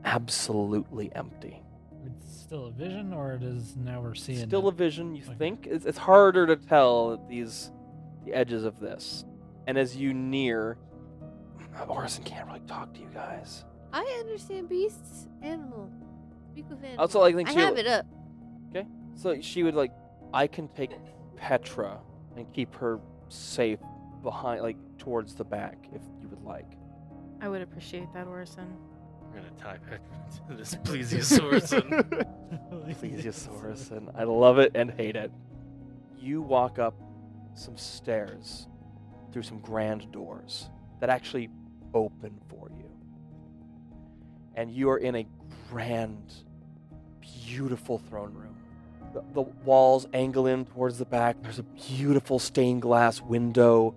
Speaker 1: absolutely empty.
Speaker 4: It's still a vision, or it is now we're seeing.
Speaker 1: still a
Speaker 4: it?
Speaker 1: vision you
Speaker 4: Okay.
Speaker 1: think it's, it's harder to tell at these the edges of this and as you near orison can't really talk to you guys
Speaker 6: I understand beasts, animal. Speak with animal.
Speaker 1: also like think
Speaker 6: I
Speaker 1: she
Speaker 6: have it up.
Speaker 1: so she would like i can take petra and keep her safe behind like towards the back if you would like
Speaker 2: I would appreciate that, Orson.
Speaker 5: We're gonna tie Petra to this plesiosaurus. and
Speaker 1: plesiosaurus and i love it and hate it you walk up some stairs through some grand doors that actually open for you and you are in a grand beautiful throne room the, the walls angle in towards the back there's a beautiful stained glass window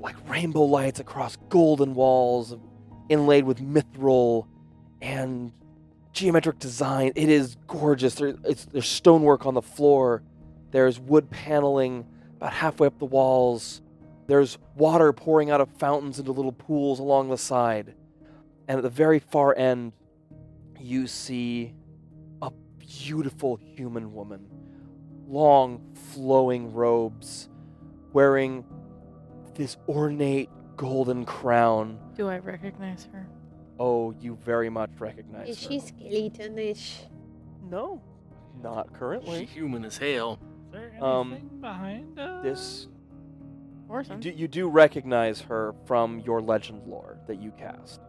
Speaker 1: like rainbow lights across golden walls inlaid with mithril and geometric design. It is gorgeous. There, it's, there's stonework on the floor. There's wood paneling about halfway up the walls. There's water pouring out of fountains into little pools along the side. And at the very far end, you see a beautiful human woman. Long, flowing robes, wearing this ornate golden crown.
Speaker 2: Do I recognize her?
Speaker 1: Oh, you very much recognize
Speaker 8: Is
Speaker 1: her.
Speaker 8: she skeletonish?
Speaker 1: No, not
Speaker 5: she
Speaker 1: currently.
Speaker 5: human as hell.
Speaker 4: Is there anything
Speaker 1: Um,
Speaker 4: behind us?
Speaker 1: This you
Speaker 2: Orson.
Speaker 1: do, you do recognize her from your legend lore that you cast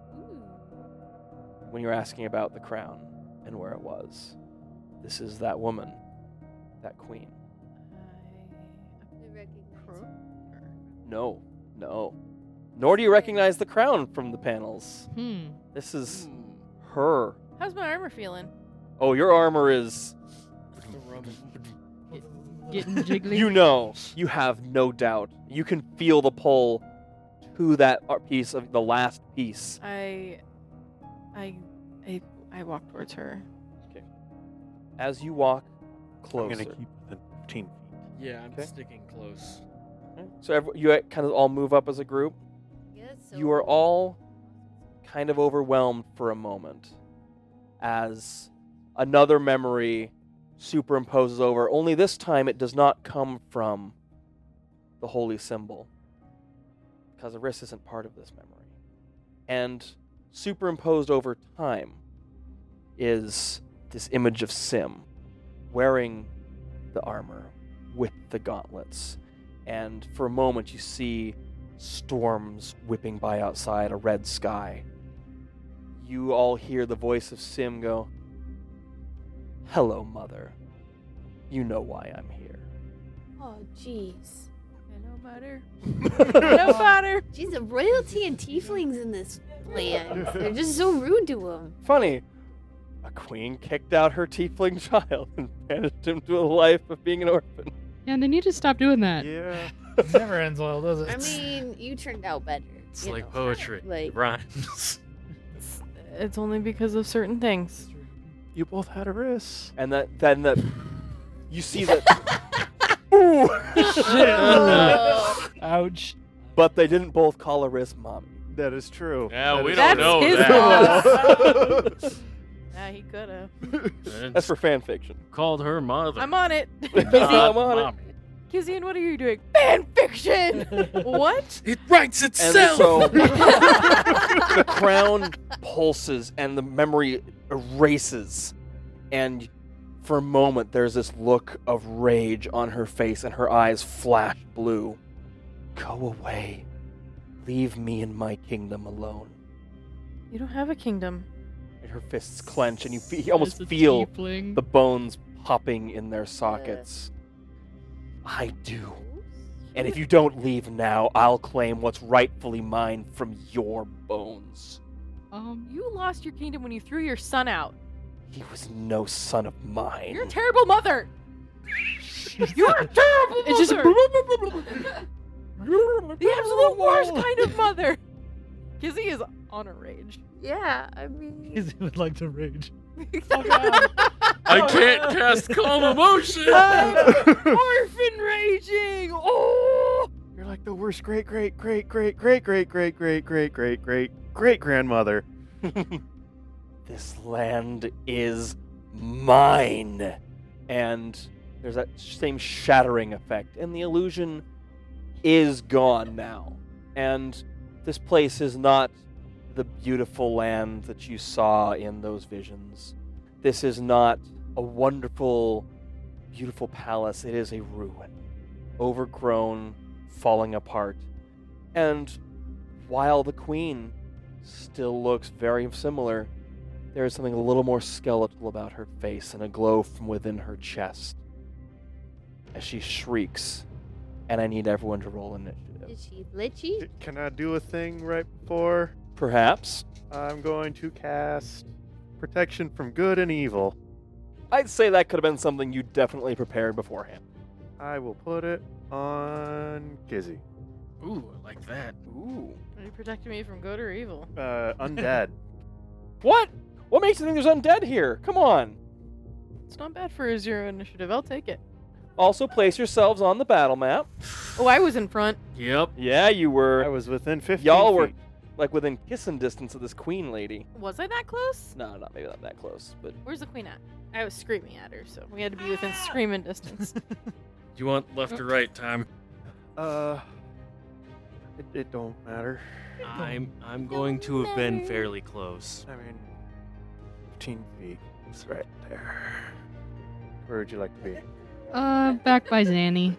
Speaker 1: when you were asking about the crown and where it was. This is that woman, that queen. No, no. Nor do you recognize the crown from the panels.
Speaker 7: Hmm.
Speaker 1: This is
Speaker 5: Hmm.
Speaker 1: her.
Speaker 2: How's my armor feeling?
Speaker 1: Oh, your armor is.
Speaker 7: Getting jiggly.
Speaker 1: You know, you have no doubt. You can feel the pull to that ar- piece of the last piece
Speaker 2: I, I, I, I walk towards her.
Speaker 1: as you walk
Speaker 3: I'm
Speaker 1: closer.
Speaker 3: gonna keep within 15 feet.
Speaker 5: Yeah, I'm
Speaker 1: Okay.
Speaker 5: sticking close.
Speaker 1: So every, you uh, kind of all move up as a group. You are all kind of overwhelmed for a moment as another memory superimposes over, only this time it does not come from the holy symbol because Eris isn't part of this memory. And superimposed over time is this image of Sim wearing the armor with the gauntlets. And for a moment, you see storms whipping by outside a red sky. You all hear the voice of Sim go, Hello, Mother. You know why I'm here.
Speaker 8: Oh, jeez.
Speaker 2: Hello, butter. Hello, butter.
Speaker 6: She's a royalty and tieflings in this land. They're just so rude to them.
Speaker 1: Funny, a queen kicked out her tiefling child and banished him to a life of being an orphan.
Speaker 7: And they need to stop doing that.
Speaker 3: Yeah.
Speaker 4: It never ends well, does it?
Speaker 6: I mean, you turned out better.
Speaker 5: It's
Speaker 6: you
Speaker 5: like
Speaker 6: know.
Speaker 5: poetry.
Speaker 6: Like-
Speaker 5: it rhymes.
Speaker 2: It's, it's only because of certain things.
Speaker 3: You both had a risk.
Speaker 1: And that then that you see that
Speaker 3: Ooh.
Speaker 6: Oh.
Speaker 4: Ouch.
Speaker 1: but they didn't both call Aris mommy.
Speaker 3: that is true.
Speaker 5: Yeah,
Speaker 3: That
Speaker 5: we
Speaker 3: is
Speaker 5: don't
Speaker 2: That's know
Speaker 5: know
Speaker 2: his
Speaker 5: that.
Speaker 2: fault. Yeah, he could have.
Speaker 1: That's for fan fiction.
Speaker 5: called her mother.
Speaker 2: I'm on it.
Speaker 1: I'm on it.
Speaker 5: mommy.
Speaker 2: Kizian, what are you doing? Fan fiction. what?
Speaker 5: It writes
Speaker 1: And
Speaker 5: itself.
Speaker 1: so the crown pulses and the memory erases. And for a moment, there's this look of rage on her face and her eyes flash blue. Go away. Leave me and my kingdom alone.
Speaker 2: You don't have a kingdom.
Speaker 1: And her fists clench, and you, fe- you almost
Speaker 7: As a
Speaker 1: feel
Speaker 7: tiefling.
Speaker 1: the bones popping in their sockets. I do. And if you don't leave now, I'll claim what's rightfully mine from your bones.
Speaker 7: Um,
Speaker 2: You lost your kingdom when you threw your son out.
Speaker 1: He was no son of mine.
Speaker 2: You're a terrible mother. You're a terrible mother.
Speaker 7: It's just-
Speaker 2: the absolute worst kind of mother. Kizzy is on a rage.
Speaker 6: Yeah, I mean,
Speaker 4: Izzy would like to rage.
Speaker 6: Oh,
Speaker 5: I can't cast calm emotion.
Speaker 1: Ah!
Speaker 2: Orphan raging. Oh.
Speaker 3: You're like the worst great great great great great great great great great great great great grandmother.
Speaker 1: this land is mine. And there's that same shattering effect, and the illusion is gone now. And this place is not the beautiful land that you saw in those visions. This is not a wonderful, beautiful palace. It is a ruin, overgrown, falling apart. And while the queen still looks very similar, there is something a little more skeletal about her face and a glow from within her chest as she shrieks. And I need everyone to roll initiative.
Speaker 6: is she glitchy?
Speaker 3: Can I do a thing right before
Speaker 1: Perhaps.
Speaker 3: I'm going to cast protection from good and evil?
Speaker 1: I'd say that could have been something you definitely prepared beforehand.
Speaker 3: I will put it on Gizzy.
Speaker 5: Ooh, I like that.
Speaker 1: Ooh.
Speaker 2: Are you protecting me from good or evil?
Speaker 3: Uh, undead.
Speaker 1: What? What makes you think there's undead here? Come on.
Speaker 2: It's not bad for a zero initiative. I'll take it.
Speaker 1: Also, place yourselves on the battle map.
Speaker 2: Oh, I was in front.
Speaker 5: Yep.
Speaker 1: Yeah, you
Speaker 3: I
Speaker 1: were
Speaker 3: was within 15
Speaker 1: Y'all were-
Speaker 3: feet.
Speaker 1: like within kissing distance of this queen lady.
Speaker 2: Was I that close?
Speaker 1: No, not maybe not that close, but
Speaker 2: Where's the queen at? I was screaming at her, so we had to be within screaming distance.
Speaker 5: You want left or right time?
Speaker 3: Uh, it, it don't matter.
Speaker 5: I'm I'm going to have been fairly close.
Speaker 3: I mean, 15 feet. It's right there. Where would you like to be?
Speaker 7: uh, back by Zanny.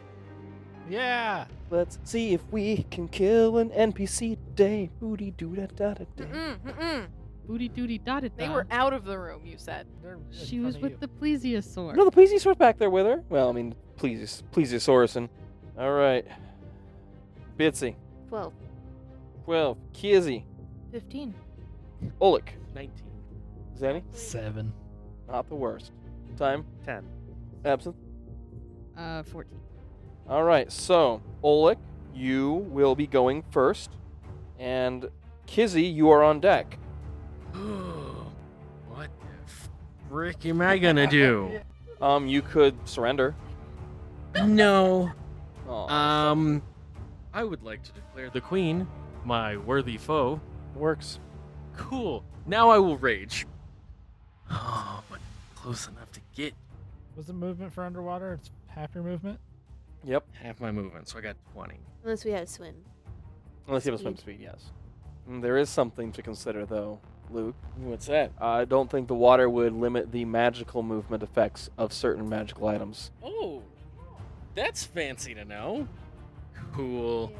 Speaker 4: Yeah.
Speaker 1: let's see if we can kill an NPC today. Booty doo da da da da.
Speaker 2: mm-mm, mm-mm.
Speaker 7: Booty dooty dotted.
Speaker 2: They were out of the room, you said.
Speaker 7: She was with the plesiosaur.
Speaker 1: No, the plesiosaur's back there with her. Well, I mean, plesios- plesiosaurus and all right, Bitsy,
Speaker 6: Well,
Speaker 1: twelve, Kizzy,
Speaker 2: 15.
Speaker 1: Olik, nineteen, Zanny,
Speaker 4: seven.
Speaker 1: not the worst. Time,
Speaker 3: 10.
Speaker 1: absent.
Speaker 7: Uh, fourteen.
Speaker 1: All right, so Olik, you will be going first, and Kizzy, you are on deck.
Speaker 5: what the frick am I gonna do?
Speaker 1: Um, you could surrender.
Speaker 5: no.
Speaker 1: Aw.
Speaker 5: Um, I would like to declare the queen my worthy foe.
Speaker 1: works.
Speaker 5: Cool. Now I will rage. Oh, but close enough to get
Speaker 4: Was the movement for underwater? It's half your movement.
Speaker 1: Yep.
Speaker 5: half my movement, so I got 20.
Speaker 6: unless we had a swim.
Speaker 1: Unless you have a swim speed, yes. Mm, There is something to consider, though, Luke.
Speaker 5: What's that?
Speaker 1: I don't think the water would limit the magical movement effects of certain magical items.
Speaker 5: Oh, that's fancy to know. Cool.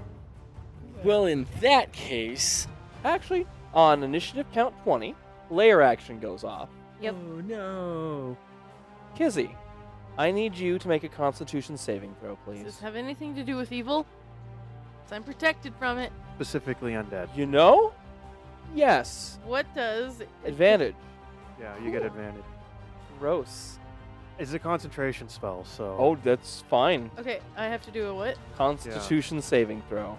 Speaker 5: Well, in that case.
Speaker 1: Actually, on initiative count 20, layer action goes off.
Speaker 6: Yep.
Speaker 5: Oh no.
Speaker 1: Kizzy, I need you to make a constitution saving throw,
Speaker 2: Does this
Speaker 1: please.
Speaker 2: have anything to do with evil? 'Cause I'm protected from it.
Speaker 3: Specifically undead.
Speaker 1: You know? Yes.
Speaker 2: What does.
Speaker 1: Advantage.
Speaker 3: Yeah, you get advantage.
Speaker 1: Gross.
Speaker 3: It's a concentration spell, so.
Speaker 1: Oh, that's fine.
Speaker 2: Okay, I have to do a what?
Speaker 1: Constitution saving throw.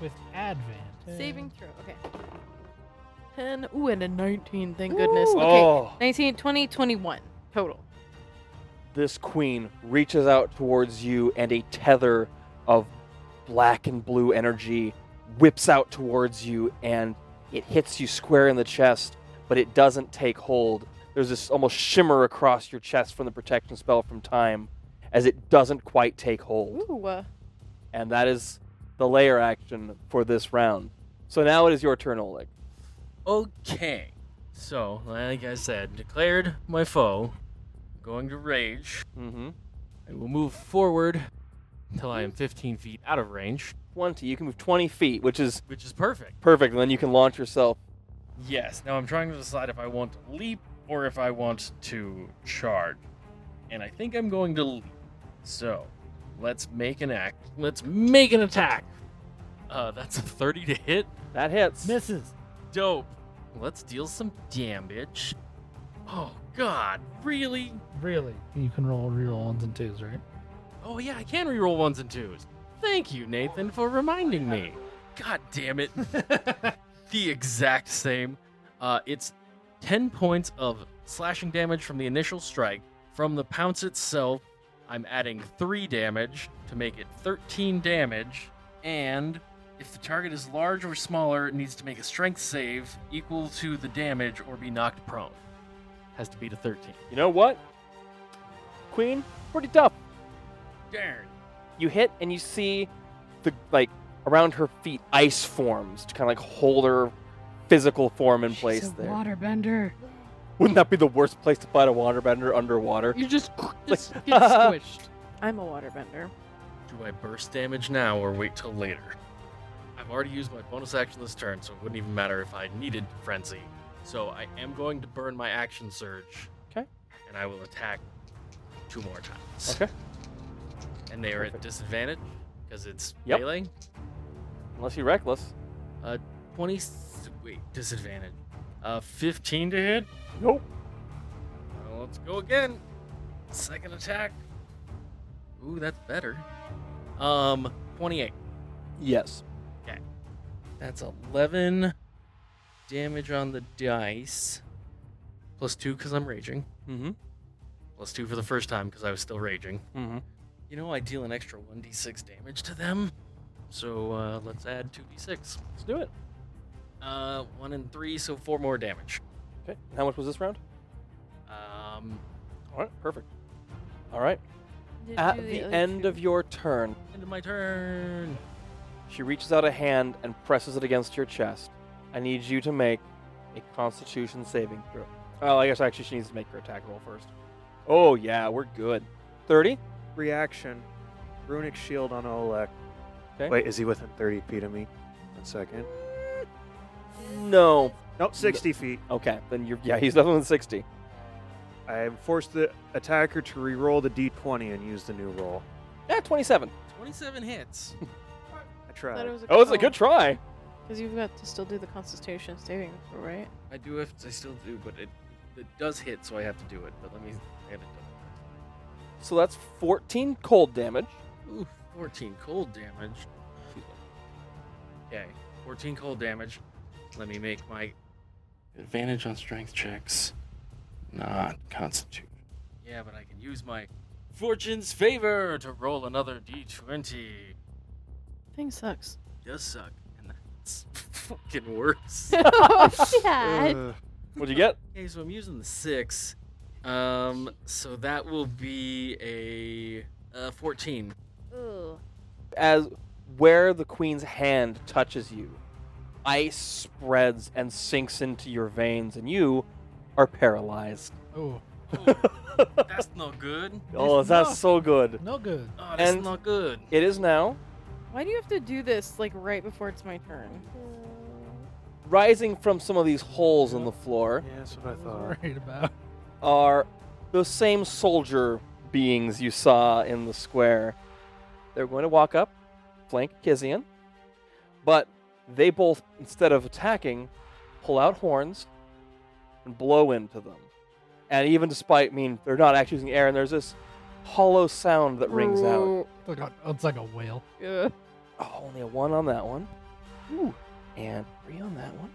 Speaker 4: with advantage.
Speaker 2: Saving throw. Okay. 10. Ooh, and a 19. Thank goodness. Okay.
Speaker 1: Oh.
Speaker 2: 19, 20, 21 total.
Speaker 1: this queen reaches out towards you and a tether of black and blue energy whips out towards you and it hits you square in the chest but it doesn't take hold there's this almost shimmer across your chest from the protection spell from time as it doesn't quite take hold
Speaker 2: Ooh. Uh,
Speaker 1: and that is the layer action for this round so now it is your turn oleg
Speaker 5: Okay. So, like I said, declared my foe. Going to rage.
Speaker 1: mm-hmm
Speaker 5: I will move forward until I am 15 feet out of range,
Speaker 1: 20 you can move 20 feet which is
Speaker 5: which is perfect.
Speaker 1: perfect and then you can launch yourself
Speaker 5: Yes. Now I'm trying to decide if I want to leap or if I want to charge. And I think I'm going to leap. So, let's make an act. Let's make an attack. Uh, that's a 30 to hit.
Speaker 1: that hits
Speaker 4: Misses.
Speaker 5: Dope. Let's deal some damage. Oh god, really?
Speaker 4: Really? You can roll reroll ones and twos, right?
Speaker 5: Oh yeah, I can reroll ones and twos. Thank you, Nathan, for reminding me. God damn it. the exact same. Uh, it's 10 points of slashing damage from the initial strike. From the pounce itself, I'm adding 3 damage to make it 13 damage. And if the target is large or smaller, it needs to make a strength save equal to the damage or be knocked prone. Has to beat a 13.
Speaker 1: You know what? Queen, pretty tough.
Speaker 5: Darn.
Speaker 1: You hit and you see the like around her feet ice forms to kind of like hold her physical form in place there.
Speaker 7: waterbender.
Speaker 1: Wouldn't that be the worst place to fight a waterbender underwater?
Speaker 7: You just, just get squished.
Speaker 2: I'm a waterbender.
Speaker 5: Do I burst damage now or wait till later? I've already used my bonus action this turn, so it wouldn't even matter if I needed frenzy. So I am going to burn my action surge.
Speaker 1: 'Kay.
Speaker 5: And I will attack two more times.
Speaker 1: Okay.
Speaker 5: And they are at
Speaker 1: Perfect.
Speaker 5: disadvantage because it's
Speaker 1: Yep.
Speaker 5: melee.
Speaker 1: Unless you're reckless.
Speaker 5: Twenty. s- Wait, disadvantage. Uh, fifteen to hit.
Speaker 1: Nope.
Speaker 5: Well, let's go again. Second attack. Ooh, that's better. Um, twenty-eight.
Speaker 1: Yes.
Speaker 5: That's 11 damage on the dice. Plus two because I'm raging.
Speaker 1: Mm-hmm.
Speaker 5: Plus two for the first time because I was still raging.
Speaker 1: Mm-hmm.
Speaker 5: You know, I deal an extra 1d6 damage to them. So uh, let's add 2d6.
Speaker 1: Let's do it.
Speaker 5: Uh, one and three, so four more damage.
Speaker 1: Okay. How much was this round?
Speaker 5: Um,
Speaker 1: All right. Perfect. All right.
Speaker 6: Did
Speaker 1: At
Speaker 6: do
Speaker 1: the
Speaker 6: other
Speaker 1: end
Speaker 6: two.
Speaker 1: of your turn,
Speaker 5: end of my turn.
Speaker 1: she reaches out a hand and presses it against your chest. I need you to make a Constitution saving throw. Oh, I guess actually she needs to make her attack roll first. Oh yeah, we're good. Thirty.
Speaker 3: Reaction. Runic shield on Olek.
Speaker 1: 'Kay.
Speaker 3: Wait, is he within 30 feet of me? One second.
Speaker 1: No.
Speaker 3: Nope, 60 feet.
Speaker 1: Okay, then you're yeah. He's nothing than sixty.
Speaker 3: I am forced the attacker to re-roll the d20 and use the new roll.
Speaker 1: Yeah, twenty-seven.
Speaker 5: 27 hits.
Speaker 3: I tried.
Speaker 1: Oh, it's a good try.
Speaker 2: Because you've got to still do the Constitution saving throw, right?
Speaker 5: I do have to, I still do, but it, it does hit, so I have to do it. But let me add it up.
Speaker 1: So that's fourteen cold damage.
Speaker 5: Ooh, 14 cold damage. Okay, 14 cold damage. Let me make my advantage on strength checks, not constitution. Yeah, but I can use my fortune's favor to roll another d20.
Speaker 2: Thing sucks.
Speaker 5: Does suck, and that's fucking worse.
Speaker 6: God.
Speaker 3: Ugh.
Speaker 1: What'd you get?
Speaker 5: okay, so I'm using the six. Um, so that will be a uh, 14.
Speaker 6: Ooh.
Speaker 1: As where the queen's hand touches you, ice spreads and sinks into your veins, and you are paralyzed.
Speaker 4: Oh,
Speaker 5: Ooh, that's not good.
Speaker 1: oh,
Speaker 4: It's
Speaker 1: that's
Speaker 4: not-
Speaker 1: so good.
Speaker 4: no good.
Speaker 5: Oh, that's
Speaker 1: And-
Speaker 5: not good.
Speaker 1: It is now
Speaker 2: Why do you have to do this, like, right before it's my turn?
Speaker 1: rising from some of these holes in the floor
Speaker 3: Yeah, that's what I
Speaker 4: I
Speaker 3: thought.
Speaker 4: was worried about.
Speaker 1: are those same soldier beings you saw in the square. They're going to walk up, flank Kizian, but they both, instead of attacking, pull out horns and blow into them. And even despite, I mean, they're not actually using air, and there's this hollow sound that rings out.
Speaker 4: It's like a, it's like a whale.
Speaker 7: Yeah.
Speaker 1: Oh, only a one on that one.
Speaker 3: Ooh.
Speaker 1: And three on that one.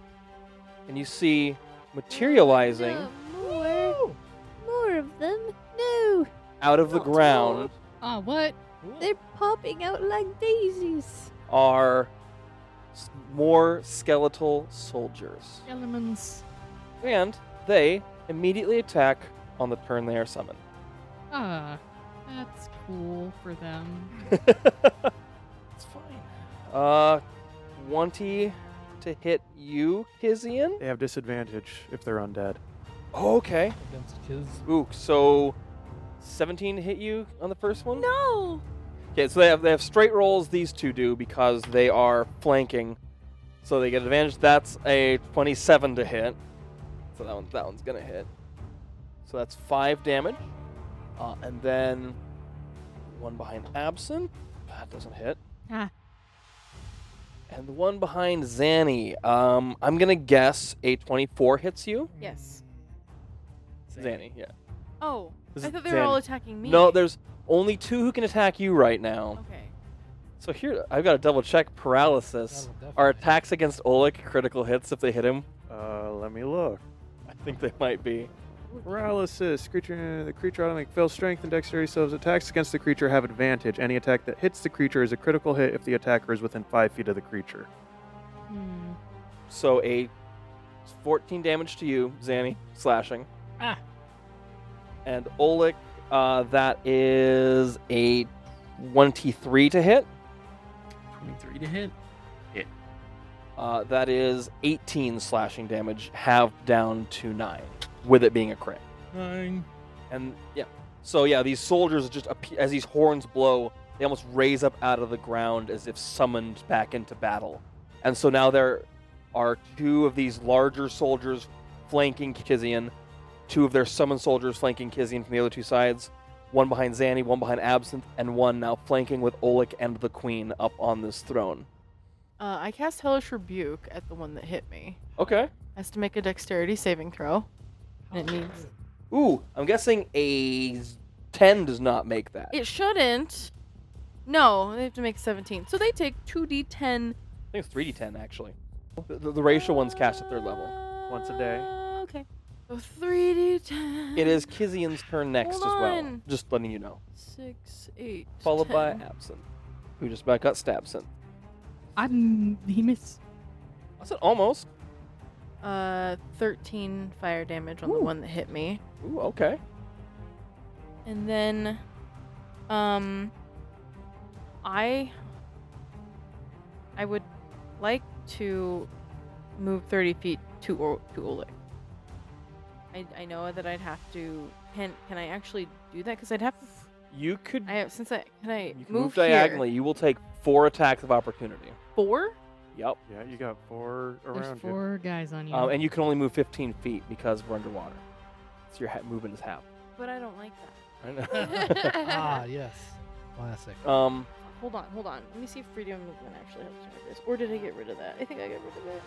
Speaker 1: And you see materializing
Speaker 6: No, more. More of them. No.
Speaker 1: out of the
Speaker 2: Oh,
Speaker 1: ground
Speaker 7: Ah, what?
Speaker 6: They're popping out like daisies.
Speaker 1: are s- more skeletal soldiers.
Speaker 7: Elements.
Speaker 1: And they immediately attack on the turn they are summoned.
Speaker 7: Ah, that's cool for them.
Speaker 1: it's fine. Uh, 20 to hit you, Kizian.
Speaker 3: They have disadvantage if they're undead.
Speaker 1: Okay.
Speaker 4: Against his.
Speaker 1: Ooh, so 17 to hit you on the first one?
Speaker 2: No.
Speaker 1: Okay, so they have they have straight rolls. These two do because they are flanking, so they get advantage. That's a twenty-seven to hit, so that one that one's gonna hit. So that's five damage, uh, and then one behind Absent that doesn't hit,
Speaker 7: Ah.
Speaker 1: and the one behind Zanny. Um, I'm gonna guess a twenty-four hits you,
Speaker 2: Yes.
Speaker 1: Zanny. Yeah.
Speaker 2: Oh,
Speaker 1: This
Speaker 2: I
Speaker 1: is
Speaker 2: thought they were all
Speaker 1: Zanny.
Speaker 2: attacking me. Oh.
Speaker 1: No, there's only two who can attack you right now.
Speaker 2: Okay.
Speaker 1: So here, I've got to double check paralysis.
Speaker 4: That'll
Speaker 1: Are
Speaker 4: definitely-
Speaker 1: attacks against Oleg critical hits if they hit him?
Speaker 3: Uh, let me look.
Speaker 1: I think they might be.
Speaker 3: Paralysis. Creature. The creature automatic fails strength and dexterity saves. Attacks against the creature have advantage. Any attack that hits the creature is a critical hit if the attacker is within five feet of the creature.
Speaker 7: Hmm.
Speaker 1: So a 14 damage to you, Zanny, slashing.
Speaker 4: Ah.
Speaker 1: And Oleg, uh, that is a 23 to hit.
Speaker 5: 23 to hit.
Speaker 1: Uh, that is 18 slashing damage, halved down to 9, with it being a crit.
Speaker 5: Nine.
Speaker 1: And yeah, so yeah, these soldiers just appe- as these horns blow, they almost raise up out of the ground as if summoned back into battle. And so now there are two of these larger soldiers flanking Kizian, two of their summoned soldiers flanking Kizian from the other two sides, one behind Zanny, one behind Absinthe, and one now flanking with Oleg and the Queen up on this throne.
Speaker 2: Uh, I cast Hellish Rebuke at the one that hit me.
Speaker 1: Okay.
Speaker 2: Has to make a Dexterity saving throw. And it needs.
Speaker 1: Ooh, I'm guessing a 10 does not make that.
Speaker 2: It shouldn't. No, they have to make 17. So they take 2d10.
Speaker 1: I think it's 3d10 actually. The, the, the racial one's cast at third level.
Speaker 3: Once a day.
Speaker 2: Uh, Okay. So 3d10.
Speaker 1: It is Kizian's turn next as
Speaker 2: Hold
Speaker 1: well.
Speaker 2: on.
Speaker 1: Just letting you know.
Speaker 2: 6, 8.
Speaker 1: Followed by
Speaker 2: 10.
Speaker 1: Absinthe, who just about got Stabsinthe.
Speaker 7: I'm. He missed.
Speaker 1: I said almost.
Speaker 2: Uh, 13 fire damage on the
Speaker 1: Ooh.
Speaker 2: one that hit me.
Speaker 1: Ooh, okay.
Speaker 2: And then, um, I, I would like to move 30 feet to o- to Oleg. I, I know that I'd have to. Can can I actually do that? Because I'd have.
Speaker 1: You could
Speaker 2: I have since I can I
Speaker 1: you can
Speaker 2: move,
Speaker 1: move diagonally.
Speaker 2: Here?
Speaker 1: You will take four attacks of opportunity.
Speaker 2: Four.
Speaker 1: Yep.
Speaker 3: Yeah, you got four
Speaker 7: There's
Speaker 3: around you.
Speaker 7: four guys on you.
Speaker 1: Um, and you can only move 15 feet because we're underwater. So your ha- movement is half.
Speaker 2: But I don't like
Speaker 1: I know.
Speaker 4: Ah,
Speaker 2: that.
Speaker 4: yes. Classic.
Speaker 1: um,
Speaker 2: hold on, hold on. Let me see if freedom of movement actually helps me with this, or did I get rid of that? I think I got rid of it.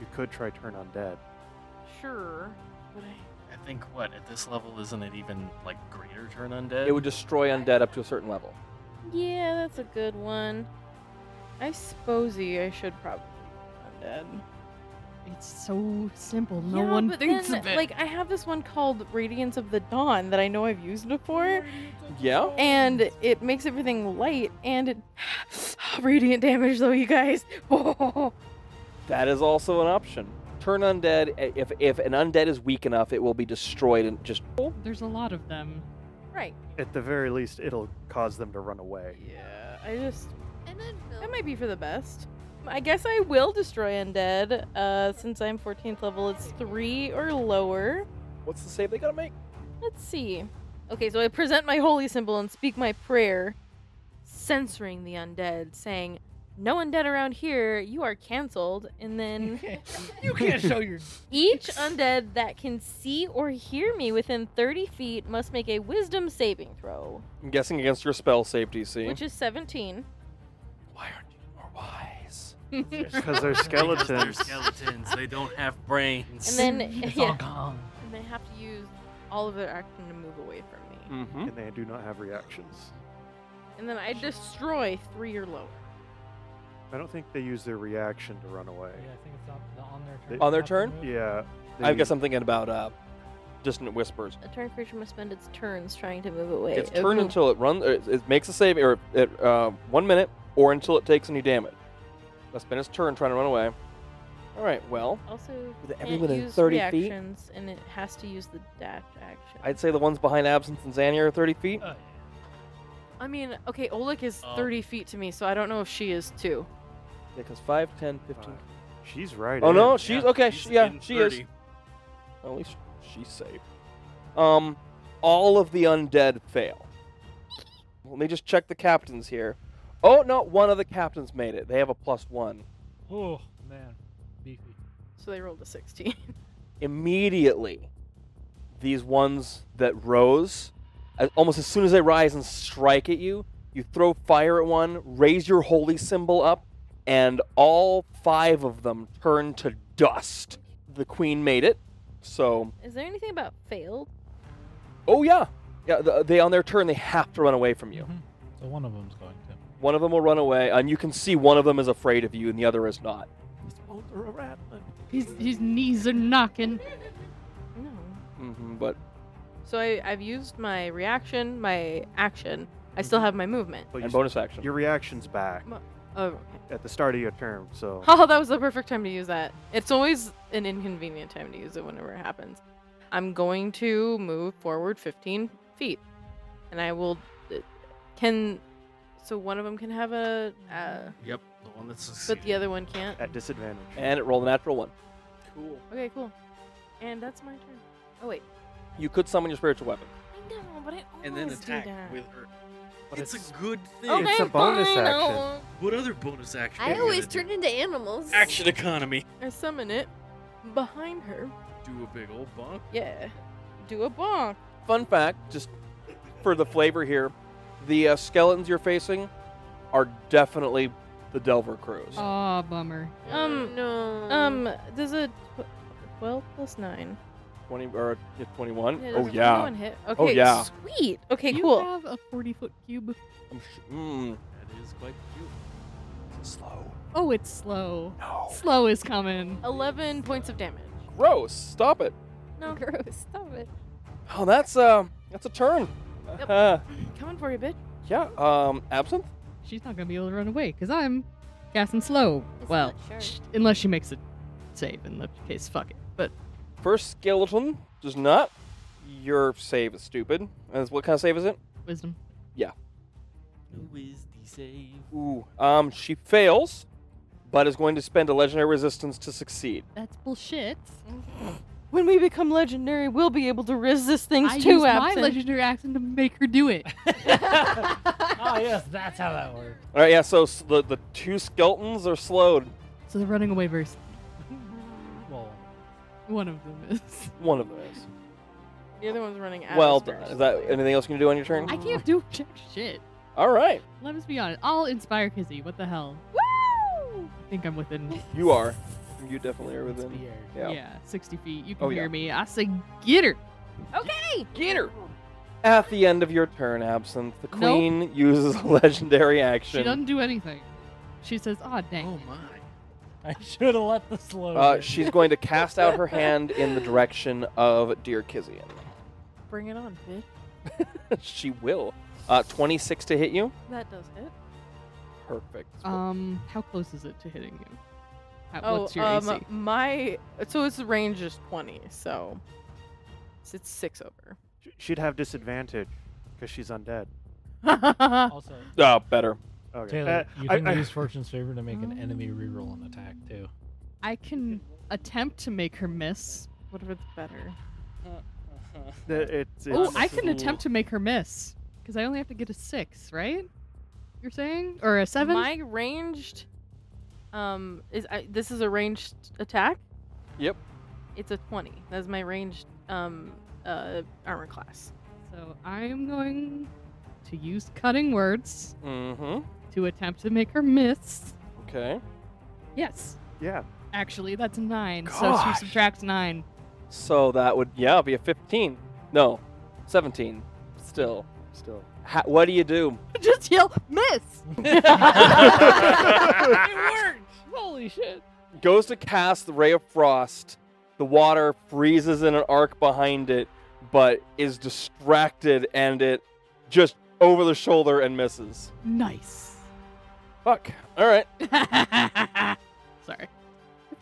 Speaker 3: You could try turn undead.
Speaker 2: Sure, but I.
Speaker 5: I think what at this level isn't it even like greater turn undead?
Speaker 1: it would destroy undead up to a certain level.
Speaker 2: Yeah, that's a good one. I suppose I should probably be undead.
Speaker 7: It's so simple. No
Speaker 2: yeah,
Speaker 7: one
Speaker 2: but
Speaker 7: thinks
Speaker 2: then,
Speaker 7: of it.
Speaker 2: Like I have this one called Radiance of the Dawn that I know I've used before,
Speaker 1: Yeah.
Speaker 2: and it makes everything light and it radiant damage though, you guys. Oh,
Speaker 1: That is also an option. Turn undead. i- If if an undead is weak enough, it will be destroyed and just
Speaker 7: There's a lot of them.
Speaker 2: right.
Speaker 3: At the very least, it'll cause them to run away.
Speaker 2: Yeah, I just
Speaker 6: And then
Speaker 2: that might be for the best. I guess I will destroy undead. Uh, since I'm 14th level, it's three or lower.
Speaker 1: what's the save they gotta make?
Speaker 2: Let's see. Okay, so I present my holy symbol and speak my prayer, censoring the undead, saying, No undead around here, you are cancelled. And then
Speaker 4: you can't show your.
Speaker 2: each undead that can see or hear me within 30 feet must make a wisdom saving throw,
Speaker 1: I'm guessing against your spell save DC.
Speaker 2: which is 17.
Speaker 1: Why aren't you more wise?
Speaker 3: Because they're
Speaker 5: Because
Speaker 3: skeletons.
Speaker 5: They're skeletons. They don't have brains.
Speaker 2: And then,
Speaker 4: It's all
Speaker 2: yeah,
Speaker 4: gone. Oh,
Speaker 2: and they have to use all of their action to move away from me.
Speaker 4: Hmm.
Speaker 1: Mm-hmm.
Speaker 3: and they do not have reactions.
Speaker 2: And then I destroy three or lower.
Speaker 3: I don't think they use their reaction to run away.
Speaker 4: Yeah, I think it's on, the, on their
Speaker 3: They-
Speaker 4: turn.
Speaker 3: On
Speaker 1: their
Speaker 4: top
Speaker 1: turn?
Speaker 4: move.
Speaker 3: Yeah.
Speaker 1: I've
Speaker 3: they-
Speaker 1: got something about uh, distant whispers.
Speaker 2: A turn creature must spend its turns trying to move away.
Speaker 1: It's
Speaker 2: It
Speaker 1: turned
Speaker 2: will-
Speaker 1: until it runs. It, it makes a save, or it, uh, one minute, or until it takes any damage. That's been its turn trying to run away. All right. Well,
Speaker 2: Also,
Speaker 1: With
Speaker 2: can't
Speaker 1: everyone in
Speaker 2: use
Speaker 1: 30 feet?
Speaker 2: reactions, and it has to use the dash action.
Speaker 1: I'd say the ones behind Absinthe and Xania are 30 feet.
Speaker 4: Oh,
Speaker 2: I mean, okay, Oleg is
Speaker 5: Oh.
Speaker 2: 30 feet to me, so I don't know if she is too.
Speaker 1: Because 5, 10, 15.
Speaker 3: Five. She's right. eh?
Speaker 1: Oh
Speaker 3: in.
Speaker 1: no, she's okay.
Speaker 5: she's
Speaker 1: She, yeah,
Speaker 5: in
Speaker 1: she
Speaker 5: 30.
Speaker 1: is. At least she's safe. Um, all of the undead fail. Let me just check the captains here. Oh no, one of the captains made it. They have a plus one.
Speaker 4: yeah. oh man, beefy.
Speaker 2: So they rolled a 16.
Speaker 1: immediately these ones that rose as, almost as soon as they rise and strike at you you throw fire at one raise your holy symbol up and all five of them turn to dust the queen made it so
Speaker 2: is there anything about failed?
Speaker 1: oh yeah yeah th they on their turn they have to run away from you
Speaker 4: Mhm. So one of them's going to.
Speaker 1: one of them will run away and you can see one of them is afraid of you and the other is not
Speaker 7: His, his knees are knocking.
Speaker 2: No.
Speaker 1: hmm but
Speaker 2: So I, I've used my reaction, my action. I
Speaker 1: Mm-hmm.
Speaker 2: still have my movement.
Speaker 3: But you
Speaker 1: and
Speaker 3: s-
Speaker 1: bonus action
Speaker 3: your reaction's back
Speaker 2: Oh, okay.
Speaker 3: at the start of your term, so
Speaker 2: Oh, that was the perfect time to use that. It's always an inconvenient time to use it whenever it happens. I'm going to move forward 15 feet, and I will. uh, Can so one of them can have a, uh,
Speaker 5: Yep, the one that's.
Speaker 2: but the other one can't.
Speaker 3: at disadvantage.
Speaker 5: Eh,
Speaker 1: and it rolled a natural one
Speaker 5: Cool.
Speaker 2: Okay, cool. And that's my turn. Oh wait,
Speaker 1: you could summon your spiritual weapon
Speaker 2: I know, but I always
Speaker 5: And then
Speaker 2: do
Speaker 5: attack
Speaker 2: that.
Speaker 5: with her.
Speaker 3: But
Speaker 5: it's,
Speaker 3: it's-
Speaker 5: a good thing.
Speaker 3: Okay. It's a bonus action.
Speaker 6: I'll-
Speaker 5: What other bonus action? are
Speaker 6: I
Speaker 5: you
Speaker 6: always
Speaker 5: gonna do?
Speaker 6: turn into animals.
Speaker 5: Action economy.
Speaker 2: I summon it behind her.
Speaker 5: Do a big old bonk.
Speaker 2: Yeah, do a bonk.
Speaker 1: Fun fact, just for the flavor here, the uh, skeletons you're facing are definitely the Delver crews.
Speaker 2: Oh.
Speaker 7: Aw, Ah, bummer.
Speaker 2: Um,
Speaker 6: no.
Speaker 2: Um, does a tw- 12 plus nine?
Speaker 1: Twenty or yeah, twenty-one.
Speaker 2: Yeah,
Speaker 1: oh
Speaker 2: does a
Speaker 1: yeah.
Speaker 2: 21 hit? Okay,
Speaker 1: Oh, yeah.
Speaker 2: sweet. Okay,
Speaker 7: you
Speaker 2: cool.
Speaker 7: have a 40 foot cube.
Speaker 1: I'm sh- mm,
Speaker 5: That is quite cute.
Speaker 1: slow.
Speaker 7: Oh, it's slow.
Speaker 1: No.
Speaker 7: Slow is coming.
Speaker 2: 11 points of damage.
Speaker 1: Gross. Stop it.
Speaker 2: No,
Speaker 6: gross. Stop it.
Speaker 1: Oh, that's uh, that's a turn.
Speaker 2: Yep.
Speaker 1: Uh,
Speaker 2: coming for you, bitch.
Speaker 1: yeah. Um, absinthe.
Speaker 7: She's not going to be able to run away because I'm casting slow.
Speaker 6: It's
Speaker 7: well,
Speaker 6: not sharp.
Speaker 7: sh- unless she makes a save, in which case, fuck it. But
Speaker 1: First skeleton does not. Your save is stupid. As what kind of save is it?
Speaker 7: wisdom.
Speaker 5: Who is the save?
Speaker 1: Ooh. Um, she fails, but is going to spend a legendary resistance to succeed.
Speaker 7: That's bullshit.
Speaker 2: When we become legendary, we'll be able to resist things
Speaker 7: I
Speaker 2: too,
Speaker 7: used
Speaker 2: absent.
Speaker 7: my legendary accent to make her do it.
Speaker 4: Oh yes, that's how that works.
Speaker 1: All right. Yeah. So s- the the two skeletons are slowed.
Speaker 7: so the running away verse,
Speaker 4: Well,
Speaker 7: one of them is.
Speaker 1: One of them is.
Speaker 2: the other one's running out.
Speaker 1: Well done. Is that anything else you can do on your turn?
Speaker 7: I can't do jack shit.
Speaker 1: All right,
Speaker 7: Let us be honest. I'll inspire Kizzy. What the hell?
Speaker 2: Woo!
Speaker 7: I think I'm within.
Speaker 1: you are. You definitely are
Speaker 4: it's
Speaker 1: within.
Speaker 4: weird.
Speaker 1: Yeah.
Speaker 7: Yeah, 60 feet. You can
Speaker 1: Oh, yeah.
Speaker 7: hear me. I say, get her.
Speaker 2: Okay!
Speaker 1: Get her. At the end of your turn, Absinthe, the
Speaker 7: Nope.
Speaker 1: queen uses a legendary
Speaker 7: She
Speaker 1: action.
Speaker 7: doesn't do anything. She says, "Ah, dang."
Speaker 5: Oh
Speaker 7: it."
Speaker 5: my.
Speaker 4: I should have let the slow.
Speaker 1: Uh,
Speaker 4: in.
Speaker 1: she's going to cast out her hand in the direction of Dear Kizian.
Speaker 2: Bring it on, bitch.
Speaker 1: she will. Uh, 26 to hit you.
Speaker 2: That does hit.
Speaker 1: Perfect.
Speaker 7: Um, how close is it to hitting you? How,
Speaker 2: Oh,
Speaker 7: what's your
Speaker 2: um,
Speaker 7: AC?
Speaker 2: my. So its range is 20, so. so It's six over.
Speaker 3: Sh- She'd have disadvantage because she's undead.
Speaker 4: also
Speaker 1: Ah, better.
Speaker 3: Okay.
Speaker 4: Taylor.
Speaker 3: Uh,
Speaker 4: you
Speaker 3: I-
Speaker 4: can
Speaker 3: I-
Speaker 4: use fortune's favor to make an enemy reroll an attack too.
Speaker 7: I can attempt to make her miss.
Speaker 2: What if it's better?
Speaker 3: the- it's, it's,
Speaker 7: Oh, I
Speaker 5: Ooh.
Speaker 7: can attempt to make her miss because I only have to get a six, right? You're saying or a seven?
Speaker 2: My ranged. Um, is I, this is a ranged attack?
Speaker 1: Yep.
Speaker 2: It's a 20. That's my ranged um uh armor class.
Speaker 7: So I am going to use cutting words
Speaker 1: Mm-hmm.
Speaker 7: to attempt to make her miss.
Speaker 1: Okay.
Speaker 7: Yes,
Speaker 3: yeah.
Speaker 7: actually, that's a nine. So
Speaker 1: Gosh.
Speaker 7: she subtracts nine.
Speaker 1: So that would yeah be a 15. No, 17. Still.
Speaker 3: Still.
Speaker 1: Ha- what do you do?
Speaker 2: Just yell, miss!
Speaker 4: Holy shit.
Speaker 1: Goes to cast the ray of frost. The water freezes in an arc behind it, but is distracted and it just over the shoulder and misses.
Speaker 7: Nice.
Speaker 1: Fuck. All right.
Speaker 7: Sorry.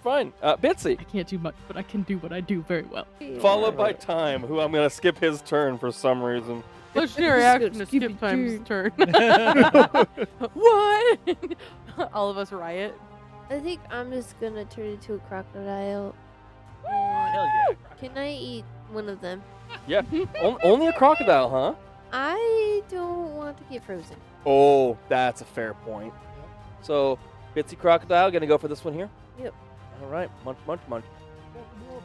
Speaker 1: Fine. Uh, Bitsy,
Speaker 7: I can't do much, but I can do what I do very well.
Speaker 1: followed by Time, who I'm gonna skip his turn for some reason.
Speaker 2: Legendary action to skip time's turn. what? All of us riot.
Speaker 6: I think I'm just gonna turn into a crocodile.
Speaker 5: Hell
Speaker 6: And
Speaker 5: yeah.
Speaker 6: Can I eat one of them?
Speaker 1: On- only a crocodile, huh?
Speaker 6: I don't want to get frozen.
Speaker 1: Oh, that's a fair point. So, Bitsy Crocodile, gonna go for this one here?
Speaker 6: Yep.
Speaker 1: All right, munch, munch, munch.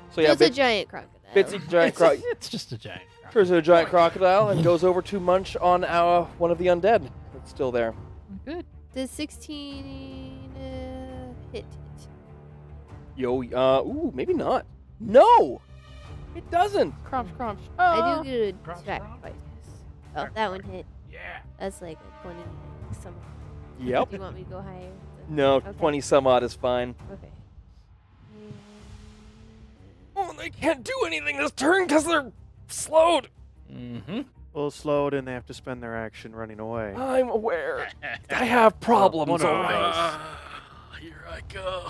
Speaker 1: So,
Speaker 6: There's
Speaker 1: yeah,
Speaker 6: a
Speaker 1: Bit-
Speaker 6: giant crocodile.
Speaker 1: Bitsy Giant
Speaker 4: it's, a-
Speaker 1: Croc
Speaker 4: it's just a giant. croc.
Speaker 1: turns into a giant crocodile and goes over to munch on our, one of the undead that's still there.
Speaker 7: Good.
Speaker 6: The 16 uh, hit.
Speaker 1: Yo, uh, ooh, maybe not. No! It doesn't!
Speaker 2: Cromps, cromps.
Speaker 6: I
Speaker 2: Oh.
Speaker 6: do get
Speaker 4: Cross,
Speaker 6: attack
Speaker 4: cross.
Speaker 6: twice. Oh, that one hit.
Speaker 4: Yeah.
Speaker 6: That's like a 20 something.
Speaker 1: Yep.
Speaker 6: Do you want me to go higher?
Speaker 1: No,
Speaker 6: Okay.
Speaker 1: 20 some odd is fine.
Speaker 6: Okay.
Speaker 1: Oh, they can't do anything this turn because they're slowed.
Speaker 5: Mm-hmm.
Speaker 3: Well, slow it, and they have to spend their action running away.
Speaker 5: Oh.
Speaker 1: I'm aware. I have problems.
Speaker 3: one of
Speaker 1: all right.
Speaker 5: here I go.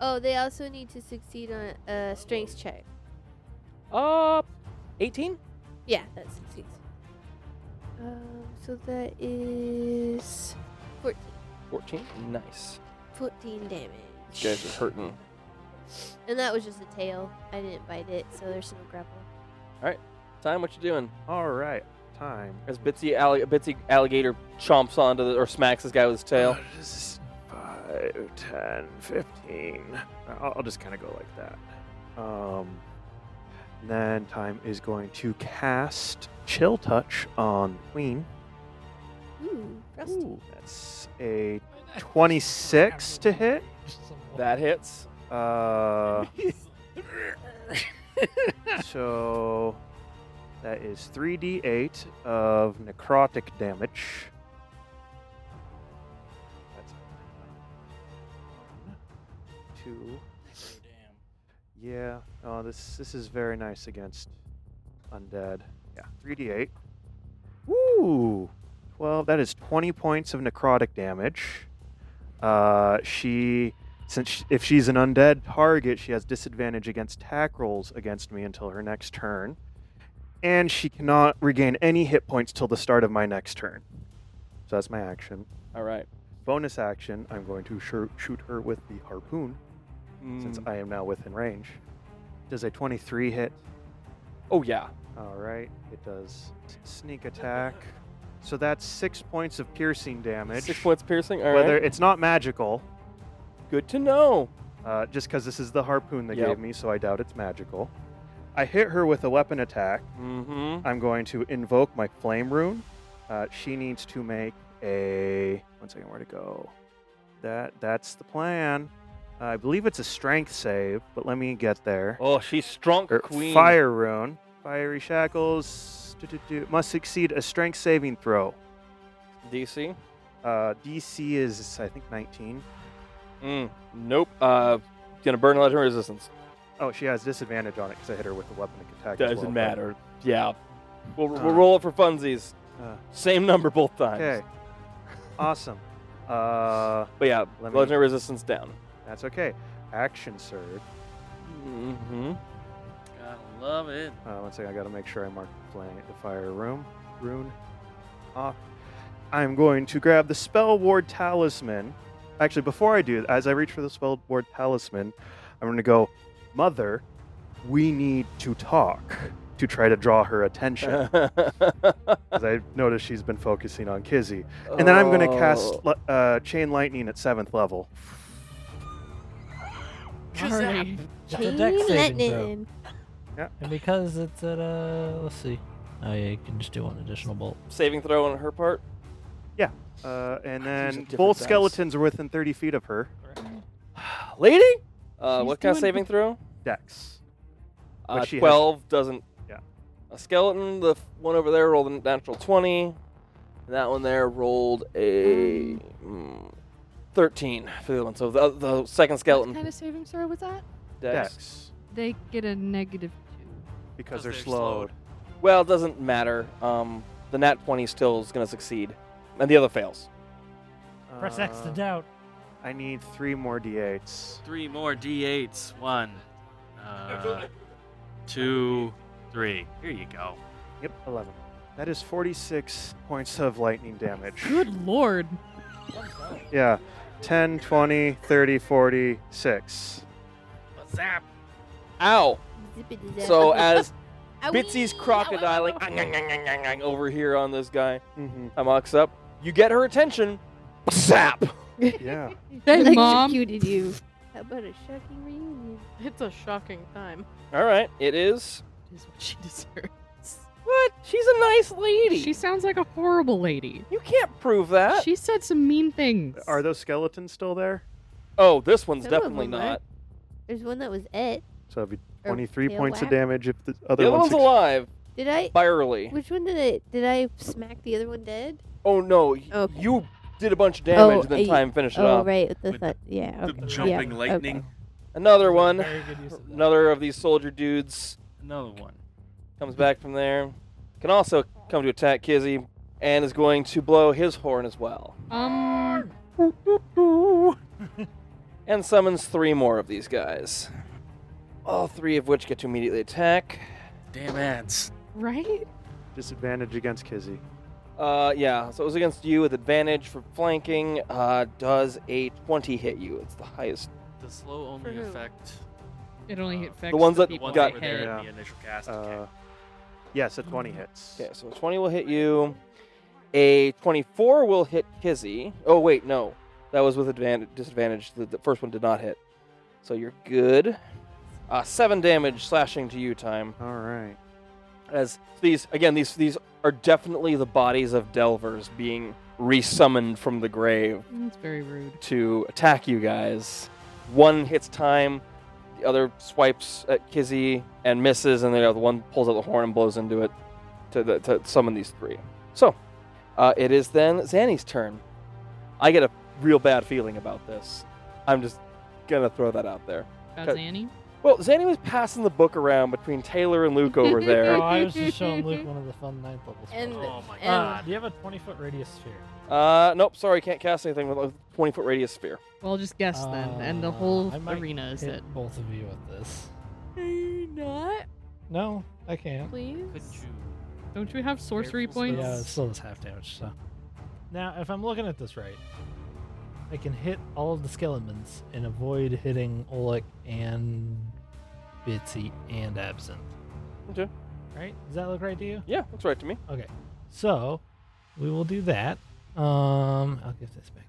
Speaker 6: Oh, they also need to succeed on a strength check.
Speaker 1: Uh, 18?
Speaker 6: Yeah, that succeeds. Um, so that is 14,
Speaker 1: 14? Nice.
Speaker 6: 14 damage.
Speaker 1: You guys are hurting.
Speaker 6: And that was just a tail. I didn't bite it, so there's no grapple.
Speaker 1: Time, what you doing?
Speaker 3: All right, time.
Speaker 1: As Bitsy, alli- Bitsy alligator chomps onto the, or smacks this guy with his tail.
Speaker 3: Just Uh, Five, 10, 15. I'll, I'll just kind of go like that. Um, then time is going to cast Chill Touch on Queen.
Speaker 6: Ooh, frosty.
Speaker 3: Ooh, that's a 26 to hit.
Speaker 1: That hits.
Speaker 3: Uh, so that is 3d8 of necrotic damage. That's one, two. Yeah. Oh, this this is very nice against undead. Yeah. 3d8. Woo! 12. That is 20 points of necrotic damage. Uh, she, since sh if she's an undead target, she has disadvantage against attack rolls against me until her next turn, and she cannot regain any hit points till the start of my next turn. So that's my action.
Speaker 1: All right.
Speaker 3: Bonus action: I'm going to shoo- shoot her with the harpoon since
Speaker 1: Mm.
Speaker 3: I am now within range. Does a 23 hit?
Speaker 1: oh, yeah.
Speaker 3: All right, it does. S- Sneak attack. So that's six points of piercing damage.
Speaker 1: Six points piercing. All right.
Speaker 3: Whether it's not magical,
Speaker 1: Good to know.
Speaker 3: uh, just because this is the harpoon they
Speaker 1: Yep.
Speaker 3: gave me, so I doubt it's magical. I hit her with a weapon attack.
Speaker 1: Mm-hmm.
Speaker 3: I'm going to invoke my flame rune. Uh, she needs to make a. One second, where to go? That that's the plan. Uh, I believe it's a strength save, but let me get there.
Speaker 1: Oh, she's strong,
Speaker 3: Er,
Speaker 1: queen.
Speaker 3: Fire rune. Fiery shackles. do, do, do, Must succeed a strength saving throw.
Speaker 1: DC.
Speaker 3: Uh, DC is I think 19.
Speaker 1: Mm. Nope. Uh, gonna burn legendary resistance.
Speaker 3: Oh, she has disadvantage on it because I hit her with a weapon attack. as
Speaker 1: Doesn't
Speaker 3: well, but-
Speaker 1: matter. Yeah. We'll, we'll
Speaker 3: Uh.
Speaker 1: roll it for funsies.
Speaker 3: Uh.
Speaker 1: Same number both times.
Speaker 3: Okay. awesome. Uh,
Speaker 1: But yeah,
Speaker 3: Let me-
Speaker 1: legendary resistance down.
Speaker 3: that's okay. Action surge.
Speaker 1: Mm-hmm.
Speaker 5: Gotta love it.
Speaker 3: Uh, one second, I gotta make sure I mark the, plan- the fire room. Rune. Off. I'm going to grab the spell ward talisman. Actually, before I do, as I reach for the spell ward talisman, I'm gonna go, Mother, we need to talk to try to draw her attention. Because I noticed she's been focusing on Kizzy. And then I'm going
Speaker 7: Oh.
Speaker 3: to
Speaker 1: Oh.
Speaker 3: cast li- uh, Chain Lightning at seventh level.
Speaker 7: Alrighty.
Speaker 4: That's a dex saving throw.
Speaker 6: Lightning.
Speaker 4: And because it's at a. Let's see. Oh, yeah, you can just do one additional bolt.
Speaker 1: saving throw on her part.
Speaker 3: Uh, and then
Speaker 1: different
Speaker 3: both
Speaker 1: dice.
Speaker 3: skeletons are within 30 feet of her.
Speaker 1: Lady? Uh,
Speaker 7: She's
Speaker 1: what kind of
Speaker 7: doing
Speaker 1: saving throw?
Speaker 3: Dex.
Speaker 1: Uh,
Speaker 3: But she has-
Speaker 1: 12 doesn't.
Speaker 3: Yeah.
Speaker 1: A skeleton, the f- one over there rolled a natural 20. And that one there rolled a mm, 13 for the other one. So the, the second skeleton.
Speaker 7: What kind of saving throw was that?
Speaker 1: dex.
Speaker 3: Dex,
Speaker 7: They get a negative two.
Speaker 3: because
Speaker 5: Because
Speaker 3: they're
Speaker 5: they're
Speaker 3: slowed.
Speaker 1: Well, it doesn't matter. Um, the nat 20 still is going to succeed. And the other fails.
Speaker 9: Press X to
Speaker 3: Uh,
Speaker 9: doubt.
Speaker 3: I need three more d8s.
Speaker 5: Three more d8s. One, uh, two, three. Here you go.
Speaker 3: Yep, 11. That is 46 points of lightning damage.
Speaker 7: Good lord.
Speaker 3: Yeah. 10, 20, 30, 46.
Speaker 5: Zap.
Speaker 1: Ow!
Speaker 6: Zippity zap.
Speaker 1: So as
Speaker 6: Owie.
Speaker 1: Bitsy's crocodiling "Ang, ang, ang, ang, ang, ang," over here on this guy,
Speaker 3: Mm-hmm.
Speaker 1: I mocks up. You get her attention. Zap!
Speaker 3: Yeah.
Speaker 7: Hey, mom.
Speaker 6: Electrocuted you. How about a shocking reunion?
Speaker 2: It's a shocking time.
Speaker 1: All right, it is.
Speaker 7: Is what she deserves.
Speaker 1: What? She's a nice lady. Uh,
Speaker 7: She sounds like a horrible lady.
Speaker 1: You can't prove that.
Speaker 7: She said some mean things.
Speaker 3: Are those skeletons still there?
Speaker 1: oh, this one's
Speaker 6: Some of
Speaker 1: definitely
Speaker 6: them are.
Speaker 1: not.
Speaker 6: There's one that was it.
Speaker 3: So it'd be
Speaker 6: Or
Speaker 3: 23
Speaker 6: tail
Speaker 3: points of
Speaker 6: whack.
Speaker 3: damage if the
Speaker 1: The
Speaker 3: other
Speaker 1: other
Speaker 3: one's
Speaker 1: one's alive
Speaker 6: Did I?
Speaker 1: by early.
Speaker 6: Which one did I? Did I smack the other one dead?
Speaker 1: Oh no, y-
Speaker 6: Okay.
Speaker 1: you did a bunch of damage
Speaker 6: Oh,
Speaker 1: and then
Speaker 6: I-
Speaker 1: time finished it
Speaker 6: oh
Speaker 1: off.
Speaker 6: right, with the
Speaker 5: With
Speaker 6: thud. Yeah.
Speaker 5: The
Speaker 6: Okay.
Speaker 5: jumping
Speaker 6: yeah,
Speaker 5: lightning.
Speaker 6: okay.
Speaker 1: Another one,
Speaker 4: Very good use of that.
Speaker 1: another of these soldier dudes
Speaker 5: Another one.
Speaker 1: comes back from there. Can also come to attack Kizzy and is going to blow his horn as well.
Speaker 7: Um,
Speaker 1: and summons three more of these guys. All three of which get to immediately attack.
Speaker 5: Damn ants.
Speaker 7: right?
Speaker 3: disadvantage against Kizzy.
Speaker 1: Uh, yeah, so it was against you with advantage for flanking. Uh, does a 20 hit you? It's the highest.
Speaker 5: The slow
Speaker 2: For
Speaker 5: only
Speaker 2: who?
Speaker 5: affect
Speaker 7: It only
Speaker 5: Uh,
Speaker 7: affects
Speaker 1: the ones that
Speaker 5: the
Speaker 7: people
Speaker 5: ones
Speaker 1: got-
Speaker 5: that were
Speaker 7: with
Speaker 5: there
Speaker 7: head.
Speaker 5: in
Speaker 3: Yeah.
Speaker 5: the initial cast.
Speaker 3: Uh,
Speaker 5: attack.
Speaker 3: yes, a 20 hits.
Speaker 1: Okay, so a 20 will hit you. A 24 will hit Kizzy. Oh, wait, no. That was with advantage, disadvantage. The, the first one did not hit. So you're good. Uh, seven damage slashing to you time.
Speaker 3: All right.
Speaker 1: As these, again, these these are definitely the bodies of Delvers being resummoned from the grave.
Speaker 7: That's very rude.
Speaker 1: to attack you guys. One hits time, the other swipes at Kizzy and misses, and the other one pulls out the horn and blows into it to, the, to summon these three. So, uh, it is then Zanny's turn. I get a real bad feeling about this. I'm just gonna throw that out there.
Speaker 7: About
Speaker 1: Cut.
Speaker 7: Zanny?
Speaker 1: Well, Zanny was passing the book around between Taylor and Luke over
Speaker 9: Oh,
Speaker 1: there.
Speaker 9: I was just showing Luke one of the fun ninth level spells.
Speaker 2: And
Speaker 5: oh my
Speaker 2: and-
Speaker 5: god.
Speaker 9: Ah, do you have a 20 foot radius sphere?
Speaker 1: Uh, nope, sorry, can't cast anything with a 20 foot radius sphere.
Speaker 7: Well, just guess then, and the
Speaker 9: Uh,
Speaker 7: whole
Speaker 9: I might
Speaker 7: arena is
Speaker 9: Hit
Speaker 7: it.
Speaker 9: both of you with this.
Speaker 2: not,
Speaker 9: No, I can't.
Speaker 2: please.
Speaker 5: Could you?
Speaker 7: Don't you have sorcery
Speaker 5: Careful
Speaker 7: points?
Speaker 9: Yeah, it still does half damage. So now, if I'm looking at this right, I can hit all of the skeletons and avoid hitting Oleg and Bitsy and Absinthe.
Speaker 1: Okay.
Speaker 9: Right? Does that look right to you?
Speaker 1: Yeah, looks right to me.
Speaker 9: So we will do that. Um, I'll give this back.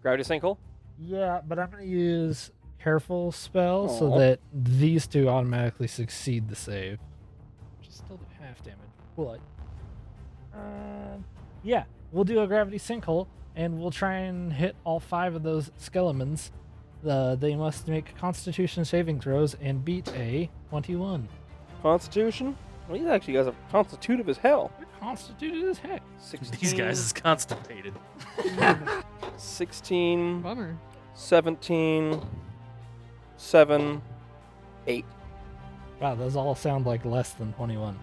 Speaker 1: Gravity sinkhole.
Speaker 9: Yeah, but I'm gonna use careful spell
Speaker 1: Aw.
Speaker 9: so that these two automatically succeed the save. Just still do half damage. Will I? Uh, yeah, we'll do a gravity sinkhole, and we'll try and hit all five of those skeletons. The they must make Constitution saving throws and beat a 21.
Speaker 1: Constitution. Well, these actually guys are constitutive as hell.
Speaker 9: They're constituted as heck.
Speaker 1: 16,
Speaker 5: These guys is constipated.
Speaker 1: 16,
Speaker 7: Bummer.
Speaker 1: 17, 7, 8.
Speaker 9: Wow, those all sound like less than 21.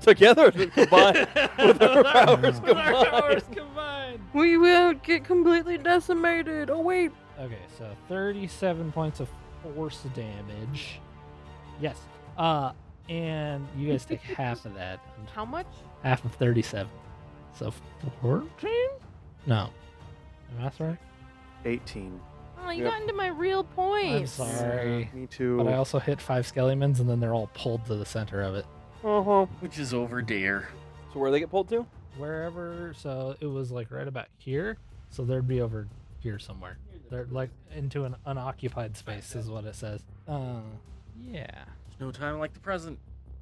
Speaker 1: Together combined with their powers
Speaker 9: With
Speaker 1: combined.
Speaker 9: combined.
Speaker 2: We will get completely decimated. Oh wait,
Speaker 9: Okay, so 37 points of force damage. Yes. Uh, and you guys take half of that.
Speaker 2: how much?
Speaker 9: Half of 37. So 14? No. Am I that's right?
Speaker 3: 18.
Speaker 2: Oh, you
Speaker 1: Yep.
Speaker 2: got into my real point.
Speaker 9: I'm sorry.
Speaker 3: Me too.
Speaker 9: But I also hit five skeletons, and then they're all pulled to the center of it.
Speaker 1: Uh-huh.
Speaker 5: Which is over dear.
Speaker 1: So where they get pulled to?
Speaker 9: Wherever, so it was like right about here. So they'd be over here somewhere. They're like into an unoccupied space, is what it says. Uh, yeah.
Speaker 5: There's no time like the present.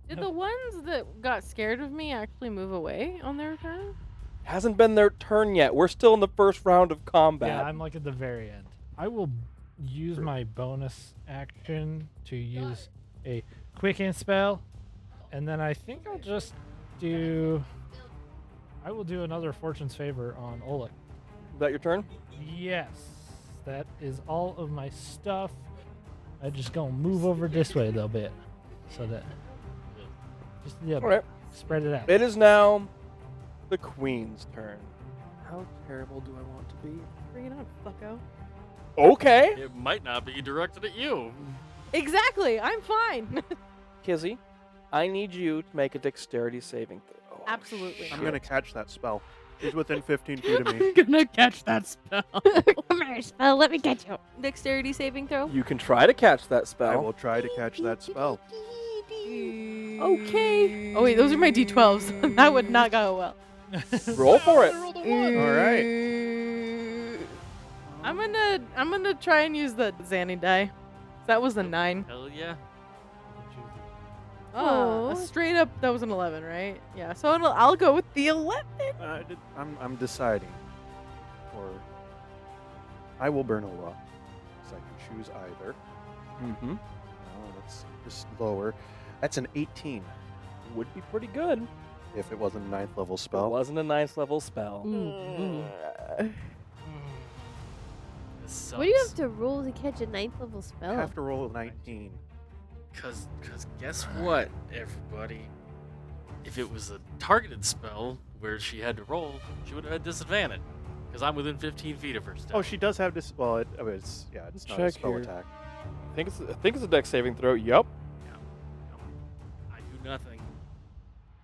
Speaker 2: Did the ones that got scared of me actually move away on their turn?
Speaker 1: Hasn't been their turn yet. We're still in the first round of
Speaker 9: Yeah,
Speaker 1: combat.
Speaker 9: I'm like at the very end. I will use my bonus action to use a quicken spell, and then I think I'll just do. I will do another fortune's favor on Oleg.
Speaker 1: Is that your turn?
Speaker 9: Yes, that is all of my stuff. I just gonna move over this way a little bit, so that just yeah,
Speaker 1: All right.
Speaker 9: spread it out.
Speaker 1: It is now the queen's turn. How terrible do I want to be?
Speaker 2: Bring it on, fucko.
Speaker 1: Okay.
Speaker 5: It might not be directed at you.
Speaker 2: Exactly. I'm fine.
Speaker 1: Kizzy, I need you to make a dexterity saving throw.
Speaker 2: Absolutely.
Speaker 3: I'm gonna catch that spell. He's within 15 feet of me.
Speaker 7: I'm gonna catch that spell.
Speaker 6: Come here, spell. Let me get you.
Speaker 2: Dexterity saving throw.
Speaker 1: You can try to catch that
Speaker 3: I
Speaker 1: spell.
Speaker 3: will try to catch that spell.
Speaker 2: E Okay. Oh wait, those are my d12s. that would not go well.
Speaker 1: Roll for it.
Speaker 3: All right.
Speaker 2: I'm gonna I'm gonna try and use the Xanny die. That was the nine.
Speaker 5: Hell yeah.
Speaker 2: Oh,
Speaker 6: Aw.
Speaker 2: straight up, that was an eleven, right? Yeah. So I'll, I'll go with the eleven.
Speaker 3: Uh, d- I'm, I'm deciding. Or I will burn a law. So I can choose either.
Speaker 1: Mm-hmm.
Speaker 3: Oh, that's just lower. That's an 18
Speaker 1: Would be pretty good.
Speaker 3: if it wasn't a ninth level
Speaker 1: It
Speaker 3: spell.
Speaker 1: wasn't a ninth level spell.
Speaker 5: This
Speaker 6: What do you have
Speaker 5: sucks.
Speaker 6: to roll to catch a ninth level
Speaker 3: I
Speaker 6: spell?
Speaker 3: have to roll a 19.
Speaker 5: Cause, cause guess what, everybody? If it was a targeted spell where she had to roll, she would have had disadvantage. Cause I'm within 15 feet of her. Still.
Speaker 3: Oh, she does have this. Well, it, oh, it's yeah, it's not a
Speaker 1: Check
Speaker 3: spell
Speaker 1: here.
Speaker 3: attack.
Speaker 1: I think it's I think it's a dex saving throw. Yep.
Speaker 5: I do nothing.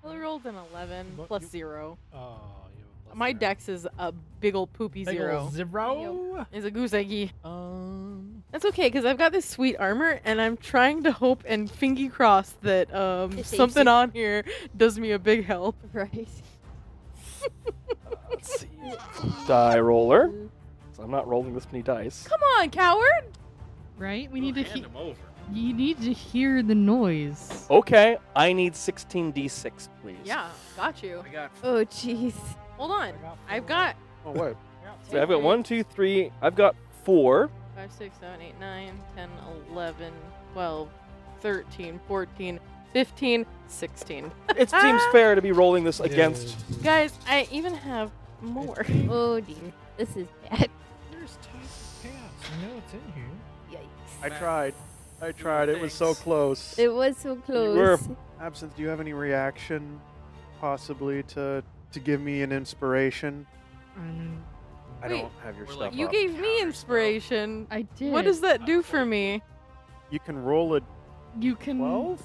Speaker 2: I rolled an eleven
Speaker 9: What
Speaker 2: plus
Speaker 9: you-
Speaker 2: zero.
Speaker 9: Oh, you have a plus
Speaker 2: My
Speaker 9: zero.
Speaker 2: dex is a big old poopy
Speaker 9: Big
Speaker 2: zero.
Speaker 9: ol' Zero.
Speaker 2: It's a goose eggy.
Speaker 9: Um,
Speaker 2: That's okay, because I've got this sweet armor, and I'm trying to hope and fingy cross that um,
Speaker 6: It saves
Speaker 2: something
Speaker 6: you.
Speaker 2: on here does me a big help.
Speaker 6: Right.
Speaker 1: Let's see. Die roller. So I'm not rolling this many dice.
Speaker 2: Come on, coward!
Speaker 7: Right? We need to
Speaker 5: We'll
Speaker 7: he-
Speaker 5: hand him over.
Speaker 7: you need to hear the noise.
Speaker 1: Okay, I need 16d6, please.
Speaker 2: Yeah, got you.
Speaker 5: I got
Speaker 6: Oh, jeez.
Speaker 2: Hold on. I've
Speaker 9: four.
Speaker 2: got
Speaker 3: Oh, what?
Speaker 1: So I've got one, two, three. I've got four.
Speaker 2: 5, 6, 7, 8, 9, 10, 11, 12, 13, 14, 15, 16.
Speaker 1: It seems fair to be rolling this against.
Speaker 2: Guys, I even have more.
Speaker 6: Oh dear. This is bad.
Speaker 9: There's chaos. You know what's in here.
Speaker 6: Yikes.
Speaker 3: I tried. I tried. It was so
Speaker 5: Thanks.
Speaker 3: close.
Speaker 6: It was so close.
Speaker 1: were-
Speaker 3: Absinthe, do you have any reaction, possibly to to give me an inspiration?
Speaker 7: Um,
Speaker 3: I
Speaker 2: Wait,
Speaker 3: don't have your
Speaker 5: we're
Speaker 3: stuff.
Speaker 5: like-
Speaker 2: You
Speaker 3: up.
Speaker 2: gave me inspiration.
Speaker 7: I did.
Speaker 2: What does that do for me?
Speaker 3: you can roll a
Speaker 7: You can
Speaker 3: 12.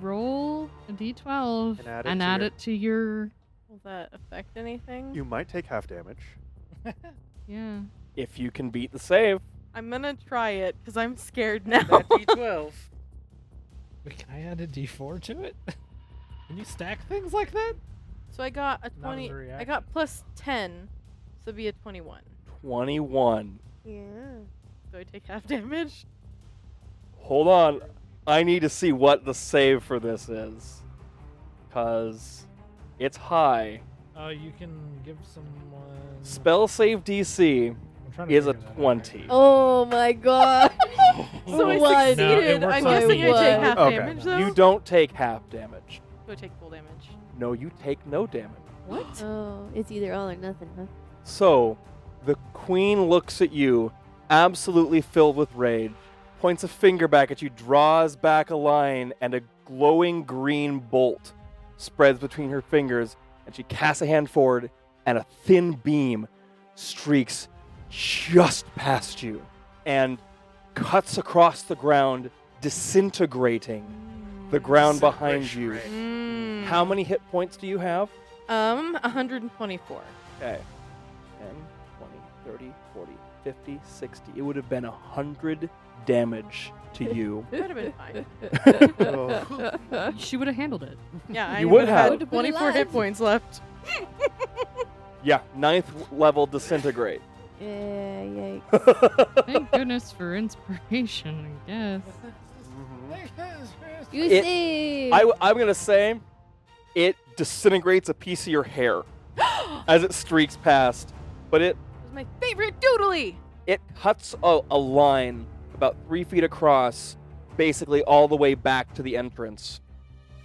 Speaker 7: roll a d12
Speaker 3: And add it to
Speaker 7: add
Speaker 3: your-
Speaker 7: it to your.
Speaker 2: Will that affect anything?
Speaker 3: You might take half damage.
Speaker 7: Yeah.
Speaker 1: If you can beat the save,
Speaker 2: I'm gonna try it because I'm scared now.
Speaker 5: that D12.
Speaker 9: Wait, can I add a D4 to it? Can you stack things like that?
Speaker 2: so I got a
Speaker 9: as
Speaker 2: 20.
Speaker 9: a
Speaker 2: I got plus 10, so it'd be a 21.
Speaker 1: 21.
Speaker 6: Yeah.
Speaker 2: Do I take half damage?
Speaker 1: Hold on. I need to see what the save for this is. Because it's high.
Speaker 9: Uh, you can give someone.
Speaker 1: Spell save DC
Speaker 9: I'm trying to
Speaker 1: is a
Speaker 9: figure that out.
Speaker 1: 20.
Speaker 6: Oh my god.
Speaker 2: So I
Speaker 6: What?
Speaker 9: No, it
Speaker 2: succeeded.
Speaker 9: works
Speaker 2: I'm
Speaker 9: on
Speaker 2: guessing I
Speaker 6: the
Speaker 2: take
Speaker 6: D12.
Speaker 2: half
Speaker 3: Okay.
Speaker 2: damage though.
Speaker 1: You don't take half damage.
Speaker 2: Do I take full damage?
Speaker 1: No, you take no damage.
Speaker 7: What?
Speaker 6: Oh, it's either all or nothing, huh?
Speaker 1: So, the queen looks at you, absolutely filled with rage, points a finger back at you, draws back a line, and a glowing green bolt spreads between her fingers, and she casts a hand forward, and a thin beam streaks just past you and cuts across the ground, disintegrating the ground behind you.
Speaker 2: Mm.
Speaker 1: How many hit points do you have?
Speaker 2: Um, 124.
Speaker 1: Okay. 10, 20, 30, 40, 50, 60. It would have been 100 damage to you.
Speaker 2: Would have been fine.
Speaker 3: Oh,
Speaker 7: She would have handled it.
Speaker 2: Yeah, I
Speaker 1: You would
Speaker 2: would've
Speaker 1: have.
Speaker 2: had 24 hit points left.
Speaker 1: yeah, ninth w- level disintegrate.
Speaker 6: Yeah, yikes.
Speaker 7: Thank goodness for inspiration, I guess.
Speaker 3: mhm.
Speaker 6: You
Speaker 1: It-
Speaker 6: see.
Speaker 1: I, am going to say it disintegrates a piece of your hair as it streaks past, but it,
Speaker 2: It was my favorite doodly.
Speaker 1: it cuts a, a line about three feet across basically all the way back to the entrance.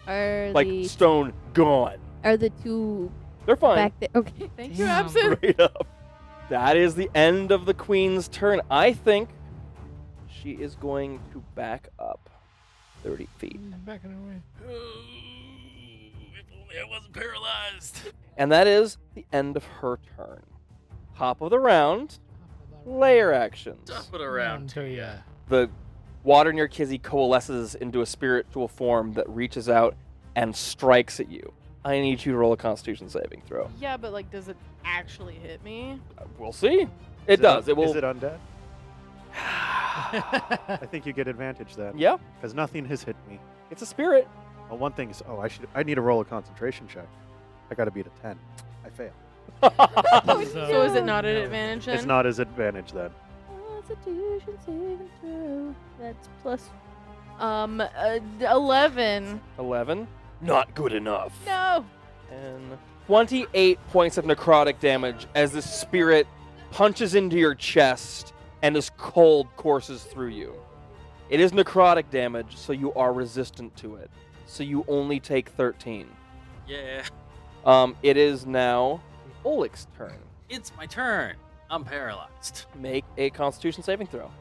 Speaker 6: Are
Speaker 1: Like
Speaker 6: the
Speaker 1: stone gone.
Speaker 6: are the two
Speaker 1: They're fine.
Speaker 6: back there? Okay.
Speaker 2: Thank you,
Speaker 4: Damn.
Speaker 2: Absinthe.
Speaker 1: Straight up. That is the end of the queen's turn. I think she is going to back up 30 feet.
Speaker 9: I'm backing away.
Speaker 5: If only I wasn't paralyzed.
Speaker 1: And that is the end of her turn. Top of the round, layer actions.
Speaker 5: Stuff it around to ya.
Speaker 9: uh,
Speaker 1: The water near Kizzy coalesces into a spiritual form that reaches out and strikes at you. I need you to roll a constitution saving throw.
Speaker 2: Yeah, but like, does it actually hit me?
Speaker 1: We'll see. It does. It will.
Speaker 3: Is it undead? I think you get advantage then.
Speaker 1: yeah,
Speaker 3: Because nothing has hit me.
Speaker 1: it's a spirit.
Speaker 3: Oh, one thing is, oh, I should. I need to roll a concentration check. I got to beat a ten. I fail.
Speaker 2: So, is it not an advantage then?
Speaker 3: It's not as advantage then.
Speaker 6: Constitution saving throw. That's plus.
Speaker 2: Um, uh, d- eleven.
Speaker 1: 11. Not good enough.
Speaker 2: No.
Speaker 1: And 28 points of necrotic damage as this spirit punches into your chest and this cold courses through you. It is necrotic damage, so you are resistant to it. So you only take 13.
Speaker 5: Yeah.
Speaker 1: Um, it is now Olik's turn.
Speaker 5: It's my turn. I'm paralyzed.
Speaker 1: Make a constitution saving throw.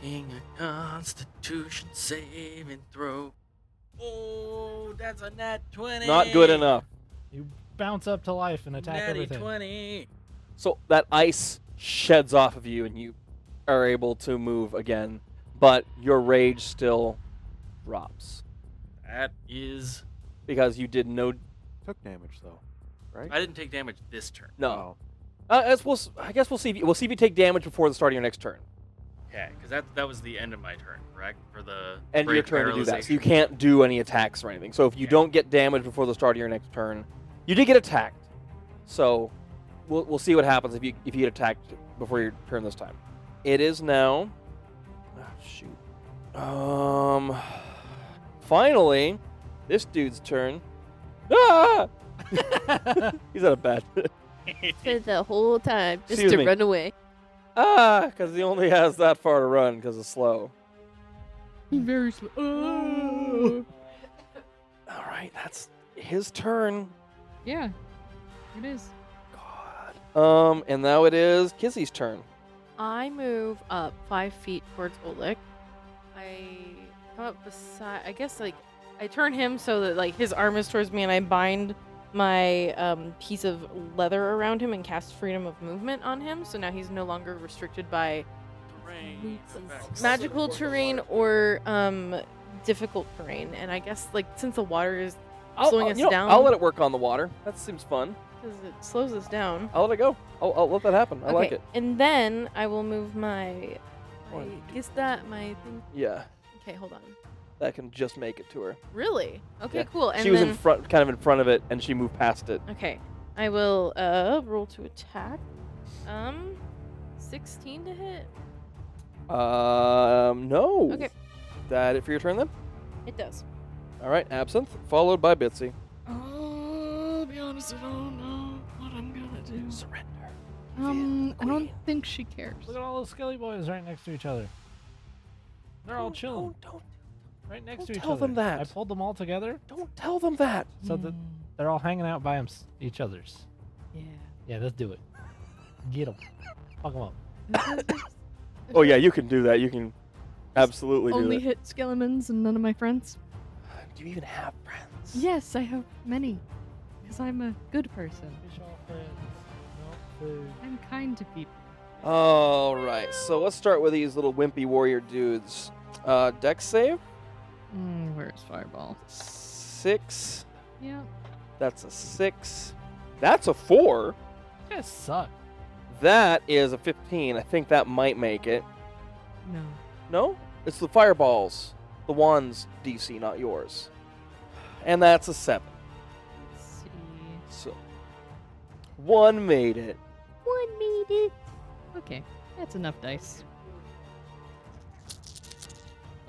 Speaker 5: Making a constitution saving throw. Oh, that's a nat 20.
Speaker 1: Not good enough.
Speaker 9: You bounce up to life and attack
Speaker 5: Natty
Speaker 9: everything.
Speaker 5: 20.
Speaker 1: So that ice sheds off of you, and you are able to move again, but your rage still drops
Speaker 5: That is.
Speaker 1: because you did no.
Speaker 3: Took damage though.
Speaker 5: I didn't take damage this turn.
Speaker 1: No,
Speaker 5: Oh.
Speaker 1: uh, as we'll, s- I guess we'll see. If you, we'll see if you take damage before the start of your next turn,
Speaker 5: Okay, because that, that was the end of my turn, correct? For the.
Speaker 1: and your
Speaker 5: break
Speaker 1: turn to do that. So you
Speaker 5: paralyzation.
Speaker 1: can't do any attacks or anything. So if you
Speaker 5: Yeah.
Speaker 1: don't get damage before the start of your next turn, you did get attacked. So we'll, we'll see what happens if you if you get attacked before your turn this time. It is now. Ah, shoot. Um. Finally, this dude's turn. Ah! He's out of bed.
Speaker 6: Spent the whole
Speaker 2: Uh,
Speaker 6: time just
Speaker 1: Excuse
Speaker 6: to
Speaker 1: me.
Speaker 6: run away.
Speaker 1: ah, because he only has that far to run because it's slow.
Speaker 7: Very slow. Oh.
Speaker 1: All right, that's his turn.
Speaker 7: Yeah, it is.
Speaker 1: God. Um, and now it is Kissy's turn.
Speaker 2: I move up five feet towards Oleg. I come up beside. I guess like I turn him so that like his arm is towards me, and I bind my um, piece of leather around him and cast freedom of movement on him. So now he's no longer restricted by
Speaker 5: Terrain, effects.
Speaker 2: magical terrain or um, difficult terrain. And I guess like since the water is
Speaker 1: I'll,
Speaker 2: Slowing
Speaker 1: I'll-
Speaker 2: us
Speaker 1: you know,
Speaker 2: down?
Speaker 1: I'll let it work on the water. That seems fun.
Speaker 2: because it slows us down.
Speaker 1: I'll let it go. I'll, I'll let that happen. I
Speaker 2: okay.
Speaker 1: like it.
Speaker 2: And then I will move my. my
Speaker 1: One, two,
Speaker 2: is that my thing?
Speaker 1: Yeah,
Speaker 2: Okay, hold on.
Speaker 1: that can just make it to her.
Speaker 2: Really? Okay,
Speaker 1: Yeah.
Speaker 2: cool. And
Speaker 1: she was
Speaker 2: then
Speaker 1: in front, kind of in front of it, and she moved past it.
Speaker 2: okay, I will uh roll to attack. Um, sixteen to hit.
Speaker 1: Um, no.
Speaker 2: Okay.
Speaker 1: That it for your turn then?
Speaker 2: It does.
Speaker 1: All right, Absinthe, followed by Bitsy.
Speaker 7: I'll be honest, I don't know what I'm gonna do.
Speaker 1: Surrender.
Speaker 7: Um, I don't think she cares.
Speaker 9: Look at all those skelly boys right next to each other. They're all chilling
Speaker 1: Don't, don't,
Speaker 9: right next
Speaker 1: don't
Speaker 9: to each
Speaker 1: tell
Speaker 9: other.
Speaker 1: them that.
Speaker 9: I pulled them all together
Speaker 1: don't tell them that.
Speaker 9: so that they're all hanging out by 'em s each other's.
Speaker 7: Yeah.
Speaker 9: Yeah, let's do it. Get them. Fuck them up.
Speaker 1: Oh yeah, you can do that. You can absolutely do
Speaker 7: Only
Speaker 1: that.
Speaker 7: hit Skelemans and none of my friends.
Speaker 1: Do you even have friends?
Speaker 7: Yes, I have many. Because I'm a good person.
Speaker 9: Fish all friends. No food.
Speaker 7: I'm kind to people.
Speaker 1: All right, so let's start with these little wimpy warrior dudes. Uh, deck save
Speaker 7: Mm, where's Fireball?
Speaker 1: six.
Speaker 7: Yeah.
Speaker 1: That's a six. That's a four.
Speaker 9: You guys suck.
Speaker 1: That is a fifteen. I think that might make it.
Speaker 7: No.
Speaker 1: No, it's the fireballs. The wand's DC, not yours. And that's a seven.
Speaker 7: Let's see.
Speaker 1: So one made it.
Speaker 6: One minute.
Speaker 7: Okay, that's enough dice.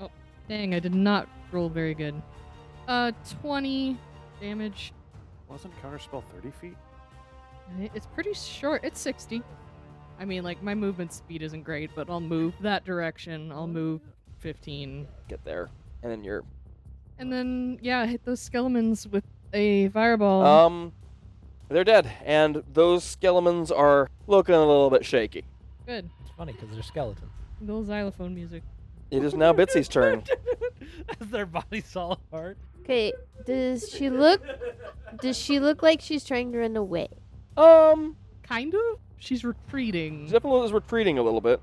Speaker 7: Oh, dang, I did not roll very good. Uh, 20 damage.
Speaker 3: Wasn't counterspell thirty feet?
Speaker 7: I- It's pretty short. It's 60. I mean, like, my movement speed isn't great, but I'll move that direction. I'll move 15.
Speaker 1: Get there, and then you're
Speaker 7: And then, yeah, hit those skeletons with a fireball.
Speaker 1: um, they're dead, and those skeletons are looking a little bit shaky.
Speaker 7: Good.
Speaker 9: It's funny because they're skeletons.
Speaker 7: Little xylophone music.
Speaker 1: It is now Bitsy's turn.
Speaker 9: As their bodies fall apart.
Speaker 6: Okay, does she look? Does she look like she's trying to run away?
Speaker 1: Um,
Speaker 7: Kind of? She's retreating.
Speaker 1: Zeppelin is retreating a little bit,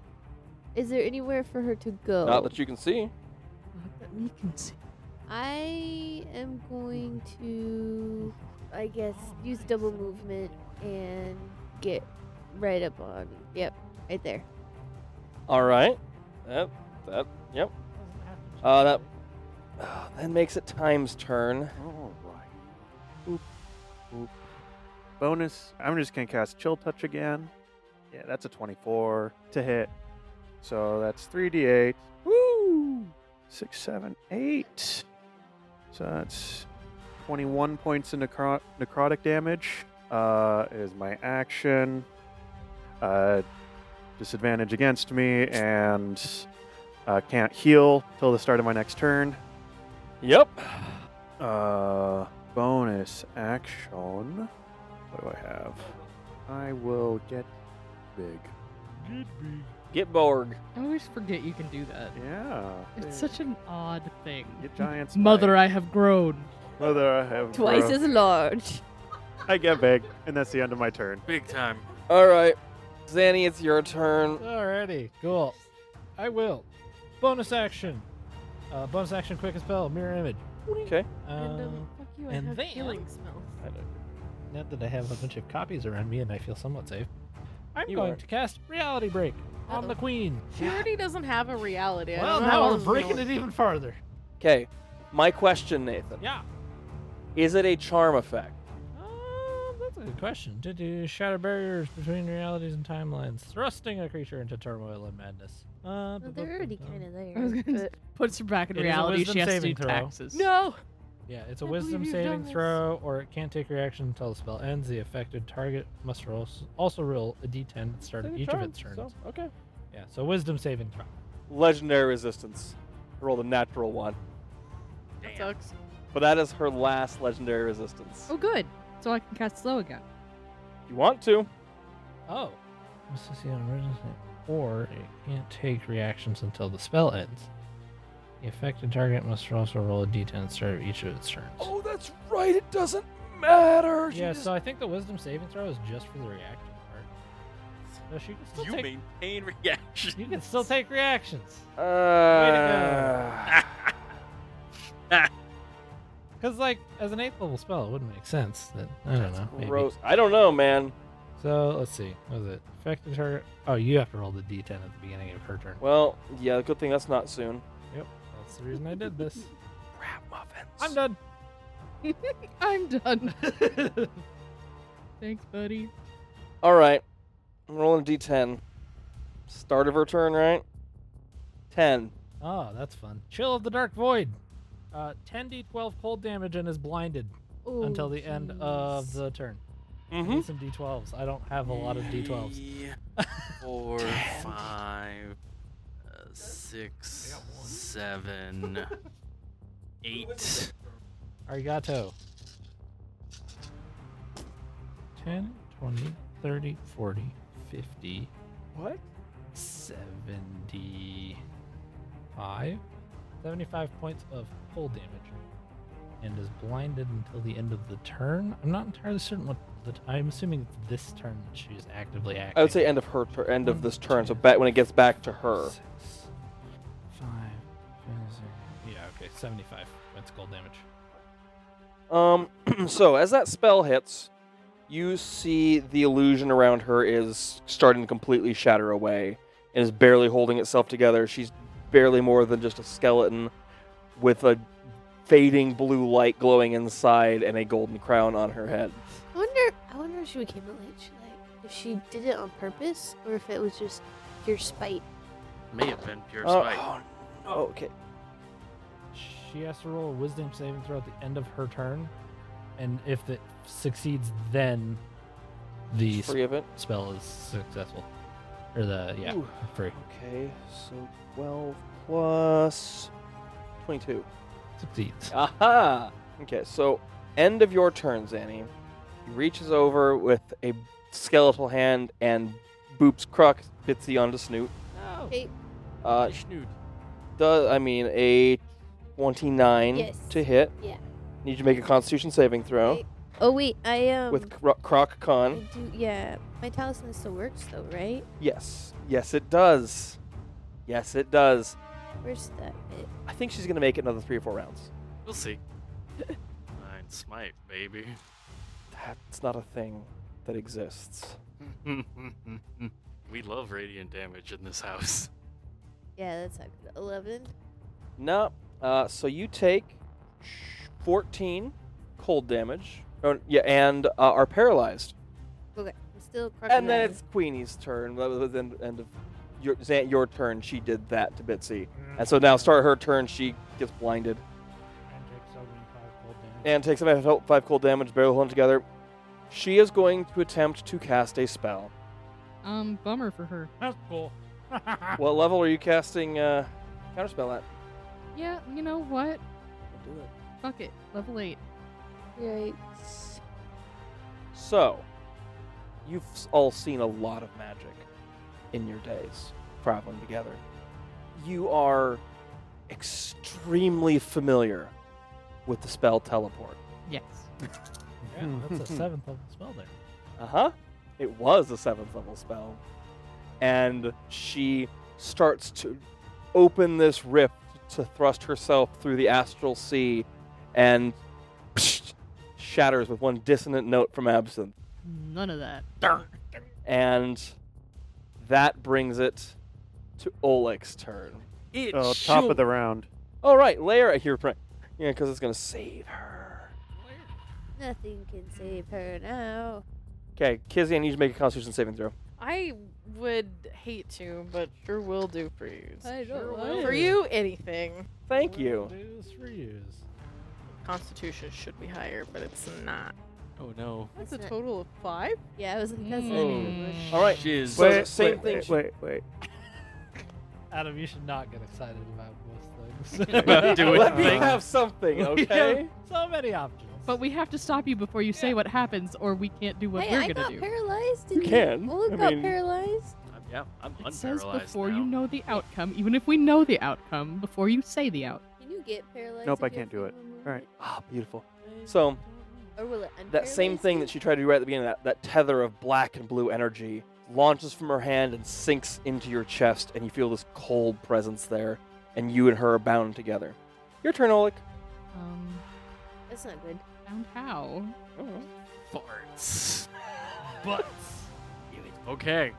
Speaker 6: Is there anywhere for her to go?
Speaker 1: not that you can see.
Speaker 7: Not that we can see.
Speaker 6: I am going to, I guess, use double movement and get right up on. Yep, right there.
Speaker 1: All right, that that yep. Uh, that then makes it Time's turn.
Speaker 3: All right. Oop, oop. Bonus. I'm just gonna cast Chill Touch again. Yeah, that's a 24 to hit. So that's 3d8. Woo! Six, seven, eight. So that's 21 points of necro- necrotic damage. Uh, is my action. Uh, disadvantage against me, and uh, can't heal till the start of my next turn.
Speaker 1: Yep.
Speaker 3: Uh, bonus action. What do I have? I will get big.
Speaker 1: Get Borg.
Speaker 7: I always forget you can do that.
Speaker 3: Yeah.
Speaker 7: It's such an odd thing.
Speaker 3: Get giant. Spike.
Speaker 7: Mother, I have grown.
Speaker 3: Mother, I have.
Speaker 6: Twice
Speaker 3: grown.
Speaker 6: as large.
Speaker 3: I get big, and that's the end of my turn.
Speaker 5: Big time.
Speaker 1: All right, Zanny, it's your turn.
Speaker 9: Alrighty, cool. I will. Bonus action. Uh, bonus action, quick and spell, mirror image.
Speaker 1: Okay.
Speaker 2: and
Speaker 9: Um,
Speaker 2: um, fuck you, I
Speaker 9: and
Speaker 2: have
Speaker 9: then-
Speaker 2: healing spells.
Speaker 4: Uh,
Speaker 9: Not that I have a bunch of copies around me and I feel somewhat safe. I'm
Speaker 1: You
Speaker 9: going
Speaker 1: are.
Speaker 9: to cast Reality Break on the Queen.
Speaker 2: She already doesn't have a reality. I
Speaker 9: Well,
Speaker 2: don't know how
Speaker 9: now we're
Speaker 2: else to
Speaker 9: breaking
Speaker 2: know
Speaker 9: it even farther.
Speaker 1: Okay. My question, Nathan.
Speaker 9: Yeah.
Speaker 1: Is it a charm effect?
Speaker 9: Um, that's a good question. Did you shatter barriers between realities and timelines, thrusting a creature into turmoil and madness? Uh,
Speaker 6: Well, they're already kind of
Speaker 7: I was
Speaker 6: there.
Speaker 7: gonna s- Puts her back in
Speaker 9: It is a
Speaker 7: reality.
Speaker 9: wisdom
Speaker 7: She has to do
Speaker 9: saving throw.
Speaker 7: taxes.
Speaker 2: No.
Speaker 9: Yeah, it's a
Speaker 2: I believe
Speaker 9: wisdom
Speaker 2: you've done
Speaker 9: saving
Speaker 2: this.
Speaker 9: throw, or it can't take reaction until the spell ends. The affected target must roll, also roll a d10 at the start of each of its turns.
Speaker 1: okay.
Speaker 9: Yeah, so wisdom saving throw.
Speaker 1: Legendary resistance. Rolled a natural one.
Speaker 2: That sucks.
Speaker 1: But that is her last legendary resistance.
Speaker 7: Oh, good. So I can cast slow again.
Speaker 1: You want to?
Speaker 9: Oh. Must succeed on emergency. Or it can't take reactions until the spell ends. The affected target must also roll a d10 at the start of each of its turns.
Speaker 1: Oh, that's right. It doesn't matter.
Speaker 9: yeah, so I think the wisdom saving throw is just for the reaction part. No, she can still
Speaker 5: You
Speaker 9: take,
Speaker 5: maintain reaction.
Speaker 9: you can still take reactions.
Speaker 1: Uh,
Speaker 9: Because, like, as an 8th level spell, it wouldn't make sense. That, I don't know. maybe.
Speaker 1: gross. I don't know, man.
Speaker 9: So, let's see. What is it? Affected target. Oh, you have to roll the d10 at the beginning of her turn.
Speaker 1: Well, yeah, good thing that's not soon.
Speaker 9: Yep. That's the reason I did this.
Speaker 1: Crab muffins.
Speaker 9: I'm done.
Speaker 7: I'm done. Thanks, buddy.
Speaker 1: All right. I'm rolling a d10. Start of her turn, right? 10.
Speaker 9: Oh, that's fun. Chill of the Dark Void. Uh, 10d12 cold damage and is blinded until the end of the turn. I
Speaker 1: Mm-hmm.
Speaker 9: need some d12s. I don't have a lot of d12s.
Speaker 5: Three, Four, five, uh, six, seven, eight.
Speaker 9: Arigato. 10, 20, 30, 40, 50. What? 75? 75 points of cold damage. And is blinded until the end of the turn. I'm not entirely certain what the time. I'm assuming it's this turn that she's actively acting.
Speaker 1: I would say end of her tur end of this turn, so back when it gets back to her.
Speaker 9: Six, five, seven, yeah, okay, 75 points of cold damage.
Speaker 1: Um, so as that spell hits, you see the illusion around her is starting to completely shatter away and is barely holding itself together. She's barely more than just a skeleton with a fading blue light glowing inside and a golden crown on her head.
Speaker 6: I wonder. I wonder if she became a lich. Like, if she did it on purpose, or if it was just pure spite.
Speaker 5: May have been pure
Speaker 1: Oh,
Speaker 5: spite.
Speaker 1: oh, no. okay.
Speaker 9: She has to roll a wisdom saving throw at the end of her turn, and if it succeeds, then the
Speaker 1: Free of it.
Speaker 9: spell is successful.
Speaker 4: Or the yeah,
Speaker 1: Ooh.
Speaker 4: free.
Speaker 1: Okay, so 12 plus 22.
Speaker 4: Succeeds.
Speaker 1: Aha! Okay, so end of your turn, Zanny. He reaches over with a skeletal hand and boops Kruk, Bitsy onto Snoot.
Speaker 5: Oh,
Speaker 6: Okay.
Speaker 1: Uh,
Speaker 5: Snoot.
Speaker 1: does, I mean, a 29
Speaker 6: Yes.
Speaker 1: to hit.
Speaker 6: Yeah.
Speaker 1: Need you to make a constitution saving throw
Speaker 6: Okay. Oh wait, I um.
Speaker 1: with Kro- Krok
Speaker 6: I
Speaker 1: Khan.
Speaker 6: do, yeah, my talisman still works though, right?
Speaker 1: Yes. Yes, it does. Yes, it does.
Speaker 6: Where's that? It,
Speaker 1: I think she's going to make it another three or four rounds.
Speaker 5: We'll see. Nine smite, baby.
Speaker 1: That's not a thing that exists.
Speaker 5: we love radiant damage in this house.
Speaker 6: yeah, that's not good. Eleven.
Speaker 1: No. Uh, so you take 14 cold damage. Oh, yeah, and uh, are paralyzed.
Speaker 6: Okay, I'm still.
Speaker 1: And then
Speaker 6: crocodile.
Speaker 1: it's Queenie's turn. That was the end end of your, Zan, your turn. She did that to Bitsy. And so now start her turn. She gets blinded and takes about hel- five cold damage, barely holding together. She is going to attempt to cast a spell.
Speaker 7: Um, bummer for her.
Speaker 9: That's cool.
Speaker 1: what level are you casting uh, counterspell at?
Speaker 7: Yeah, you know what? Fuck it. Level eight.
Speaker 6: Right.
Speaker 1: So, you've s- all seen a lot of magic in your days traveling together. You are extremely familiar with the spell teleport.
Speaker 7: Yes.
Speaker 4: Yeah, that's a seventh level spell there.
Speaker 1: Uh huh. It was a seventh level spell. And she starts to open this rift to thrust herself through the astral sea and shatters with one dissonant note from Absinthe.
Speaker 7: None of that.
Speaker 1: And that brings it to Oleg's turn.
Speaker 5: It
Speaker 3: Oh, top
Speaker 5: sure-
Speaker 3: of the round.
Speaker 1: All right, Lara here. Pr- yeah, because it's going to save her.
Speaker 6: Nothing can save her now.
Speaker 1: Okay, Kizzy, I need you to make a constitution saving throw.
Speaker 2: I would hate to, but sure will do for you.
Speaker 7: I don't
Speaker 2: Sure
Speaker 7: like
Speaker 2: will. For
Speaker 7: it.
Speaker 2: you, anything.
Speaker 1: Thank you.
Speaker 9: Reduce, reuse.
Speaker 2: Constitution should be higher, but it's not.
Speaker 5: Oh no.
Speaker 2: That's
Speaker 6: It's
Speaker 2: a
Speaker 6: not.
Speaker 2: total of five.
Speaker 6: Yeah, I was in that's
Speaker 1: Hmm.
Speaker 7: Mm.
Speaker 1: All right.
Speaker 5: Shiz.
Speaker 1: So the same thing.
Speaker 3: Wait, wait, wait.
Speaker 4: Adam, you should not get excited about most things.
Speaker 5: About doing
Speaker 1: Let me
Speaker 5: things.
Speaker 1: have something,
Speaker 4: We have
Speaker 1: okay?
Speaker 4: so many options.
Speaker 7: But we have to stop you before you say what happens, or we can't do what
Speaker 6: Hey,
Speaker 7: we're
Speaker 6: I
Speaker 7: gonna
Speaker 6: got
Speaker 7: do.
Speaker 6: paralyzed.
Speaker 1: You
Speaker 6: didn't
Speaker 1: can.
Speaker 6: Oleg
Speaker 1: I
Speaker 6: got
Speaker 1: mean-
Speaker 6: paralyzed.
Speaker 5: I'm- yeah, I'm
Speaker 7: It says
Speaker 5: unparalyzed
Speaker 7: before
Speaker 5: now.
Speaker 7: you know the outcome, even if we know the outcome, before you say the outcome.
Speaker 6: Can you get paralyzed?
Speaker 3: Nope,
Speaker 6: if
Speaker 3: I
Speaker 6: you
Speaker 3: can't
Speaker 6: have
Speaker 3: do it.
Speaker 6: feeling
Speaker 3: All right.
Speaker 1: Ah, beautiful. So
Speaker 6: movement? Or will it
Speaker 1: that same
Speaker 6: unparalyze
Speaker 1: thing
Speaker 6: you?
Speaker 1: that she tried to do right at the beginning, that, that tether of black and blue energy launches from her hand and sinks into your chest, and you feel this cold presence there, and you and her are bound together. Your turn, Oleg.
Speaker 7: Um,
Speaker 6: That's not good.
Speaker 7: found how?
Speaker 5: farts. Butts. Okay,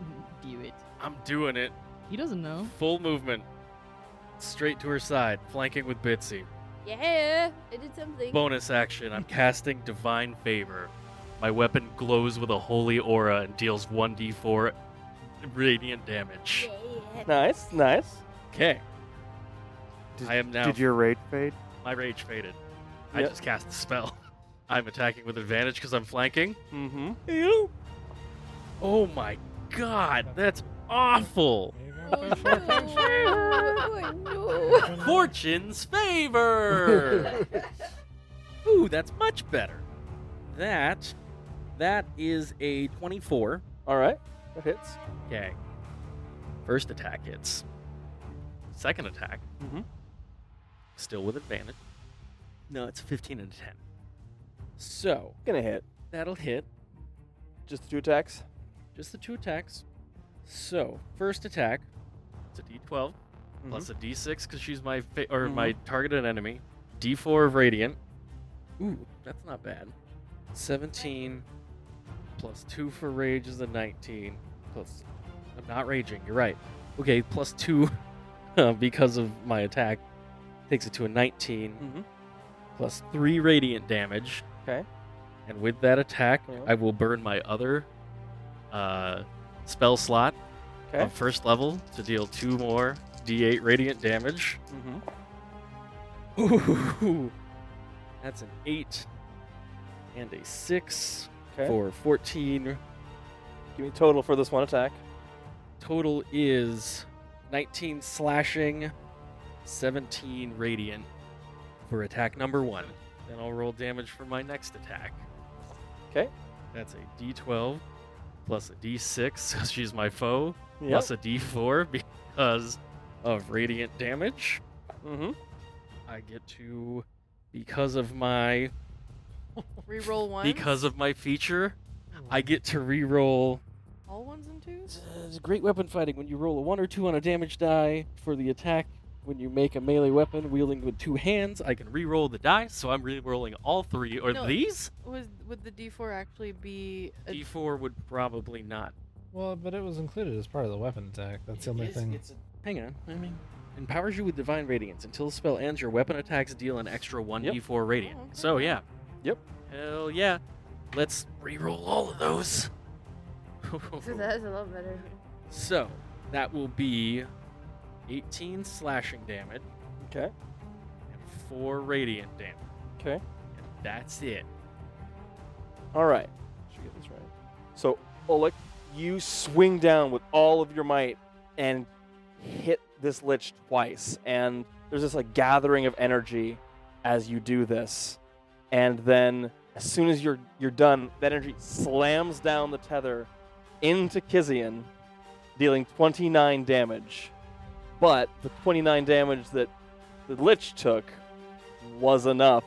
Speaker 7: Mm, Do it.
Speaker 5: I'm doing it.
Speaker 7: He doesn't know.
Speaker 5: Full movement. Straight to her side, flanking with Bitsy.
Speaker 6: Yeah, I did something.
Speaker 5: Bonus action, I'm casting Divine Favor. My weapon glows with a holy aura and deals 1d4 radiant damage.
Speaker 6: Yeah, yeah.
Speaker 1: Nice, nice.
Speaker 5: Okay,
Speaker 3: Did,
Speaker 5: I am now-
Speaker 3: Did your raid fade?
Speaker 5: my rage faded. I
Speaker 1: Yep.
Speaker 5: just cast the spell. I'm attacking with advantage because I'm flanking.
Speaker 1: Mm-hmm.
Speaker 5: Oh my god, that's awful!
Speaker 6: Oh, no. oh, no.
Speaker 5: Fortune's favor. Ooh, that's much better. That that is a 24.
Speaker 1: All right. That hits.
Speaker 5: Okay. First attack hits. Second attack.
Speaker 1: Mhm.
Speaker 5: Still with advantage. No, it's 15 and 10. So
Speaker 1: Gonna hit.
Speaker 5: that'll hit.
Speaker 1: Just the two attacks.
Speaker 5: Just the two attacks. So first attack. Mm-hmm. It's a D12 plus a D6 because she's my fa- or my targeted enemy. D4 of radiant. Ooh, that's not bad. 17 plus two for rage is a 19. Plus, I'm not raging. You're right. Okay, plus two uh, because of my attack takes it to a 19
Speaker 1: Mhm.
Speaker 5: plus three radiant damage.
Speaker 1: 'Kay.
Speaker 5: And with that attack,
Speaker 1: Yeah.
Speaker 5: I will burn my other uh, spell slot
Speaker 1: Okay.
Speaker 5: of first level to deal two more d8 radiant damage.
Speaker 1: Mm-hmm.
Speaker 5: Ooh, that's an eight and a six
Speaker 1: Okay.
Speaker 5: for 14.
Speaker 1: Give me total for this one attack.
Speaker 5: Total is 19 slashing, 17 radiant for attack number one. Then I'll roll damage for my next attack.
Speaker 1: 'Kay.
Speaker 5: That's a d12 plus a d6. She's my foe. Plus a d4 because of radiant damage.
Speaker 1: Mm-hmm.
Speaker 5: I get to, because of my
Speaker 2: Reroll one.
Speaker 5: because of my feature, I get to re-roll.
Speaker 2: all ones and twos.
Speaker 1: It's great weapon fighting when you roll a one or two on a damage die for the attack. When you make a melee weapon wielding with two hands,
Speaker 5: I can re-roll the dice, so I'm re-rolling all three. Or
Speaker 2: No.
Speaker 5: these?
Speaker 2: Was would the D4 actually be? A,
Speaker 5: D4 would probably not.
Speaker 9: Well, but it was included as part of the weapon attack. That's the only thing.
Speaker 5: Hang on, I mean, empowers you with divine radiance until the spell ends. Your weapon attacks deal an extra one
Speaker 1: Yep.
Speaker 5: D4 radiant.
Speaker 2: Oh, okay.
Speaker 5: So yeah.
Speaker 1: Yep.
Speaker 5: Hell yeah. Let's re-roll all of those.
Speaker 6: So that's a lot better.
Speaker 5: So that will be 18 slashing damage.
Speaker 1: 'Kay.
Speaker 5: And 4 radiant damage.
Speaker 1: 'Kay.
Speaker 5: And that's it.
Speaker 1: All right. Should get this right. So, Oleg, you swing down with all of your might and hit this lich twice. And there's this like gathering of energy as you do this. And then, as soon as you're you're done, that energy slams down the tether into Kizian, dealing 29 damage. But the 29 damage that the lich took was enough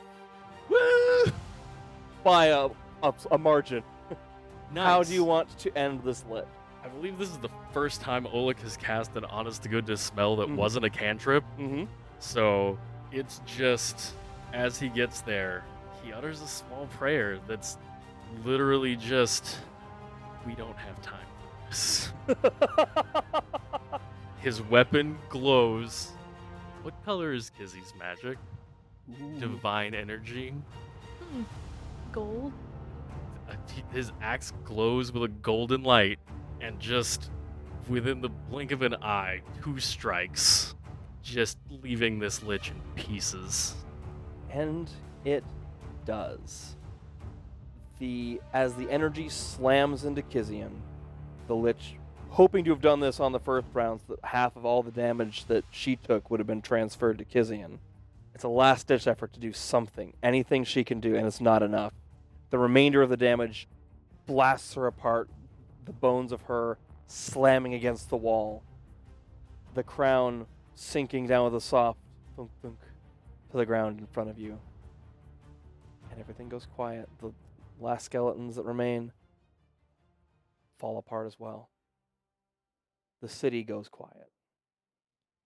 Speaker 1: by a, a, a margin.
Speaker 5: Nice.
Speaker 1: How do you want to end this lit?
Speaker 5: I believe this is the first time Oleg has cast an honest to goodness spell that
Speaker 1: Mhm.
Speaker 5: wasn't a cantrip.
Speaker 1: Mm-hmm.
Speaker 5: So it's just as he gets there, he utters a small prayer that's literally just, "We don't have time." for this." His weapon glows. What color is Kizzy's magic? Divine energy.
Speaker 2: Gold.
Speaker 5: Uh, he- His axe glows with a golden light, and just within the blink of an eye, two strikes, just leaving this lich in pieces.
Speaker 1: And it does. The as the energy slams into Kizian, the Lich, hoping to have done this on the first rounds, that half of all the damage that she took would have been transferred to Kizian. It's a last ditch effort to do something, anything she can do, and it's not enough. The remainder of the damage blasts her apart, the bones of her slamming against the wall, the crown sinking down with a soft thunk thunk to the ground in front of you. And everything goes quiet. The last skeletons that remain fall apart as well. The city goes quiet.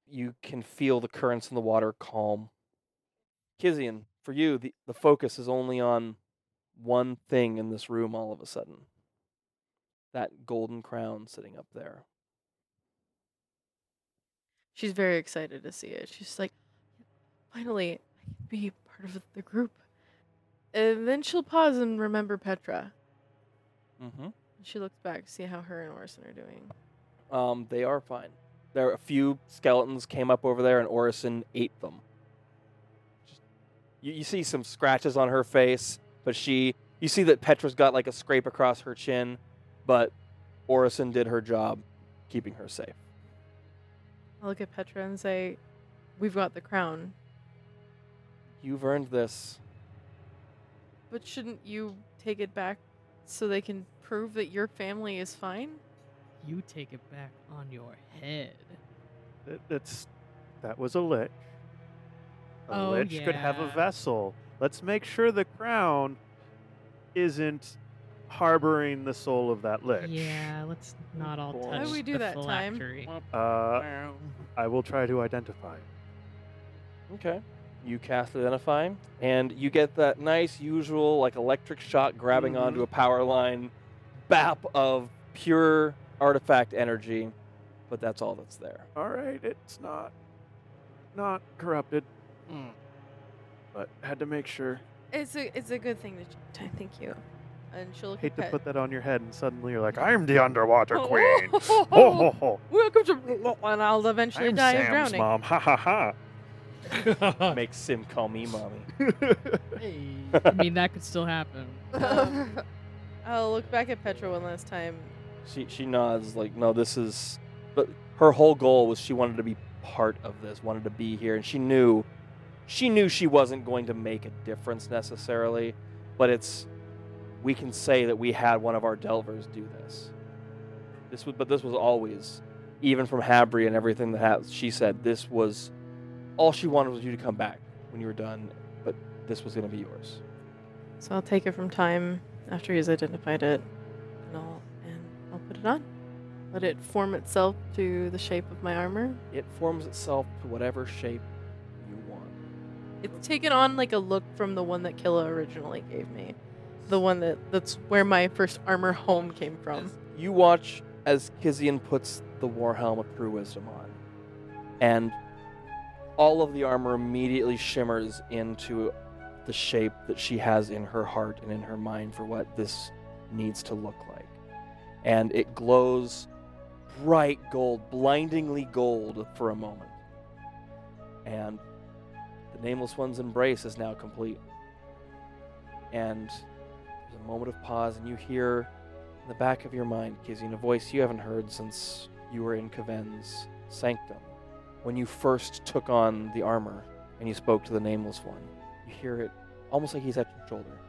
Speaker 1: You can feel the currents in the water calm. Kizian, for you, the, the focus is only on one thing in this room all of a sudden that golden crown sitting up there.
Speaker 2: She's very excited to see it. She's like, finally, I can be part of the group. And then she'll pause and remember Petra.
Speaker 1: Mm-hmm.
Speaker 2: She looks back to see how her and Orson are doing.
Speaker 1: Um, they are fine. There a few skeletons came up over there, and Orison ate them. Just- You, you see some scratches on her face, but she you see that Petra's got like a scrape across her chin, but Orison did her job, keeping her safe.
Speaker 2: I look at Petra and say, We've got the crown,
Speaker 1: You've earned this.
Speaker 2: but shouldn't you take it back so they can prove that your family is fine?
Speaker 7: You take it back on your head.
Speaker 3: That, that's that was a lich. A
Speaker 7: Oh,
Speaker 3: lich could have a
Speaker 7: yeah.
Speaker 3: vessel. Let's make sure the crown isn't harboring the soul of that lich.
Speaker 7: Yeah, let's not all
Speaker 1: Why
Speaker 7: touch
Speaker 2: would we do
Speaker 7: the
Speaker 2: that, Time?
Speaker 7: phylactery.
Speaker 3: Uh, I will try to identify.
Speaker 1: Okay. You cast Identify, and you get that nice, usual, like electric shock grabbing
Speaker 3: Mhm.
Speaker 1: onto a power line bap of pure artifact energy, but that's all that's there.
Speaker 3: All right, it's not not corrupted,
Speaker 2: Hmm.
Speaker 3: but had to make sure.
Speaker 2: It's a it's a good thing to check time. Thank you. And she'll look
Speaker 3: Hate
Speaker 2: at
Speaker 3: to
Speaker 2: Pet-
Speaker 3: put that on your head, and suddenly you're like, "I'm the underwater queen."
Speaker 2: Oh,
Speaker 3: Ho ho ho!
Speaker 2: Welcome to and I'll eventually
Speaker 3: I'm
Speaker 2: die
Speaker 3: Sam's
Speaker 2: of drowning.
Speaker 3: mom. Ha ha ha!
Speaker 1: Make Sim call me mommy.
Speaker 7: I mean, that could still happen.
Speaker 2: Um, I'll look back at Petra one last time.
Speaker 1: She she nods like, no, this is But her whole goal was she wanted to be part of this, wanted to be here, and she knew she knew she wasn't going to make a difference necessarily, but it's we can say that we had one of our delvers do this. This was but this was always even from Habri and everything that ha- she said, this was all she wanted was you to come back when you were done, but this was going to be yours.
Speaker 2: So I'll take it from time after he's identified it, and I'll and I'll put it on. Let it form itself to the shape of my armor.
Speaker 1: It forms itself to whatever shape you want.
Speaker 2: It's taken on like a look from the one that Killa originally gave me, the one that that's where my first armor home came from.
Speaker 1: You watch as Kizian puts the war helm of true wisdom on, and all of the armor immediately shimmers into the shape that she has in her heart and in her mind for what this needs to look like. And it glows bright gold, blindingly gold for a moment. And the Nameless One's embrace is now complete. And there's a moment of pause, and you hear in the back of your mind, Kizian, a voice you haven't heard since you were in Kaven's sanctum. When you first took on the armor and you spoke to the Nameless One, you hear it almost like he's at your shoulder.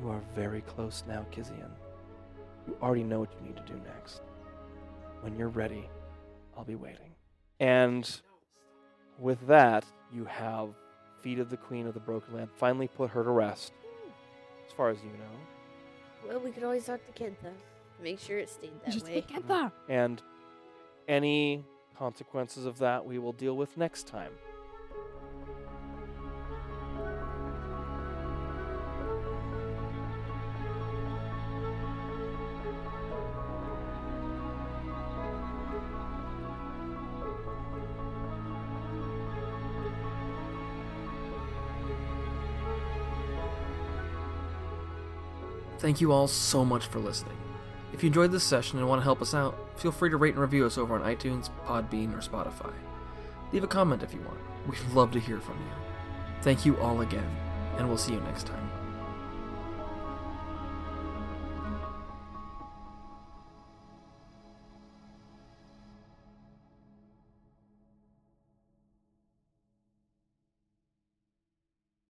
Speaker 1: You are very close now, Kizian. You already know what you need to do next. When you're ready, I'll be waiting. And with that, you have Feet of the Queen of the Broken Land finally put her to rest, as far as you know.
Speaker 6: Well, we could always talk to Kenta. Make sure it stayed that
Speaker 7: Just
Speaker 6: way.
Speaker 7: take it there.
Speaker 1: and any consequences of that we will deal with next time. Thank you all so much for listening. If you enjoyed this session and want to help us out, feel free to rate and review us over on iTunes, Podbean, or Spotify. Leave a comment if you want. We'd love to hear from you. Thank you all again, and we'll see you next time.